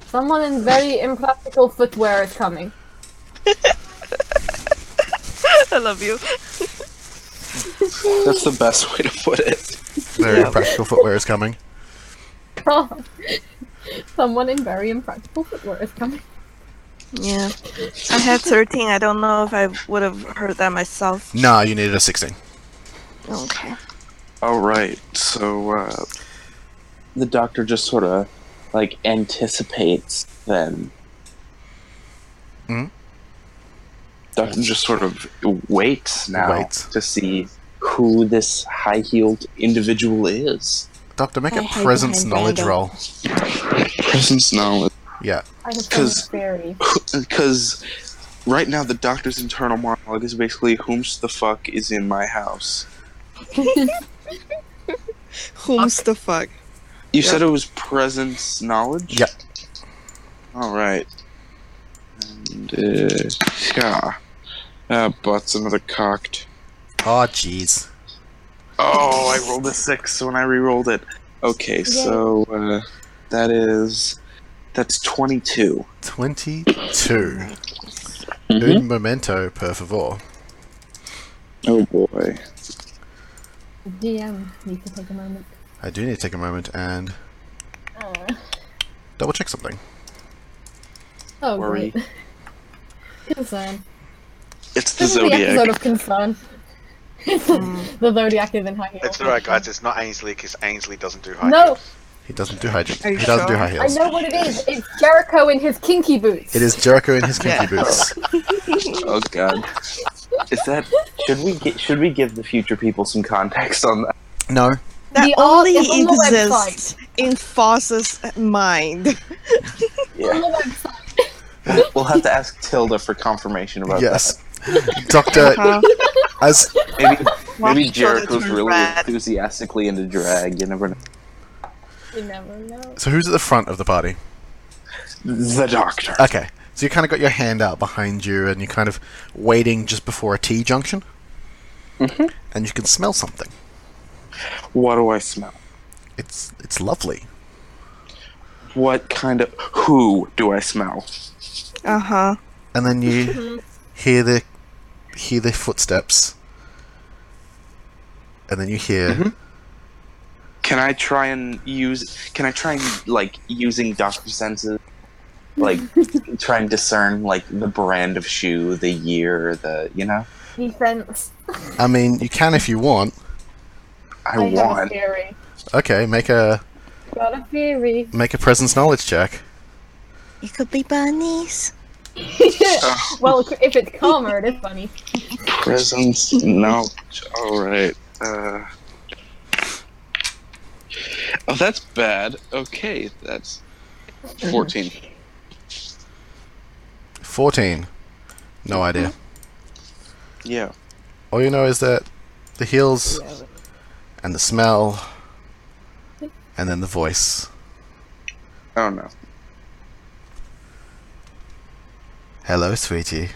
Speaker 3: someone in very impractical footwear is coming.
Speaker 8: I love you.
Speaker 2: That's the best way to put it.
Speaker 1: Very practical footwear is coming.
Speaker 3: someone in very impractical footwear is coming.
Speaker 8: Yeah. I had 13. I don't know if I would have heard that myself.
Speaker 1: Nah, you needed a 16.
Speaker 8: Okay.
Speaker 2: All right, so uh, the doctor just sort of like anticipates them.
Speaker 1: Hmm?
Speaker 2: Doctor just sort of waits now
Speaker 1: Waits.
Speaker 2: to see who this high-heeled individual is.
Speaker 1: Doctor, make
Speaker 8: I
Speaker 1: a
Speaker 8: hide
Speaker 1: presence
Speaker 8: behind
Speaker 1: knowledge
Speaker 8: random.
Speaker 1: roll.
Speaker 2: Presence knowledge,
Speaker 1: Yeah.
Speaker 3: I have
Speaker 2: 'Cause-
Speaker 3: some theory.
Speaker 2: because right now the doctor's internal monologue is basically "Whom's the fuck is in my house."
Speaker 8: Whom's the fuck?
Speaker 2: You said it was presence knowledge?
Speaker 1: Yep.
Speaker 2: All right. And, uh, yeah. Uh, butt's another cocked.
Speaker 1: Oh, jeez.
Speaker 2: Oh, I rolled a six when I re-rolled it. Okay, so uh, that is that's twenty-two.
Speaker 1: 22.
Speaker 2: Mhm.
Speaker 8: Mm-hmm.
Speaker 1: Un momento, per favor.
Speaker 2: Oh boy.
Speaker 3: DM needs to take a moment.
Speaker 1: I do need to take a moment and
Speaker 2: Ah.
Speaker 3: Oh,
Speaker 1: double check something.
Speaker 3: oh
Speaker 2: Worry.
Speaker 3: great. Concern.
Speaker 2: It's the
Speaker 3: This is the episode
Speaker 2: zodiac. Hmm.
Speaker 3: of concern. the Zodiac is in high heels.
Speaker 9: It's alright, guys. It's not Ainsley because Ainsley doesn't do high.
Speaker 3: No,
Speaker 1: He doesn't do high. He
Speaker 8: Are you
Speaker 1: doesn't do
Speaker 8: sure?
Speaker 1: high
Speaker 3: I
Speaker 1: heels.
Speaker 3: know what it is. It's Jericho in his kinky boots.
Speaker 1: It is Jericho in his kinky
Speaker 8: Yeah.
Speaker 1: boots.
Speaker 2: Oh god. Is that should we get, should we give the future people some context on that?
Speaker 1: No,
Speaker 8: That
Speaker 3: The art
Speaker 8: only
Speaker 3: is on the
Speaker 8: exists in Foss's mind.
Speaker 3: On
Speaker 2: Yeah.
Speaker 3: the website.
Speaker 2: We'll have to ask Tilda for confirmation about
Speaker 1: yes, Doctor.
Speaker 8: Huh?
Speaker 1: As
Speaker 2: that. Maybe Maybe
Speaker 8: Watch Tilda
Speaker 2: Jericho's
Speaker 8: turn
Speaker 2: really
Speaker 8: red.
Speaker 2: enthusiastically into drag. You never know.
Speaker 3: You never know.
Speaker 1: so, who's at the front of the party?
Speaker 2: The doctor.
Speaker 1: Okay, so you kind of got your hand out behind you, and you're kind of waiting just before a T junction,
Speaker 2: Mhm.
Speaker 1: and you can smell something.
Speaker 2: What do I smell?
Speaker 1: It's it's lovely.
Speaker 2: What kind of who do I smell?
Speaker 8: Uh huh.
Speaker 1: And then you hear the hear the footsteps, and then you hear
Speaker 2: Can I try and use? Can I try and like using doctor senses, like try and discern like the brand of shoe, the year, the you know?
Speaker 3: Defense.
Speaker 1: I mean, you can if you want.
Speaker 2: I,
Speaker 3: I have a
Speaker 2: want.
Speaker 3: theory.
Speaker 1: Okay, make a
Speaker 3: Got a theory.
Speaker 1: make a presence knowledge check.
Speaker 4: it could be bunnies.
Speaker 3: well, if it's calmer, it is funny.
Speaker 2: Presence. no. All right. Uh, oh, that's bad. Okay, that's fourteen.
Speaker 1: 14. No idea.
Speaker 2: Yeah.
Speaker 1: All you know is that the heels and the smell and then the voice.
Speaker 2: I don't know.
Speaker 1: Hello, sweetie.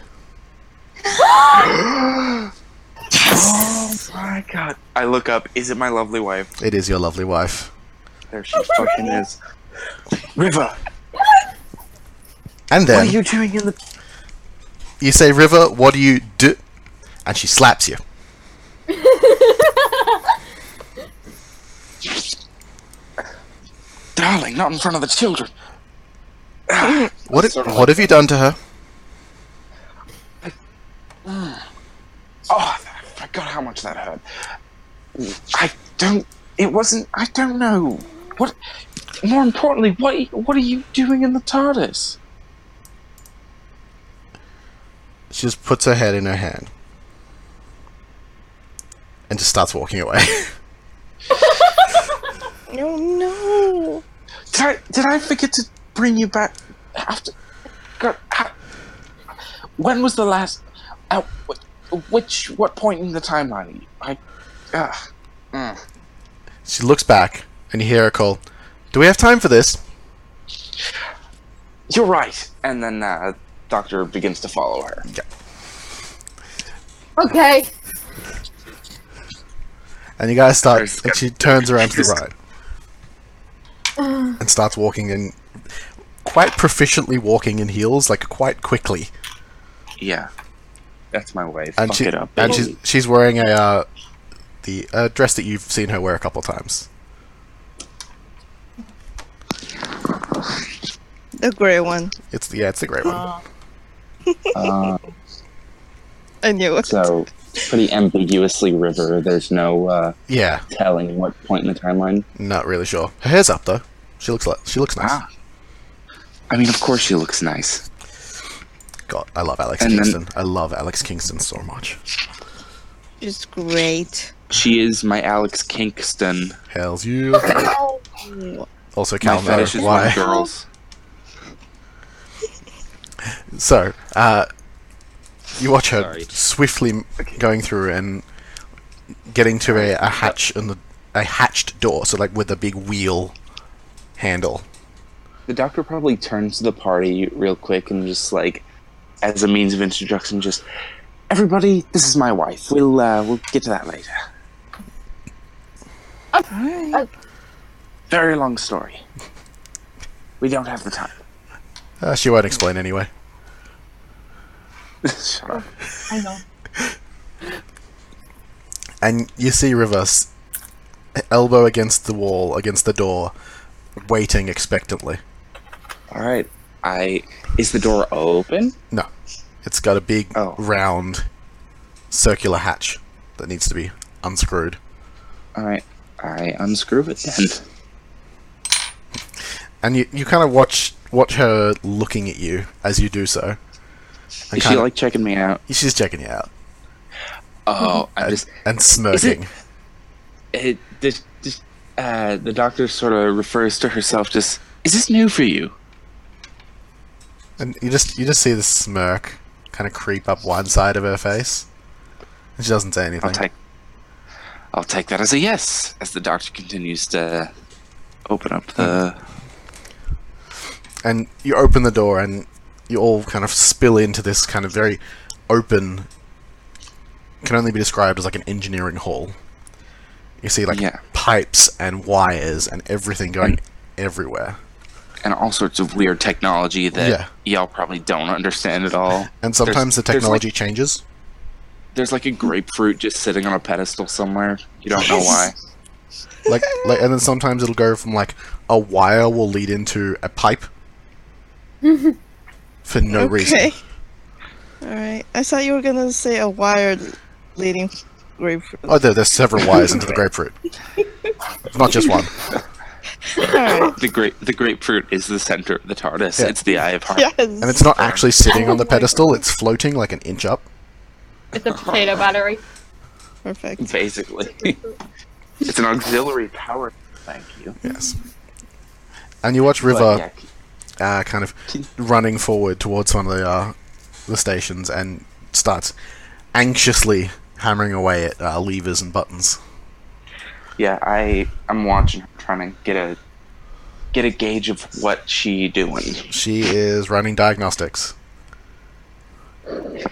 Speaker 2: My God. I look up. Is it my lovely wife?
Speaker 1: It is your lovely wife.
Speaker 2: There she fucking is.
Speaker 9: River,
Speaker 1: And then
Speaker 9: what are you doing in the?
Speaker 1: you say, River, what do you do? And she slaps you.
Speaker 2: Darling, not in front of the children.
Speaker 1: What,
Speaker 2: Sort of
Speaker 1: what have you done to her?
Speaker 2: Oh, I forgot how much that hurt. I don't. It wasn't. I don't know. What? More importantly, what? What are you doing in the TARDIS?
Speaker 1: She just puts her head in her hand and just starts walking away.
Speaker 8: No, no.
Speaker 2: Did I? Did I forget to bring you back after? God, how, when was the last? At wh- which? What point in the timeline? Are you? I. Uh,
Speaker 1: she looks back and you hear her call, Do we have time for this?
Speaker 2: you're right. And then uh, Doctor begins to follow her.
Speaker 3: Okay.
Speaker 1: And you guys start,
Speaker 2: There's-
Speaker 1: and she turns around to the right and starts walking in, quite proficiently walking in heels, like quite quickly.
Speaker 2: Yeah, that's my way.
Speaker 1: And
Speaker 2: Fuck
Speaker 1: she,
Speaker 2: it up.
Speaker 1: and
Speaker 2: baby.
Speaker 1: she's she's wearing a uh, the uh, dress that you've seen her wear a couple times.
Speaker 8: The gray one.
Speaker 1: It's yeah, it's the great one.
Speaker 2: Uh,
Speaker 8: I knew it.
Speaker 2: So pretty ambiguously river. There's no uh,
Speaker 1: Yeah,
Speaker 2: telling what point in the timeline.
Speaker 1: not really sure. Her hair's up though. She looks like she looks nice.
Speaker 2: Ah. I mean, of course she looks nice.
Speaker 1: God, I love Alex
Speaker 2: And then-
Speaker 1: Kingston. I love Alex Kingston so much.
Speaker 8: She's great.
Speaker 2: She is my Alex Kingston.
Speaker 1: Hells you. also, Cal
Speaker 2: my fetish
Speaker 1: Matter.
Speaker 2: is my
Speaker 1: Why?
Speaker 2: girls.
Speaker 1: So, uh, you watch her
Speaker 10: Sorry.
Speaker 1: swiftly m- going through and getting to a, a hatch in the a hatched door. So, like with a big wheel handle.
Speaker 2: The doctor probably turns to the party real quick and just like, as a means of introduction, just everybody, this is my wife. We'll uh, we'll get to that later. Very long story. We don't have the time.
Speaker 1: Uh, she won't explain anyway.
Speaker 2: Sorry.
Speaker 3: I know.
Speaker 1: and you see Rivers elbow against the wall, against the door, waiting expectantly.
Speaker 2: All right. I is the door open?
Speaker 1: No, it's got a big
Speaker 2: Oh.
Speaker 1: round circular hatch that needs to be unscrewed.
Speaker 2: All right. I unscrew it then.
Speaker 1: And you, you kind of watch watch her looking at you as you do so. And
Speaker 2: Is she
Speaker 1: kinda-
Speaker 2: like checking me out?
Speaker 1: she's checking you out
Speaker 2: Oh, I
Speaker 1: and,
Speaker 2: just
Speaker 1: and smirking.
Speaker 2: it, this, this, uh, the doctor sort of refers to herself. Just is this new for you?
Speaker 1: And you just you just see the smirk kind of creep up one side of her face. And she doesn't say anything.
Speaker 2: I'll take. I'll take that as a yes. As the doctor continues to open up the.
Speaker 1: Hmm. and you open the door and you all kind of spill into this kind of very open can only be described as like an engineering hall you see like
Speaker 2: Yeah. Mm.
Speaker 1: pipes and wires and everything going everywhere
Speaker 2: And all sorts of weird technology that
Speaker 1: Yeah.
Speaker 2: y'all probably don't understand at all.
Speaker 1: and sometimes the
Speaker 2: there's, like-
Speaker 1: technology changes
Speaker 2: There's like a grapefruit just sitting on a pedestal somewhere. You don't know why.
Speaker 1: like, like and then sometimes it'll go from like a wire will lead into a pipe for no reason
Speaker 8: Okay. Alright. I thought you were gonna say a wire leading grapefruit.
Speaker 1: oh there, there's several wires into the grapefruit not just one
Speaker 8: Alright.
Speaker 2: The grape, the grapefruit is the center of the TARDIS.
Speaker 1: Yeah.
Speaker 2: It's the eye of heart.
Speaker 8: Yes.
Speaker 1: and it's not actually sitting on the pedestal it's floating like an inch up
Speaker 3: It's a potato battery.
Speaker 8: perfect.
Speaker 2: Basically, it's an auxiliary power. Thank you.
Speaker 1: Yes. And you watch
Speaker 2: But,
Speaker 1: River
Speaker 2: yeah,
Speaker 1: uh, kind of running forward towards one of the uh, the stations and starts anxiously hammering away at uh, levers and buttons.
Speaker 2: Yeah, I I'm watching her trying to get a get a gauge of what she doing.
Speaker 1: She is running diagnostics.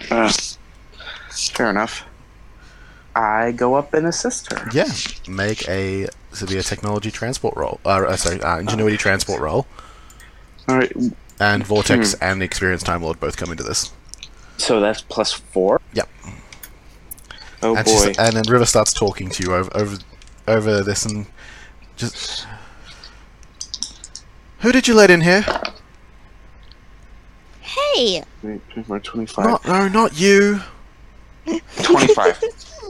Speaker 2: Uh, fair enough. I go up and assist her.
Speaker 1: Yeah, make a severe technology transport roll. Uh, uh, sorry, uh, ingenuity transport roll.
Speaker 2: All right.
Speaker 1: And Vortex and the Experienced Time Lord both come into this.
Speaker 2: So that's plus four.
Speaker 1: Yep.
Speaker 2: Oh
Speaker 1: and,
Speaker 2: boy.
Speaker 1: she's, and then River starts talking to you over over over this and just Who did you let in here?
Speaker 10: Hey,
Speaker 2: Wait, 24, Twenty-five.
Speaker 1: Not no, not you.
Speaker 2: Twenty-five.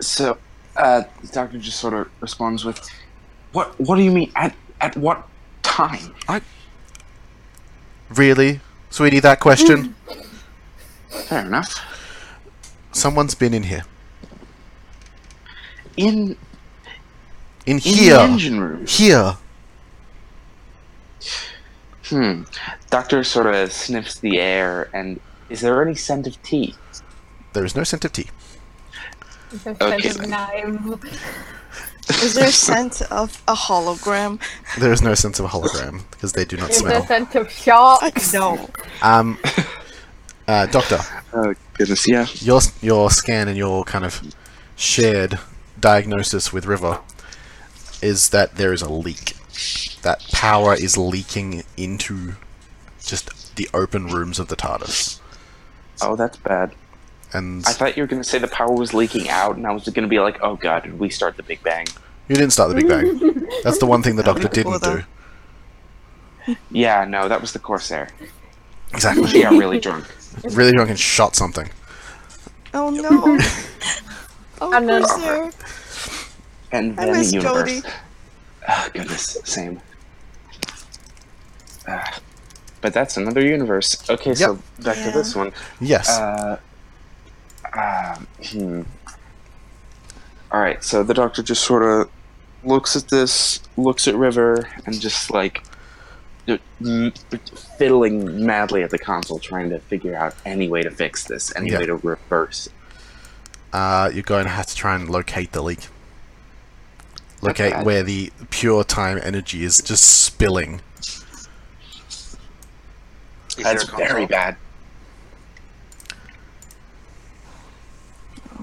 Speaker 2: so, uh, the doctor just sort of responds with, "What? What do you mean? At at what time?"
Speaker 1: Really? Sweetie, that question.
Speaker 2: Fair enough.
Speaker 1: Someone's been in here.
Speaker 2: In
Speaker 1: In
Speaker 2: in
Speaker 1: here.
Speaker 2: the engine room.
Speaker 1: Here.
Speaker 2: Hmm. Doctor sort of sniffs the air, and is there any scent of tea?
Speaker 1: There is no scent of tea.
Speaker 3: So
Speaker 2: Okay,
Speaker 3: expensive
Speaker 2: then.
Speaker 3: knives.
Speaker 8: Is there a scent of a hologram?
Speaker 1: There is no sense of a hologram because they do not
Speaker 3: Is there
Speaker 1: smell.
Speaker 3: scent of shark?
Speaker 8: No.
Speaker 1: Um, uh, doctor,
Speaker 2: Oh goodness, yeah.
Speaker 1: your your scan and your kind of shared diagnosis with River is that there is a leak. That power is leaking into just the open rooms of the TARDIS,
Speaker 2: Oh, that's bad.
Speaker 1: and
Speaker 2: I thought you were going to say the power was leaking out, and I was going to be like, "Oh God, did we start the Big Bang?"
Speaker 1: you didn't start the Big Bang. That's the one thing the Doctor didn't do.
Speaker 2: Yeah, no, that was the Corsair. She
Speaker 1: Exactly.
Speaker 2: got really drunk.
Speaker 1: Really drunk and shot something.
Speaker 8: Oh no. Oh,
Speaker 3: And then-
Speaker 8: Corsair.
Speaker 2: And
Speaker 8: I
Speaker 2: then the
Speaker 8: miss
Speaker 2: universe.
Speaker 8: Cody.
Speaker 2: Oh, goodness, same. Ah, but that's another universe. Okay, so back
Speaker 8: Yeah.
Speaker 2: to this one.
Speaker 1: Yes.
Speaker 2: Uh, um, hmm. All right, so the doctor just sort of looks at this, looks at River, and just like d- m- fiddling madly at the console, trying to figure out any way to fix this, any
Speaker 1: Yeah.
Speaker 2: way to reverse.
Speaker 1: Uh, you're going to have to try and locate the leak. Locate
Speaker 2: bad.
Speaker 1: where the pure time energy is just spilling.
Speaker 9: Is there
Speaker 2: That's
Speaker 9: a console?
Speaker 2: very bad.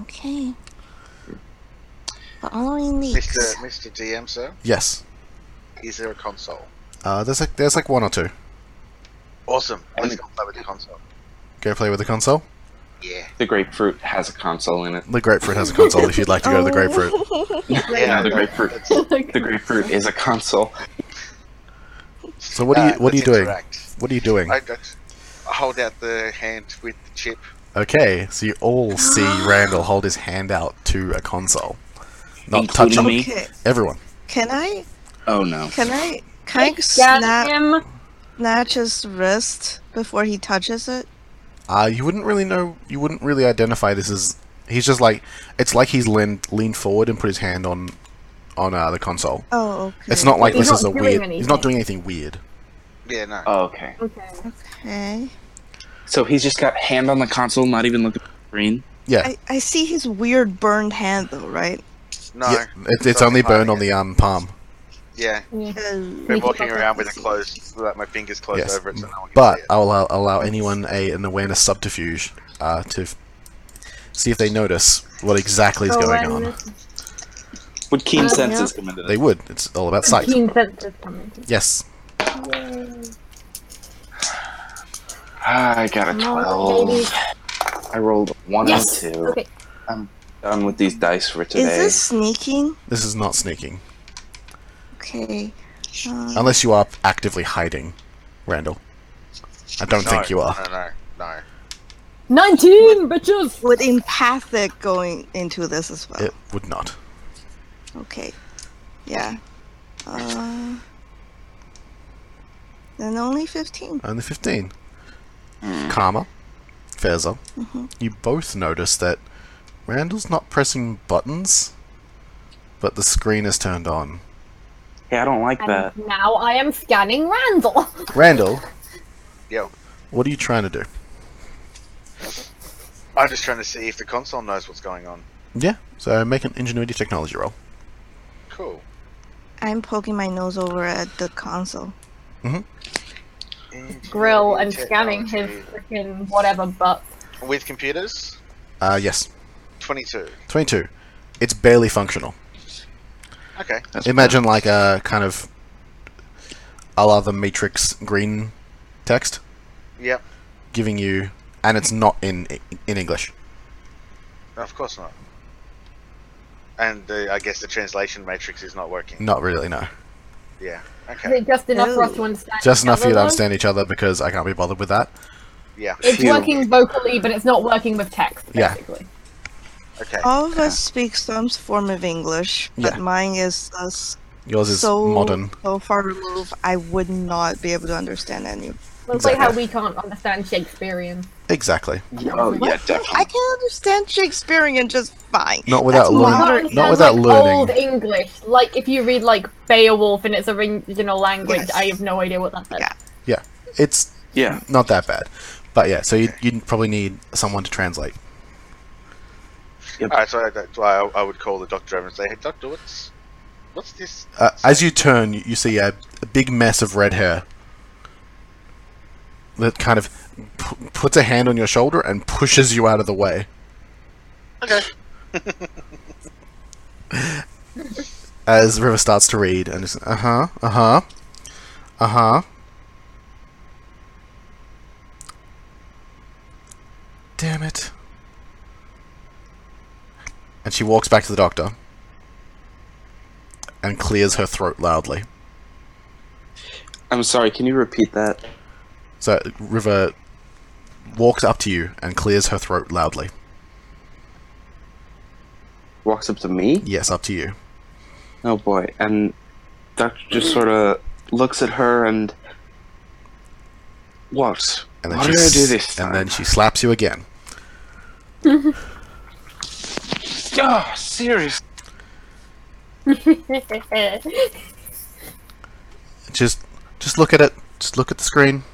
Speaker 10: okay. Following
Speaker 9: Mr.
Speaker 10: leaks.
Speaker 9: Mr. DM, sir,
Speaker 1: Yes.
Speaker 9: is there a console?
Speaker 1: Uh, there's like there's like one or two.
Speaker 9: Awesome. Let's
Speaker 2: mean-
Speaker 9: go play with the console.
Speaker 1: Go play with the console.
Speaker 9: Yeah.
Speaker 2: The grapefruit has a console in it.
Speaker 1: The grapefruit has a console. if you'd like to go to the grapefruit,
Speaker 9: Yeah,
Speaker 2: no, the
Speaker 9: that-
Speaker 2: grapefruit.
Speaker 9: that's-
Speaker 2: The grapefruit is a console.
Speaker 1: So what are you-
Speaker 9: uh,
Speaker 1: what are you
Speaker 9: let's
Speaker 1: doing?
Speaker 9: interact.
Speaker 1: what are you doing?
Speaker 9: I, that's- I hold out the hand with the chip.
Speaker 1: Okay, so you all see Randall hold his hand out to a console, not
Speaker 2: Including
Speaker 1: touching
Speaker 2: me?
Speaker 8: Okay.
Speaker 1: everyone.
Speaker 8: Can I?
Speaker 2: Oh no.
Speaker 8: Can I? Can I
Speaker 3: Got
Speaker 8: snap
Speaker 3: him.
Speaker 8: snatch his wrist before he touches it?
Speaker 1: Uh, you wouldn't really know. You wouldn't really identify this as. He's just like it's like he's leaned leaned forward and put his hand on on uh, the console.
Speaker 8: Oh, okay.
Speaker 1: It's not like this
Speaker 3: He's not
Speaker 1: is a
Speaker 3: doing
Speaker 1: weird. He's not
Speaker 3: anything.
Speaker 1: doing anything weird.
Speaker 9: Yeah, no.
Speaker 1: Uh,
Speaker 2: Oh, okay.
Speaker 3: Okay.
Speaker 8: Okay.
Speaker 2: So he's just got hand on the console, not even looking at the screen.
Speaker 1: Yeah,
Speaker 8: I, I see his weird burned hand though, right?
Speaker 9: no.
Speaker 1: yeah, it, it's
Speaker 9: not
Speaker 1: only burned on
Speaker 9: hiding
Speaker 1: the um, palm.
Speaker 9: it. Yeah.
Speaker 8: Uh,
Speaker 9: Been
Speaker 3: Sneaky
Speaker 9: walking
Speaker 3: bugger.
Speaker 9: around with it closed, like my fingers closed
Speaker 1: Yes,
Speaker 9: over it, so no one can
Speaker 1: But
Speaker 9: see it.
Speaker 1: I'll allow, allow anyone a an awareness subterfuge uh, to f- see if they notice what exactly is going on.
Speaker 2: Would keen
Speaker 3: Uh,
Speaker 2: senses come into
Speaker 1: They
Speaker 2: this?
Speaker 1: would. It's all about sight.
Speaker 3: Keen senses coming.
Speaker 1: Yes.
Speaker 2: Ah, I got a
Speaker 3: Come on,
Speaker 2: twelve.
Speaker 3: baby.
Speaker 2: I rolled one
Speaker 3: Yes.
Speaker 2: and two.
Speaker 3: Okay.
Speaker 2: Done with these dice for today.
Speaker 8: Is this sneaking?
Speaker 1: This is not sneaking,
Speaker 8: Okay. Uh,
Speaker 1: unless you are actively hiding, Randall. I don't
Speaker 9: No,
Speaker 1: think you are.
Speaker 9: No, no, no.
Speaker 3: Nineteen bitches.
Speaker 8: would empathic going into this as well?
Speaker 1: It would not.
Speaker 8: Okay. Yeah. Uh, then only fifteen.
Speaker 1: Only fifteen. Karma, Fezza, you both notice that Randall's not pressing buttons, but the screen is turned on.
Speaker 2: Hey, I don't like that.
Speaker 3: And now I am scanning Randall.
Speaker 1: Randall,
Speaker 9: Yo,
Speaker 1: what are you trying to do?
Speaker 9: I'm just trying to see if the console knows what's going on.
Speaker 1: Yeah, so make an ingenuity technology roll.
Speaker 9: Cool.
Speaker 8: I'm poking my nose over at the console.
Speaker 3: Grill and
Speaker 9: Ingenuity
Speaker 3: scanning his
Speaker 9: technology.
Speaker 3: freaking whatever butt.
Speaker 9: with computers.
Speaker 1: Uh, yes,
Speaker 9: Twenty-two.
Speaker 1: 22. It's barely functional.
Speaker 9: Okay.
Speaker 1: Uh, Imagine like a kind of a la the matrix green text,
Speaker 9: Yep.
Speaker 1: giving you, and it's not in in English.
Speaker 9: Of course not. And the, I guess the translation matrix is not working.
Speaker 1: Not really, no.
Speaker 9: Yeah.
Speaker 3: Is
Speaker 9: Okay.
Speaker 3: it just enough for us to
Speaker 8: Ooh.
Speaker 3: understand?
Speaker 1: Just
Speaker 3: each
Speaker 1: enough for
Speaker 3: other,
Speaker 1: you to
Speaker 3: though?
Speaker 1: understand each other because I can't be bothered with that.
Speaker 9: Yeah.
Speaker 3: It's
Speaker 2: Phew.
Speaker 3: working vocally, but it's not working with text,
Speaker 1: Yeah.
Speaker 3: basically.
Speaker 9: Okay.
Speaker 4: Oh.
Speaker 8: All of us speak some form of English, but
Speaker 1: Yeah.
Speaker 8: mine is uh, s-
Speaker 1: Yours is
Speaker 8: so
Speaker 1: modern.
Speaker 8: so far removed. I would not be able to understand any.
Speaker 3: Looks like how we can't understand Shakespearean.
Speaker 1: Exactly.
Speaker 2: Oh yeah,
Speaker 8: I
Speaker 2: definitely.
Speaker 8: can understand Shakespearean just fine.
Speaker 1: Not without
Speaker 8: That's
Speaker 1: learning-
Speaker 8: modern.
Speaker 3: Can't
Speaker 1: not
Speaker 3: understand,
Speaker 1: without
Speaker 3: like,
Speaker 1: learning.
Speaker 3: Old English, like if you read like Beowulf and it's original language,
Speaker 8: Yes.
Speaker 3: I have no idea what that says.
Speaker 8: Yeah.
Speaker 1: It's
Speaker 2: Yeah.
Speaker 1: not that bad, but yeah. So you you'd probably need someone to translate.
Speaker 9: All right. So that's why I, I would call the doctor over and say, "Hey, doctor, what's what's this?"
Speaker 1: Uh, as you turn, you see a, a big mess of red hair that kind of p- puts a hand on your shoulder and pushes you out of the way.
Speaker 9: Okay.
Speaker 1: As River starts to read, and it's uh huh, uh huh, uh huh. Damn it. And she walks back to the doctor and clears her throat loudly.
Speaker 2: I'm sorry. Can you repeat that?
Speaker 1: So River walks up to you and clears her throat loudly.
Speaker 2: Walks up to me.
Speaker 1: Yes, up to you.
Speaker 2: Oh boy. And Doctor just sort of looks at her and what?
Speaker 1: And
Speaker 2: Why
Speaker 1: she
Speaker 2: did I do
Speaker 1: s-
Speaker 2: this? Time?
Speaker 1: And then she slaps you again.
Speaker 2: Ah, serious.
Speaker 1: Just, just look at it. Just look at the screen.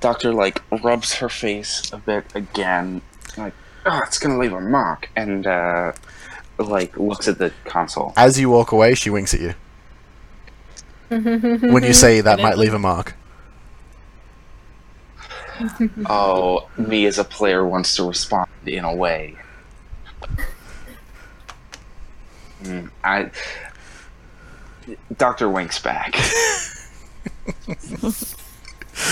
Speaker 2: Doctor like rubs her face a bit again. Like, ah, it's gonna leave a mark. And uh, like looks at the console.
Speaker 1: As you walk away, she winks at you. when
Speaker 3: Mm-hmm.
Speaker 1: you say that might leave a mark.
Speaker 2: Oh, me as a player wants to respond in a way. Mm, I. Doctor winks back.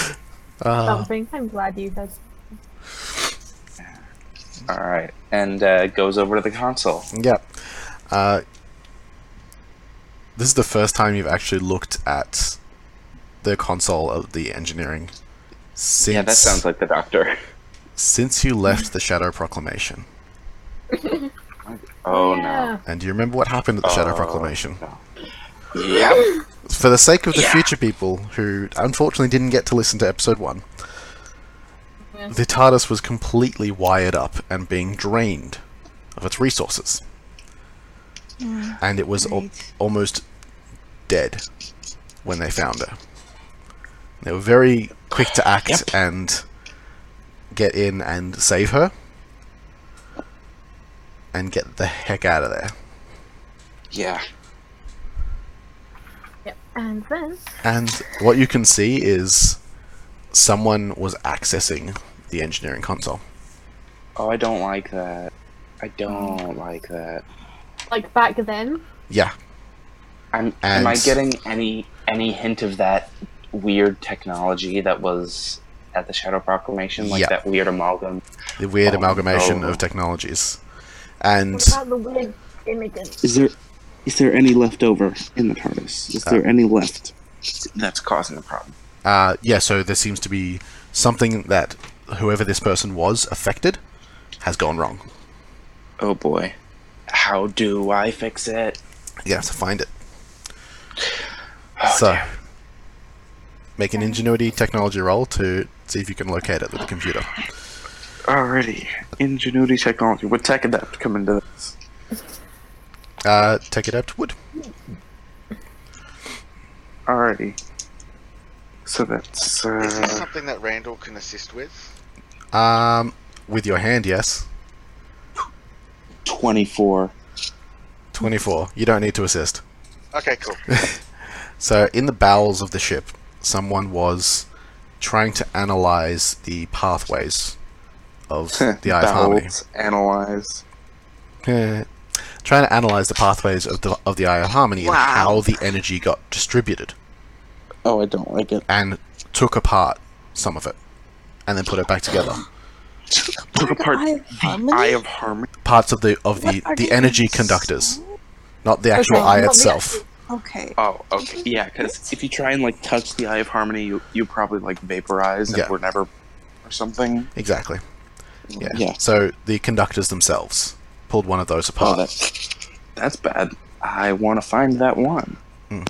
Speaker 3: Something. I'm glad you said.
Speaker 2: All right, and uh, goes over to the console.
Speaker 1: Yep. Uh, this is the first time you've actually looked at the console of the engineering since
Speaker 2: Yeah, that sounds like the doctor.
Speaker 1: since you left the Shadow Proclamation.
Speaker 2: Oh
Speaker 3: Yeah.
Speaker 1: And do you remember what happened at the Shadow
Speaker 2: Oh,
Speaker 1: Proclamation?
Speaker 2: no! Yep.
Speaker 1: For the sake of the future people who unfortunately didn't get to listen to episode one,
Speaker 3: Yeah.
Speaker 1: the TARDIS was completely wired up and being drained of its resources. and it was al-
Speaker 8: right.
Speaker 1: almost dead when they found her. They were very quick to act
Speaker 2: Yep.
Speaker 1: and get in and save her and get the heck out of there.
Speaker 2: Yeah.
Speaker 3: Yep. And then
Speaker 1: And what you can see is someone was accessing the engineering console.
Speaker 2: Oh, I don't like that. I don't like that.
Speaker 3: like back then,
Speaker 1: Yeah,
Speaker 2: I'm.
Speaker 1: And-
Speaker 2: Am I getting any any hint of that weird technology that was at the Shadow Proclamation, like
Speaker 1: Yeah.
Speaker 2: that weird amalgam?
Speaker 1: the weird
Speaker 2: Oh,
Speaker 1: amalgamation
Speaker 2: no.
Speaker 1: of technologies. And
Speaker 3: what about the weird images?
Speaker 2: Is there is there any left over in the TARDIS? Is there any left? That's causing the problem.
Speaker 1: Uh, yeah, so there seems to be something that whoever this person was affected has gone wrong.
Speaker 2: Oh boy. How do I fix it?
Speaker 1: You have to find it.
Speaker 2: Oh,
Speaker 1: so,
Speaker 2: dear.
Speaker 1: make an ingenuity technology roll to see if you can locate it with the computer.
Speaker 2: Already, ingenuity technology. Would tech adapt come into this?
Speaker 1: Uh, tech adept wood.
Speaker 2: Alrighty. So that's
Speaker 9: Is this
Speaker 2: uh,
Speaker 9: something that Randall can assist with?
Speaker 1: Um, with your hand, yes.
Speaker 2: twenty-four.
Speaker 1: 24. You don't need to assist.
Speaker 9: Okay, cool.
Speaker 1: So, in the bowels of the ship, someone was trying to analyze the pathways of the Eye of Harmony.
Speaker 2: Bowels analyze.
Speaker 1: Eh. trying to analyze the pathways of the of the eye of harmony and
Speaker 8: Wow.
Speaker 1: how the energy got distributed
Speaker 2: Oh, I don't like it.
Speaker 1: and took apart some of it and then put it back together.
Speaker 2: Took apart
Speaker 4: Eye of
Speaker 2: the
Speaker 4: Harmony?
Speaker 2: Eye of Harmony.
Speaker 1: Parts of the of the
Speaker 4: What are
Speaker 1: the
Speaker 4: they
Speaker 1: energy
Speaker 4: even
Speaker 1: conductors, not the actual
Speaker 3: Okay,
Speaker 1: eye
Speaker 3: not the
Speaker 1: itself.
Speaker 4: Okay.
Speaker 2: Oh, okay. Yeah, because if you try and like touch the Eye of Harmony, you you probably like vaporize and
Speaker 1: Yeah.
Speaker 2: we're never or something.
Speaker 1: Exactly. Yeah.
Speaker 2: Yeah.
Speaker 1: So the conductors themselves pulled one of those
Speaker 2: Oh,
Speaker 1: apart.
Speaker 2: that's that's bad. I want to find that one.
Speaker 3: And,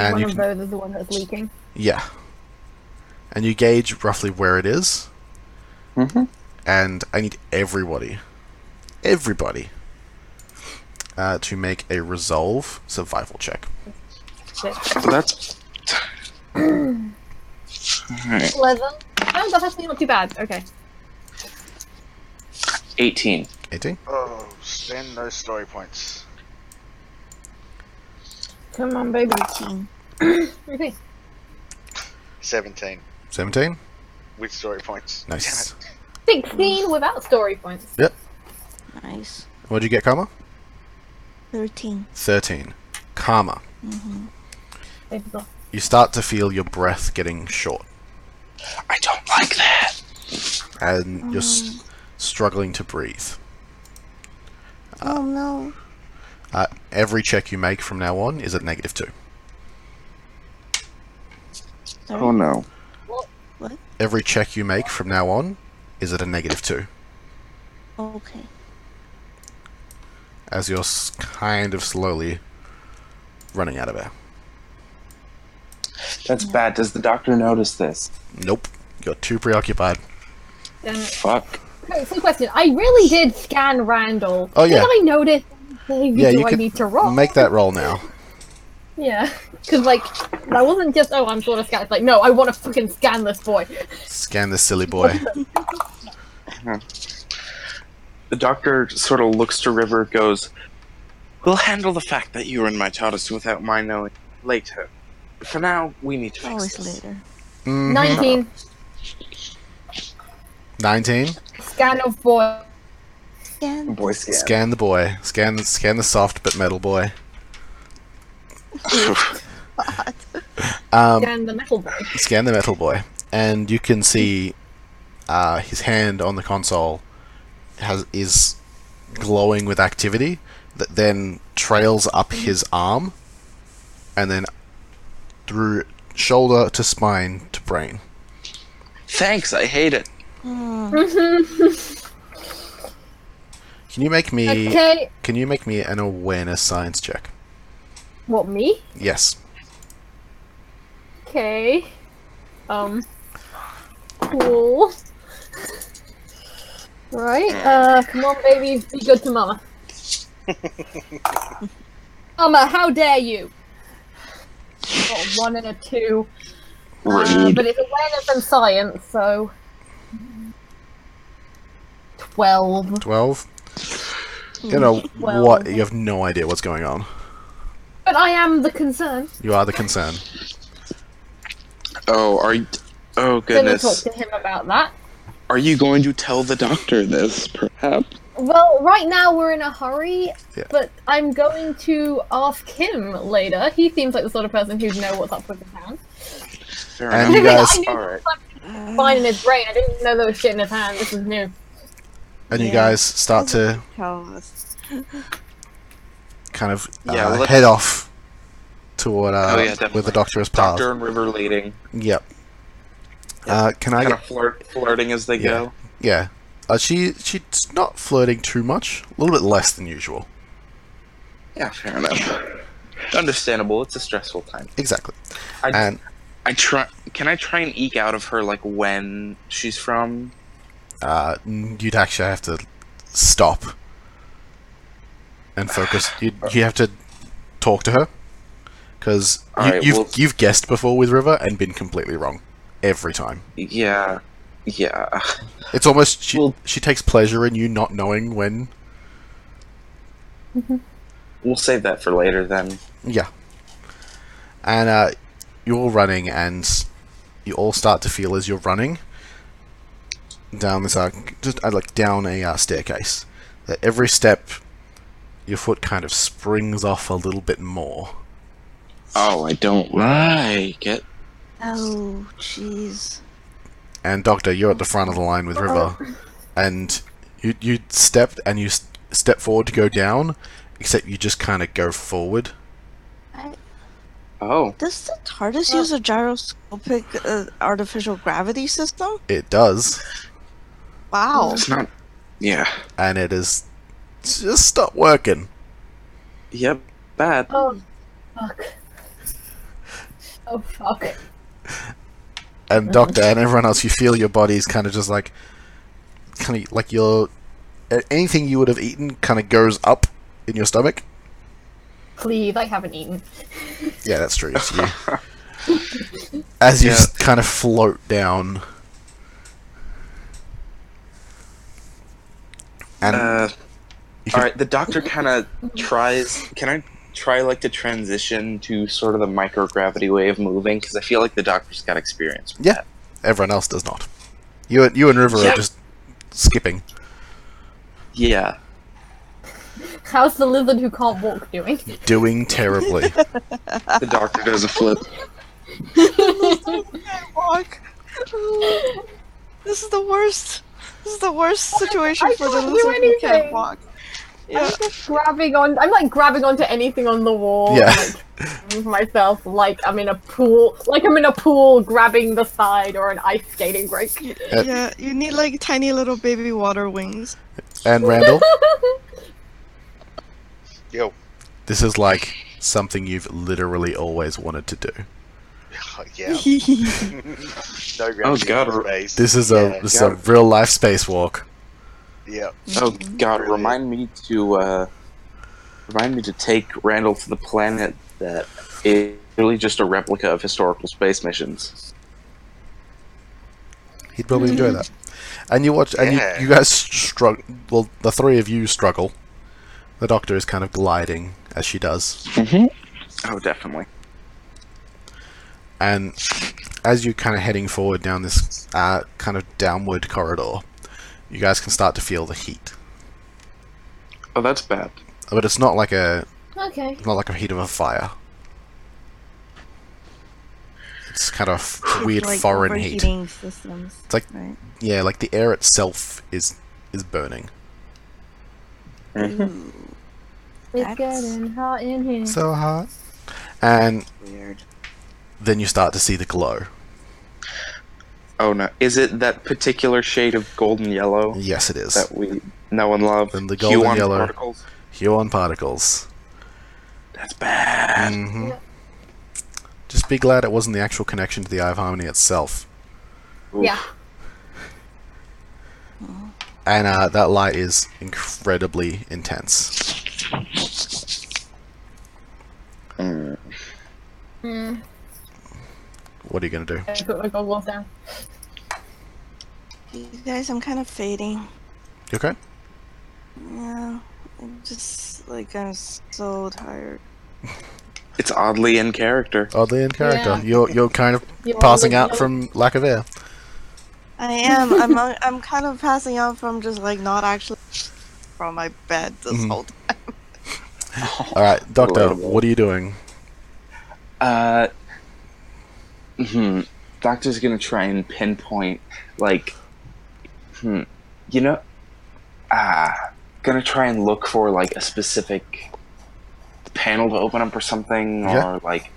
Speaker 1: And
Speaker 3: one
Speaker 1: you
Speaker 3: of
Speaker 1: can-
Speaker 3: those is the one that's leaking.
Speaker 1: Yeah. And you gauge roughly where it is.
Speaker 2: Mhm.
Speaker 1: And I need everybody, everybody, uh, to make a resolve survival check.
Speaker 2: So that's. Alright,
Speaker 3: Eleven. Oh, No, that's actually not too bad. Okay.
Speaker 2: 18.
Speaker 1: 18?
Speaker 9: Oh, spend those story points.
Speaker 3: Come on, baby.
Speaker 4: Teen.
Speaker 3: Okay.
Speaker 9: 17
Speaker 1: 17?
Speaker 9: with story points.
Speaker 1: Nice.
Speaker 3: Sixteen without story points.
Speaker 1: Yep.
Speaker 4: Nice.
Speaker 1: What'd you get, Karma?
Speaker 4: Thirteen.
Speaker 1: 13. Karma.
Speaker 3: They've got-
Speaker 1: You start to feel your breath getting short,
Speaker 2: I don't like that.
Speaker 1: and you're s- struggling to breathe.
Speaker 4: oh no.
Speaker 1: Uh, every check you make from now on is at negative 2.
Speaker 2: Oh no.
Speaker 1: Every check you make from now on is at a negative 2.
Speaker 4: Okay.
Speaker 1: as you're s- kind of slowly running out of air.
Speaker 2: That's bad. Does the doctor notice this?
Speaker 1: Nope, you're too preoccupied.
Speaker 3: Damn it.
Speaker 2: Fuck.
Speaker 3: Um, Okay, so question. I really did scan Randall.
Speaker 1: Oh, yeah.
Speaker 3: Did I notice? anything?
Speaker 1: Yeah,
Speaker 3: do
Speaker 1: you
Speaker 3: I
Speaker 1: could
Speaker 3: need to roll?
Speaker 1: Make that roll now.
Speaker 3: Yeah, because like that wasn't just oh I'm sure to scan. It's like no, I want to fucking scan this boy.
Speaker 1: Mm-hmm. Scan this silly boy.
Speaker 2: The doctor sort of looks to River, goes, We'll handle the fact that you were in my TARDIS without my knowing later. For now, we need to fix
Speaker 4: Always
Speaker 2: this.
Speaker 4: later.
Speaker 1: Mhm.
Speaker 3: Nineteen
Speaker 1: Nineteen.
Speaker 3: scan of boy.
Speaker 4: Again.
Speaker 2: Boy Scout.
Speaker 1: Scan the boy. Scan scan the soft but metal boy. Um,
Speaker 3: Scan the metal boy.
Speaker 1: scan the metal boy, and you can see uh, his hand on the console has is glowing with activity that then trails up his arm and then through shoulder to spine to brain.
Speaker 2: Thanks, I hate it.
Speaker 1: Can you make me
Speaker 3: Okay,
Speaker 1: can you make me an awareness science check?
Speaker 3: what me?
Speaker 1: Yes.
Speaker 3: Okay, um, cool. Right, uh, come on, baby, be good to mama. mama, how dare you? Got one and a two. Uh,
Speaker 2: Read.
Speaker 3: but it's awareness and science, so. 12.
Speaker 1: Twelve? You know
Speaker 3: Well-
Speaker 1: what you have no idea what's going on.
Speaker 3: But I am the concern.
Speaker 1: You are the concern.
Speaker 2: Oh, are you. Oh,
Speaker 3: Then we
Speaker 2: goodness.
Speaker 3: talk to him about that.
Speaker 2: Are you going to tell the doctor this, perhaps?
Speaker 3: Well, right now we're in a hurry,
Speaker 1: Yeah.
Speaker 3: but I'm going to ask him later. He seems like the sort of person who'd know what's up with the town.
Speaker 2: Fair
Speaker 1: And you
Speaker 3: I
Speaker 1: guys
Speaker 3: knew
Speaker 2: Alright.
Speaker 3: something fine in his brain. I didn't know there was shit in his hand. This is new.
Speaker 1: and you
Speaker 8: Yeah.
Speaker 1: guys start to
Speaker 8: Tell us.
Speaker 1: kind of uh,
Speaker 2: Yeah, let's-
Speaker 1: head off toward uh,
Speaker 2: Oh, yeah,
Speaker 1: where the
Speaker 2: definitely.
Speaker 1: doctor has passed.
Speaker 2: Doctor and River leading,
Speaker 1: Yep. Uh, can I
Speaker 2: kind
Speaker 1: get?
Speaker 2: of flirt, flirting as they
Speaker 1: Yeah.
Speaker 2: go.
Speaker 1: Yeah. Uh, she she's not flirting too much. A little bit less than usual.
Speaker 2: Yeah, fair enough. Understandable. It's a stressful time.
Speaker 1: Exactly.
Speaker 2: I,
Speaker 1: And
Speaker 2: I try. Can I try and eke out of her like when she's from?
Speaker 1: uh, you'd actually have to stop and focus. You you have to talk to her because you,
Speaker 2: Alright,
Speaker 1: you've
Speaker 2: well-
Speaker 1: you've guessed before with River and been completely wrong every time.
Speaker 2: Yeah, yeah.
Speaker 1: It's almost she
Speaker 2: Well-
Speaker 1: she takes pleasure in you not knowing when.
Speaker 2: We'll save that for later then.
Speaker 1: Yeah. And uh, you're all running, and you all start to feel as you're running down this uh, just uh, like down a uh, staircase that every step your foot kind of springs off a little bit more.
Speaker 2: Oh, I don't like it.
Speaker 4: Oh, jeez.
Speaker 1: And Doctor, you're at the front of the line with River, and you you step and you s- step forward to go down, except you just kind of go forward.
Speaker 2: Oh,
Speaker 4: Does the TARDIS use a gyroscopic uh, artificial gravity system?
Speaker 1: It does,
Speaker 4: Wow.
Speaker 2: it's not. Yeah.
Speaker 1: and it is just stop working.
Speaker 2: Yep. Bad.
Speaker 3: Oh, fuck. Oh, fuck.
Speaker 1: and Doctor and everyone else, you feel your body's kind of just like, kind of like your a- anything you would have eaten kind of goes up in your stomach.
Speaker 3: Please, I haven't eaten.
Speaker 1: Yeah, that's true. It's you. As you
Speaker 9: Yeah.
Speaker 1: s kind of float down, and
Speaker 2: Uh,
Speaker 1: you
Speaker 2: all
Speaker 1: can-
Speaker 2: right. The doctor kind of tries. Can I try like to transition to sort of the microgravity way of moving? Because I feel like the doctor's got experience. With
Speaker 1: Yeah.
Speaker 2: that.
Speaker 1: everyone else does not. You and you and River
Speaker 2: Yeah.
Speaker 1: are just skipping.
Speaker 2: Yeah.
Speaker 3: How's the lizard who can't walk doing?
Speaker 1: doing terribly.
Speaker 2: The doctor does a flip.
Speaker 4: Walk. This is the worst. This is the worst situation
Speaker 3: I
Speaker 4: for the
Speaker 3: can't do
Speaker 4: lizard who
Speaker 3: anything.
Speaker 4: can't walk. Yeah.
Speaker 3: I'm just grabbing on. I'm like grabbing onto anything on the wall.
Speaker 1: Yeah.
Speaker 3: Like, move myself like I'm in a pool. Like I'm in a pool grabbing the side or an ice skating rink.
Speaker 4: Y-
Speaker 1: Uh,
Speaker 4: yeah, you need like tiny little baby water wings.
Speaker 1: and Randall,
Speaker 9: Yo.
Speaker 1: this is like something you've literally always wanted to do.
Speaker 9: yeah. no gravity.
Speaker 2: Oh,
Speaker 9: Oh
Speaker 2: God,
Speaker 9: god.
Speaker 2: we're-
Speaker 9: Space.
Speaker 1: This is a
Speaker 9: Yeah,
Speaker 1: this is a real life spacewalk.
Speaker 9: Yeah.
Speaker 2: Oh God! Remind me to uh, remind me to take Randall to the planet that is really just a replica of historical space missions.
Speaker 1: He'd probably enjoy that. And you watch, and
Speaker 9: Mm-hmm. Yeah.
Speaker 1: you, you guys struggle. Well, the three of you struggle. The doctor is kind of gliding as she does,
Speaker 2: Oh, definitely.
Speaker 1: and as you're kind of heading forward down this uh, kind of downward corridor, you guys can start to feel the heat.
Speaker 2: Oh, that's bad.
Speaker 1: But it's not like a
Speaker 3: okay.
Speaker 1: not like a heat of a fire. It's kind of a weird
Speaker 4: like
Speaker 1: foreign heat.
Speaker 4: overheating systems.
Speaker 1: It's like
Speaker 4: Right.
Speaker 1: yeah, like the air itself is is burning.
Speaker 3: It's
Speaker 4: That's-
Speaker 3: getting hot in here.
Speaker 1: So hot. And
Speaker 2: Weird.
Speaker 1: then you start to see the glow.
Speaker 2: Oh no! Is it that particular shade of golden yellow
Speaker 1: Yes, it is.
Speaker 2: that we know and love?
Speaker 1: And the
Speaker 2: Hue
Speaker 1: golden
Speaker 2: on
Speaker 1: yellow.
Speaker 2: particles?
Speaker 1: Huon particles.
Speaker 2: That's bad.
Speaker 1: hmm
Speaker 3: Yeah.
Speaker 1: Just be glad it wasn't the actual connection to the Eye of Harmony itself.
Speaker 3: Yeah.
Speaker 1: And uh, that light is incredibly intense.
Speaker 2: Mm.
Speaker 3: Mm.
Speaker 1: What are you going to do?
Speaker 3: I put my goggles down.
Speaker 4: You guys, I'm kind of fading.
Speaker 1: You okay?
Speaker 4: Yeah, I'm just like I'm so tired.
Speaker 2: It's oddly in character.
Speaker 1: Oddly in Oh, character.
Speaker 3: Yeah.
Speaker 1: You're, you're kind of
Speaker 3: You're
Speaker 1: passing
Speaker 3: all
Speaker 1: out
Speaker 3: yellow.
Speaker 1: from lack of air.
Speaker 4: I am. I'm. uh, I'm kind of passing out from just like not actually from my bed this
Speaker 1: Mhm.
Speaker 4: whole time.
Speaker 1: Alright, Doctor,
Speaker 2: Relatable.
Speaker 1: what are you doing?
Speaker 2: Uh, hmm. Doctor's gonna try and pinpoint, like, hmm, you know, ah, gonna try and look for like a specific panel to open up or something,
Speaker 1: Yeah.
Speaker 2: or like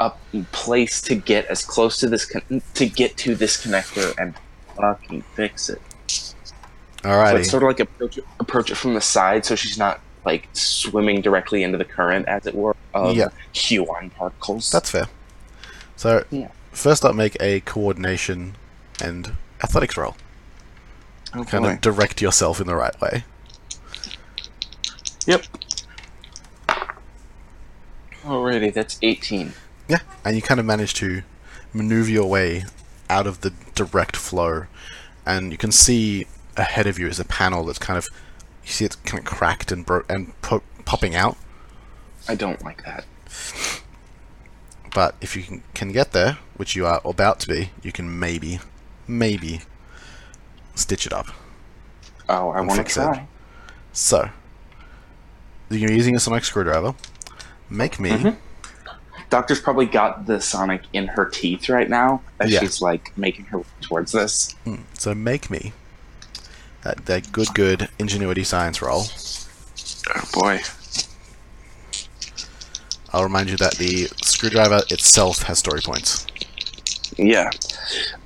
Speaker 2: a place to get as close to this con- to get to this connector and fucking fix it. So
Speaker 1: Alrighty.
Speaker 2: it's sort of like approach it, approach it from the side, so she's not like swimming directly into the current, as it were, of
Speaker 1: Yeah.
Speaker 2: Huon particles.
Speaker 1: That's fair. So,
Speaker 2: Yeah.
Speaker 1: first up, make a coordination and athletics roll.
Speaker 2: Oh,
Speaker 1: Kind
Speaker 2: boy.
Speaker 1: of direct yourself in the right way.
Speaker 2: Yep. Alrighty, that's 18.
Speaker 1: Yeah. And you kind of manage to maneuver your way out of the direct flow. And you can see ahead of you is a panel that's kind of, you see it's kind of cracked and bro- and po- popping out.
Speaker 2: I don't like that.
Speaker 1: But if you can, can get there, which you are about to be, you can maybe, maybe stitch it up.
Speaker 2: Oh, I want to
Speaker 1: fix it.
Speaker 2: try.
Speaker 1: So, you're using a sonic screwdriver. Make me.
Speaker 2: Mhm. Doctor's probably got the Sonic in her teeth right now as
Speaker 1: Yeah.
Speaker 2: she's like making her way towards this.
Speaker 1: So make me. That, that good, good ingenuity science roll.
Speaker 2: Oh boy.
Speaker 1: I'll remind you that the screwdriver itself has story points.
Speaker 2: Yeah.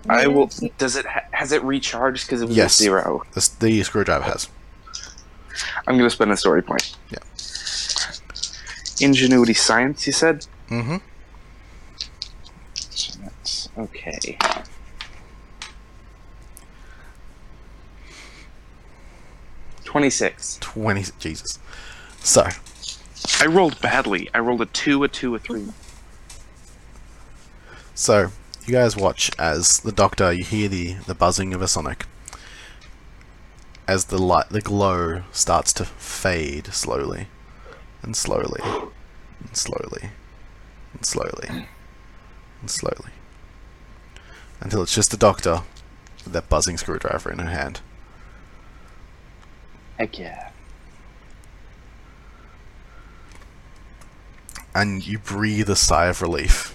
Speaker 2: I will. Does it ha- has it recharged because it was
Speaker 1: Yes.
Speaker 2: a zero?
Speaker 1: The, s- the screwdriver has.
Speaker 2: I'm gonna spend a story point.
Speaker 1: Yeah.
Speaker 2: Ingenuity science, you said.
Speaker 1: Mm-hmm.
Speaker 2: So that's- Okay. Twenty-six.
Speaker 1: 20. Jesus. So,
Speaker 2: I rolled badly. I rolled a two, a two, a three.
Speaker 1: So, you guys watch as the doctor, you hear the, the buzzing of a sonic. As the light, the glow starts to fade slowly, and slowly, and slowly, and slowly, and slowly. Until it's just the doctor with that buzzing screwdriver in her hand.
Speaker 2: Heck yeah.
Speaker 1: And you breathe a sigh of relief.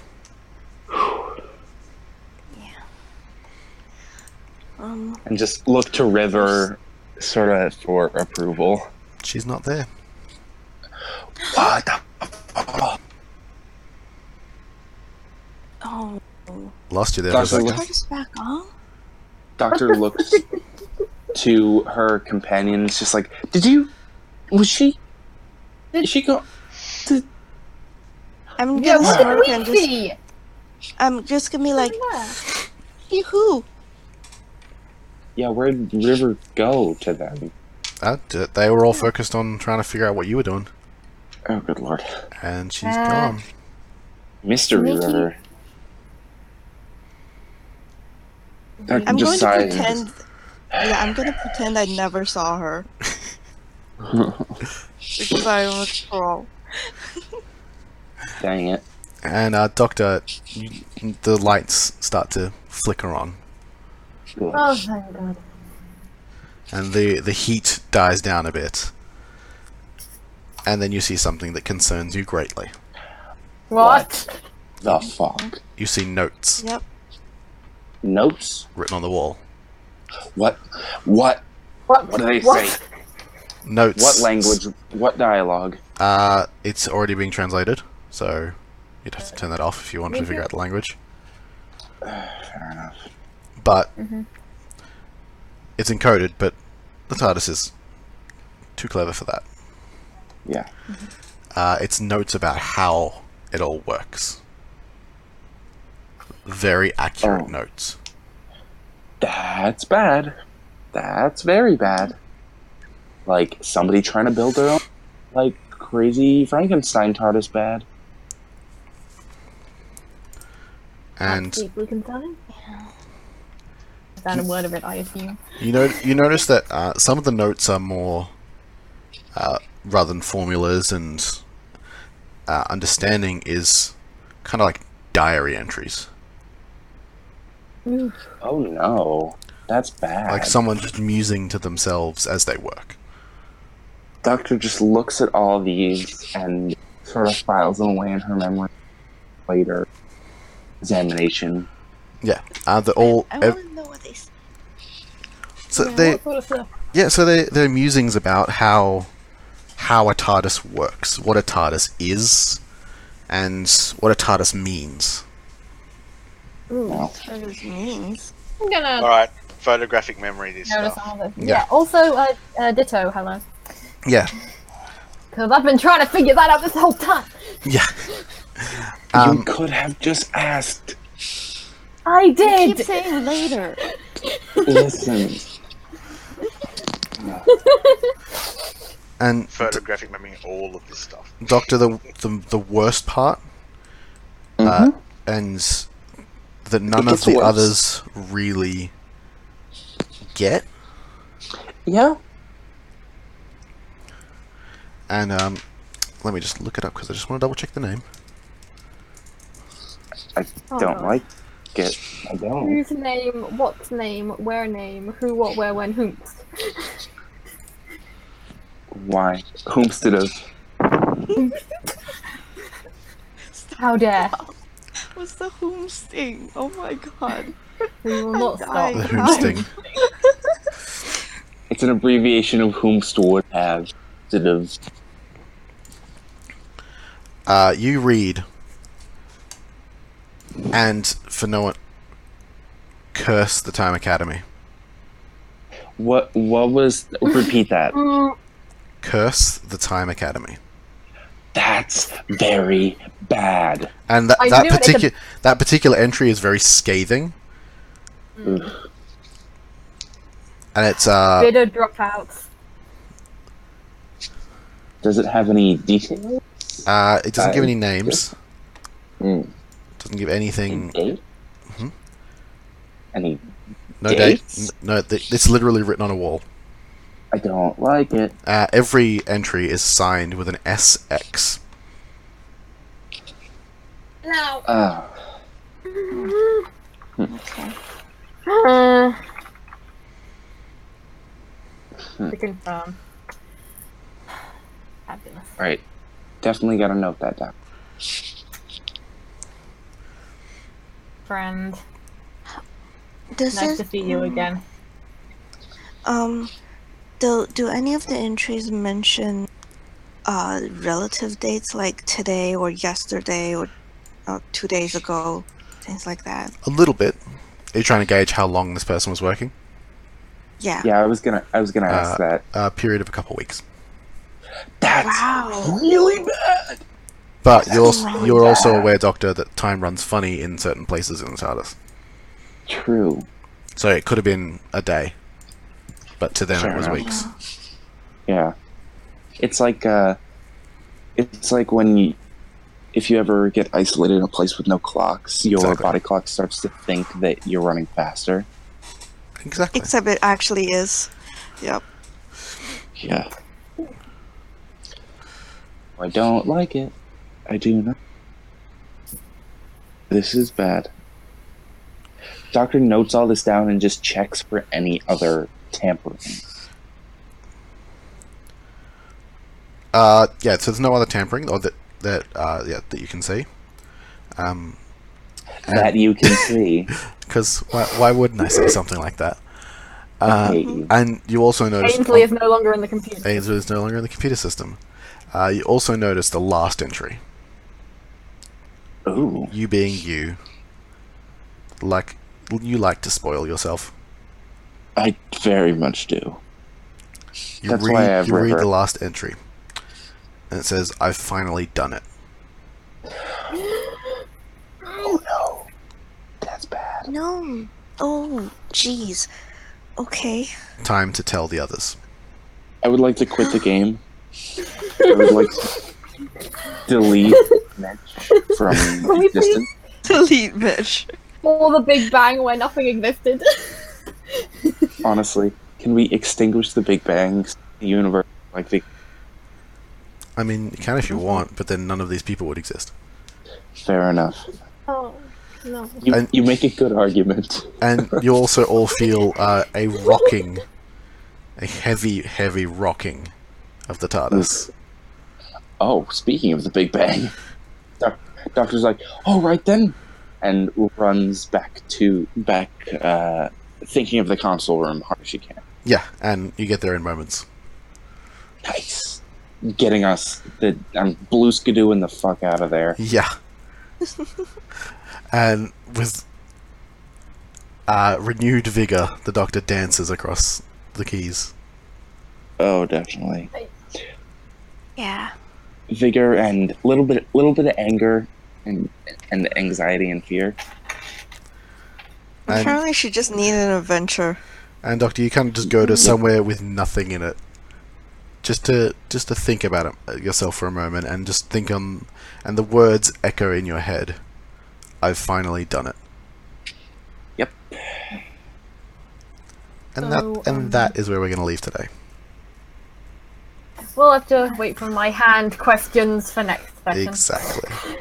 Speaker 8: Um,
Speaker 2: And just look to River, sort of for approval.
Speaker 1: She's not there.
Speaker 2: What the
Speaker 8: oh,
Speaker 1: Lost you there for a
Speaker 2: Doctor
Speaker 1: second.
Speaker 2: looks-
Speaker 8: turn this back on?
Speaker 2: Doctor looks to her companions, just like, "Did you? Was she? Did she go?
Speaker 8: I'm
Speaker 3: Yeah,
Speaker 8: gonna
Speaker 3: what
Speaker 8: smirk
Speaker 3: did
Speaker 8: and
Speaker 3: we
Speaker 8: just,
Speaker 3: see?
Speaker 8: I'm just gonna be like, "Hey, who?
Speaker 2: Yeah, where'd River go to them?
Speaker 1: Uh, d- they were all focused on trying to figure out what you were doing,
Speaker 2: Oh, good lord,
Speaker 1: and she's
Speaker 3: Ah.
Speaker 1: gone.
Speaker 2: mystery
Speaker 3: Mickey.
Speaker 2: River. Doctor
Speaker 8: I'm
Speaker 2: just
Speaker 8: going to
Speaker 2: sighs.
Speaker 8: pretend. Yeah, I'm gonna pretend I never saw her because I'm a troll.
Speaker 2: Dang it!
Speaker 1: And uh, Doctor, you, the lights start to flicker on,
Speaker 2: Good.
Speaker 3: Oh, thank God.
Speaker 1: and the the heat dies down a bit. And then you see something that concerns you greatly.
Speaker 3: What?
Speaker 2: The fuck?
Speaker 1: You see notes
Speaker 8: Yep.
Speaker 2: Notes?
Speaker 1: written on the wall.
Speaker 2: What? What?
Speaker 3: What?
Speaker 2: What do they say?
Speaker 1: Notes.
Speaker 2: What language? What dialogue?
Speaker 1: Uh, it's already being translated, so you'd have to turn that off if you wanted to figure out the language.
Speaker 2: Fair enough.
Speaker 1: But it's encoded, but the TARDIS is too clever for that.
Speaker 2: Yeah.
Speaker 1: uh, it's notes about how it all works. Very accurate
Speaker 2: Oh.
Speaker 1: notes.
Speaker 2: That's bad. That's very bad. Like somebody trying to build their own like crazy Frankenstein TARDIS bad.
Speaker 1: And
Speaker 3: Deeply concerning. Is that a word of it? I assume.
Speaker 1: you know, you notice that uh, some of the notes are more, uh, rather than formulas and uh, understanding, is kind of like diary entries.
Speaker 2: Oh no. That's bad.
Speaker 1: Like someone just musing to themselves as they work.
Speaker 2: Doctor just looks at all these and sort of files them away in her memory later. Examination.
Speaker 1: Yeah, uh, they're all.
Speaker 8: I
Speaker 1: ev-
Speaker 8: want to know what they. s-
Speaker 1: so
Speaker 3: Yeah,
Speaker 1: they,
Speaker 3: what sort of stuff?
Speaker 1: Yeah, so they their musings about how how a TARDIS works, what a TARDIS is, and what a TARDIS means.
Speaker 8: What it means?
Speaker 3: I'm gonna
Speaker 9: All right, photographic memory this
Speaker 3: notice
Speaker 9: stuff.
Speaker 3: all this.
Speaker 1: Yeah.
Speaker 3: Yeah. Also, uh, uh, Ditto. Hello.
Speaker 1: Yeah,
Speaker 3: Because I've been trying to figure that out this whole time.
Speaker 1: yeah.
Speaker 2: you
Speaker 1: Um,
Speaker 2: could have just asked.
Speaker 3: I
Speaker 8: Keep
Speaker 3: did.
Speaker 8: saying later.
Speaker 2: Listen.
Speaker 1: and
Speaker 9: Photographic memory, all of this stuff.
Speaker 1: Doctor, the the, the worst part, uh, and that none of
Speaker 2: Mm-hmm. gets
Speaker 1: the
Speaker 2: worse.
Speaker 1: others really get,
Speaker 2: Yeah.
Speaker 1: and um, let me just look it up because I just want to double check the name.
Speaker 2: I
Speaker 3: Oh,
Speaker 2: don't
Speaker 3: no.
Speaker 2: like it. I don't.
Speaker 3: Whose name? What name? Where name? Who? What? Where? When? Whomst?
Speaker 2: Why? Homestead of.
Speaker 3: How dare.
Speaker 8: What's the whom sting? Oh my god.
Speaker 3: We will not stop.
Speaker 8: died.
Speaker 1: The whom sting.
Speaker 2: It's an abbreviation of Homestead would have. Homestead of.
Speaker 1: Uh, you read, and for no one, curse the Time Academy.
Speaker 2: What? What was? Repeat that.
Speaker 1: Curse the Time Academy.
Speaker 2: That's very bad.
Speaker 1: And that,
Speaker 3: I
Speaker 1: that
Speaker 3: knew it at the-
Speaker 1: particular that particular entry is very scathing.
Speaker 3: Mm.
Speaker 1: And it's uh,
Speaker 3: Bitter dropouts.
Speaker 2: Does it have any detail?
Speaker 1: uh it doesn't give
Speaker 2: Uh,
Speaker 1: any names.
Speaker 2: Mm.
Speaker 1: Doesn't give anything.
Speaker 2: Date?
Speaker 1: Mhm.
Speaker 2: Any?
Speaker 1: No date.
Speaker 2: dates?
Speaker 1: N- No, th- it's literally written on a wall.
Speaker 2: I don't like it.
Speaker 1: Uh, every entry is signed with an SX.
Speaker 3: No.
Speaker 2: Uh,
Speaker 3: Hmm. To confirm. Fabulous.
Speaker 2: all right. Definitely gotta note that down.
Speaker 3: Friend.
Speaker 4: Does
Speaker 3: Nice
Speaker 4: it,
Speaker 3: to see you again.
Speaker 4: Um, do do any of the entries mention uh relative dates like today or yesterday or uh, two days ago, things like that?
Speaker 1: A little bit. Are you trying to gauge how long this person was working?
Speaker 4: Yeah.
Speaker 2: Yeah, I was gonna. I was gonna ask that.
Speaker 1: A uh, period of a couple weeks.
Speaker 2: That's
Speaker 4: Wow.
Speaker 2: really bad.
Speaker 1: But you're also,
Speaker 4: really
Speaker 1: you're also aware, Doctor, that time runs funny in certain places in the TARDIS.
Speaker 2: True.
Speaker 1: So it could have been a day, but to them
Speaker 2: Fair
Speaker 1: it was
Speaker 2: enough.
Speaker 1: weeks.
Speaker 2: Yeah. It's like uh it's like when you if you ever get isolated in a place with no clocks, your
Speaker 1: Exactly.
Speaker 2: body clock starts to think that you're running faster.
Speaker 1: Exactly.
Speaker 4: Except it actually is. Yep.
Speaker 2: Yeah. I don't like it. I do not. This is bad. Doctor notes all this down and just checks for any other tampering.
Speaker 1: Uh, yeah. So there's no other tampering, or that that uh, yeah, that you can see. Um,
Speaker 2: That you can see.
Speaker 1: because why, why wouldn't I say something like that?
Speaker 2: I hate you.
Speaker 1: And you also notice
Speaker 3: Ainsley is no longer in the computer.
Speaker 1: Ainsley is no longer in the computer system. Uh, you also notice the last entry.
Speaker 2: Ooh.
Speaker 1: You being you, like you like to spoil yourself.
Speaker 2: I very much do.
Speaker 1: You
Speaker 2: That's
Speaker 1: read,
Speaker 2: why I've
Speaker 1: you read
Speaker 2: revert-
Speaker 1: the last entry, and it says, "I've finally done it."
Speaker 2: Oh no. That's bad.
Speaker 4: No. Oh, jeez. Okay.
Speaker 1: Time to tell the others.
Speaker 2: I would like to quit the game. I would like to delete Mitch from
Speaker 3: we
Speaker 2: existence.
Speaker 8: Delete, bitch.
Speaker 3: Or the Big Bang where nothing existed.
Speaker 2: Honestly, can we extinguish the Big Bangs, the universe? Like the
Speaker 1: I mean, you can
Speaker 2: Mm-hmm.
Speaker 1: if you want, but then none of these people would exist.
Speaker 2: fair enough.
Speaker 3: oh, no.
Speaker 2: You,
Speaker 1: And-
Speaker 2: you make a good argument.
Speaker 1: And you also all feel uh, a rocking, a heavy, heavy rocking of the TARDIS.
Speaker 2: Oh, speaking of the Big Bang, doc- Doctor's like, "All right then," and runs back to back, uh, thinking of the console room hard as she can.
Speaker 1: Yeah, and you get there in moments.
Speaker 2: Nice. Getting us the I'm blue skidooing the fuck out of there.
Speaker 1: Yeah. and with uh, renewed vigor, the Doctor dances across the keys.
Speaker 2: Oh, definitely.
Speaker 4: Yeah.
Speaker 2: Vigor and little bit, little bit of anger and and anxiety and fear.
Speaker 1: And,
Speaker 8: Apparently, she just needed an adventure.
Speaker 1: and Doctor, you kind of just go to somewhere with nothing in it, just to just to think about it uh, yourself for a moment, and just think on, and the words echo in your head. I've finally done it.
Speaker 2: Yep.
Speaker 1: And
Speaker 3: So,
Speaker 1: that and
Speaker 3: um,
Speaker 1: that is where we're going to leave today.
Speaker 3: We'll have to wait for my hand questions for next session.
Speaker 1: Exactly.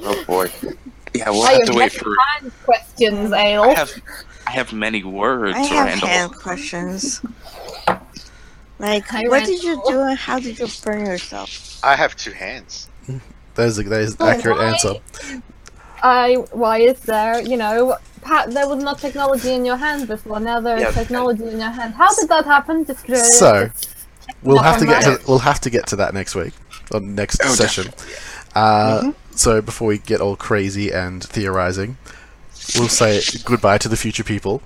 Speaker 2: Oh boy. Yeah, we'll
Speaker 3: I
Speaker 2: have
Speaker 3: have
Speaker 2: to
Speaker 3: many
Speaker 2: wait for.
Speaker 3: hand questions, Ale.
Speaker 2: I have, I have many words,
Speaker 8: I have
Speaker 2: Randall.
Speaker 8: hand questions.
Speaker 4: Like, what did you do and how did you burn yourself?
Speaker 9: I have two hands.
Speaker 1: That is, a, that is an
Speaker 3: Oh,
Speaker 1: accurate
Speaker 3: why?
Speaker 1: answer.
Speaker 3: I why is there you know Pat there was no technology in your hand before now there is
Speaker 2: Yeah.
Speaker 3: technology in your hand how did that happen just
Speaker 1: So, We'll
Speaker 3: Not
Speaker 1: have to get
Speaker 3: online.
Speaker 1: to, we'll have to get to that next week, or next
Speaker 9: Oh,
Speaker 1: session. Uh, So before we get all crazy and theorizing, we'll say goodbye to the future people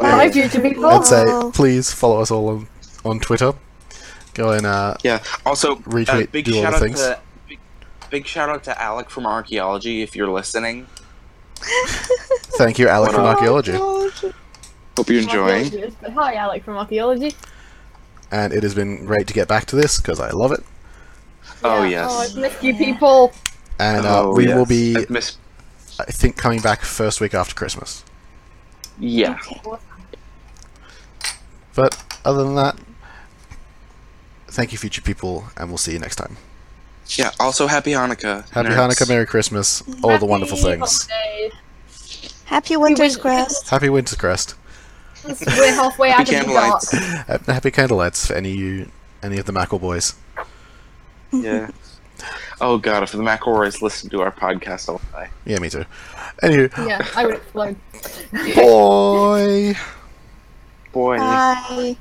Speaker 3: my future people
Speaker 1: and say
Speaker 4: Oh.
Speaker 1: please follow us all on, on Twitter. Go and uh,
Speaker 2: Yeah. Also,
Speaker 1: Retweet,
Speaker 2: uh, big
Speaker 1: do all the
Speaker 2: shout out
Speaker 1: things.
Speaker 2: to big, big shout out to Alec from archaeology if you're listening.
Speaker 1: thank you, Alec
Speaker 2: Why
Speaker 1: from
Speaker 2: not?
Speaker 1: Archaeology,
Speaker 2: Hope you're enjoying.
Speaker 3: Archaeology is- but hi Alec from archaeology
Speaker 1: and it has been great to get back to this because I love it.
Speaker 2: Oh
Speaker 3: Yeah. oh
Speaker 2: yes.
Speaker 3: I've missed you people
Speaker 1: And uh,
Speaker 2: Oh,
Speaker 1: we will
Speaker 2: yes.
Speaker 1: be,
Speaker 2: I miss-
Speaker 1: I think, coming back first week after Christmas.
Speaker 2: yeah.
Speaker 1: But other than that, thank you, future people, and we'll see you next time.
Speaker 2: Yeah. Also, happy Hanukkah.
Speaker 1: Happy
Speaker 2: nerds.
Speaker 1: Hanukkah, Merry Christmas, all the wonderful
Speaker 3: Happy
Speaker 1: things.
Speaker 3: holidays.
Speaker 4: Happy Winter's
Speaker 3: went-
Speaker 4: Quest.
Speaker 1: Happy Winter's Crest.
Speaker 3: we're halfway out of
Speaker 2: Happy
Speaker 3: the dark
Speaker 2: candlelights.
Speaker 1: Ha- Happy candlelights for any of you, any of the Mackle boys.
Speaker 2: yeah. Oh god, if the McElroys listen to our podcast, oh, I'll die.
Speaker 1: Yeah, me too. Anywho,
Speaker 3: yeah I would explode
Speaker 1: boy.
Speaker 2: Boy.
Speaker 4: Bye.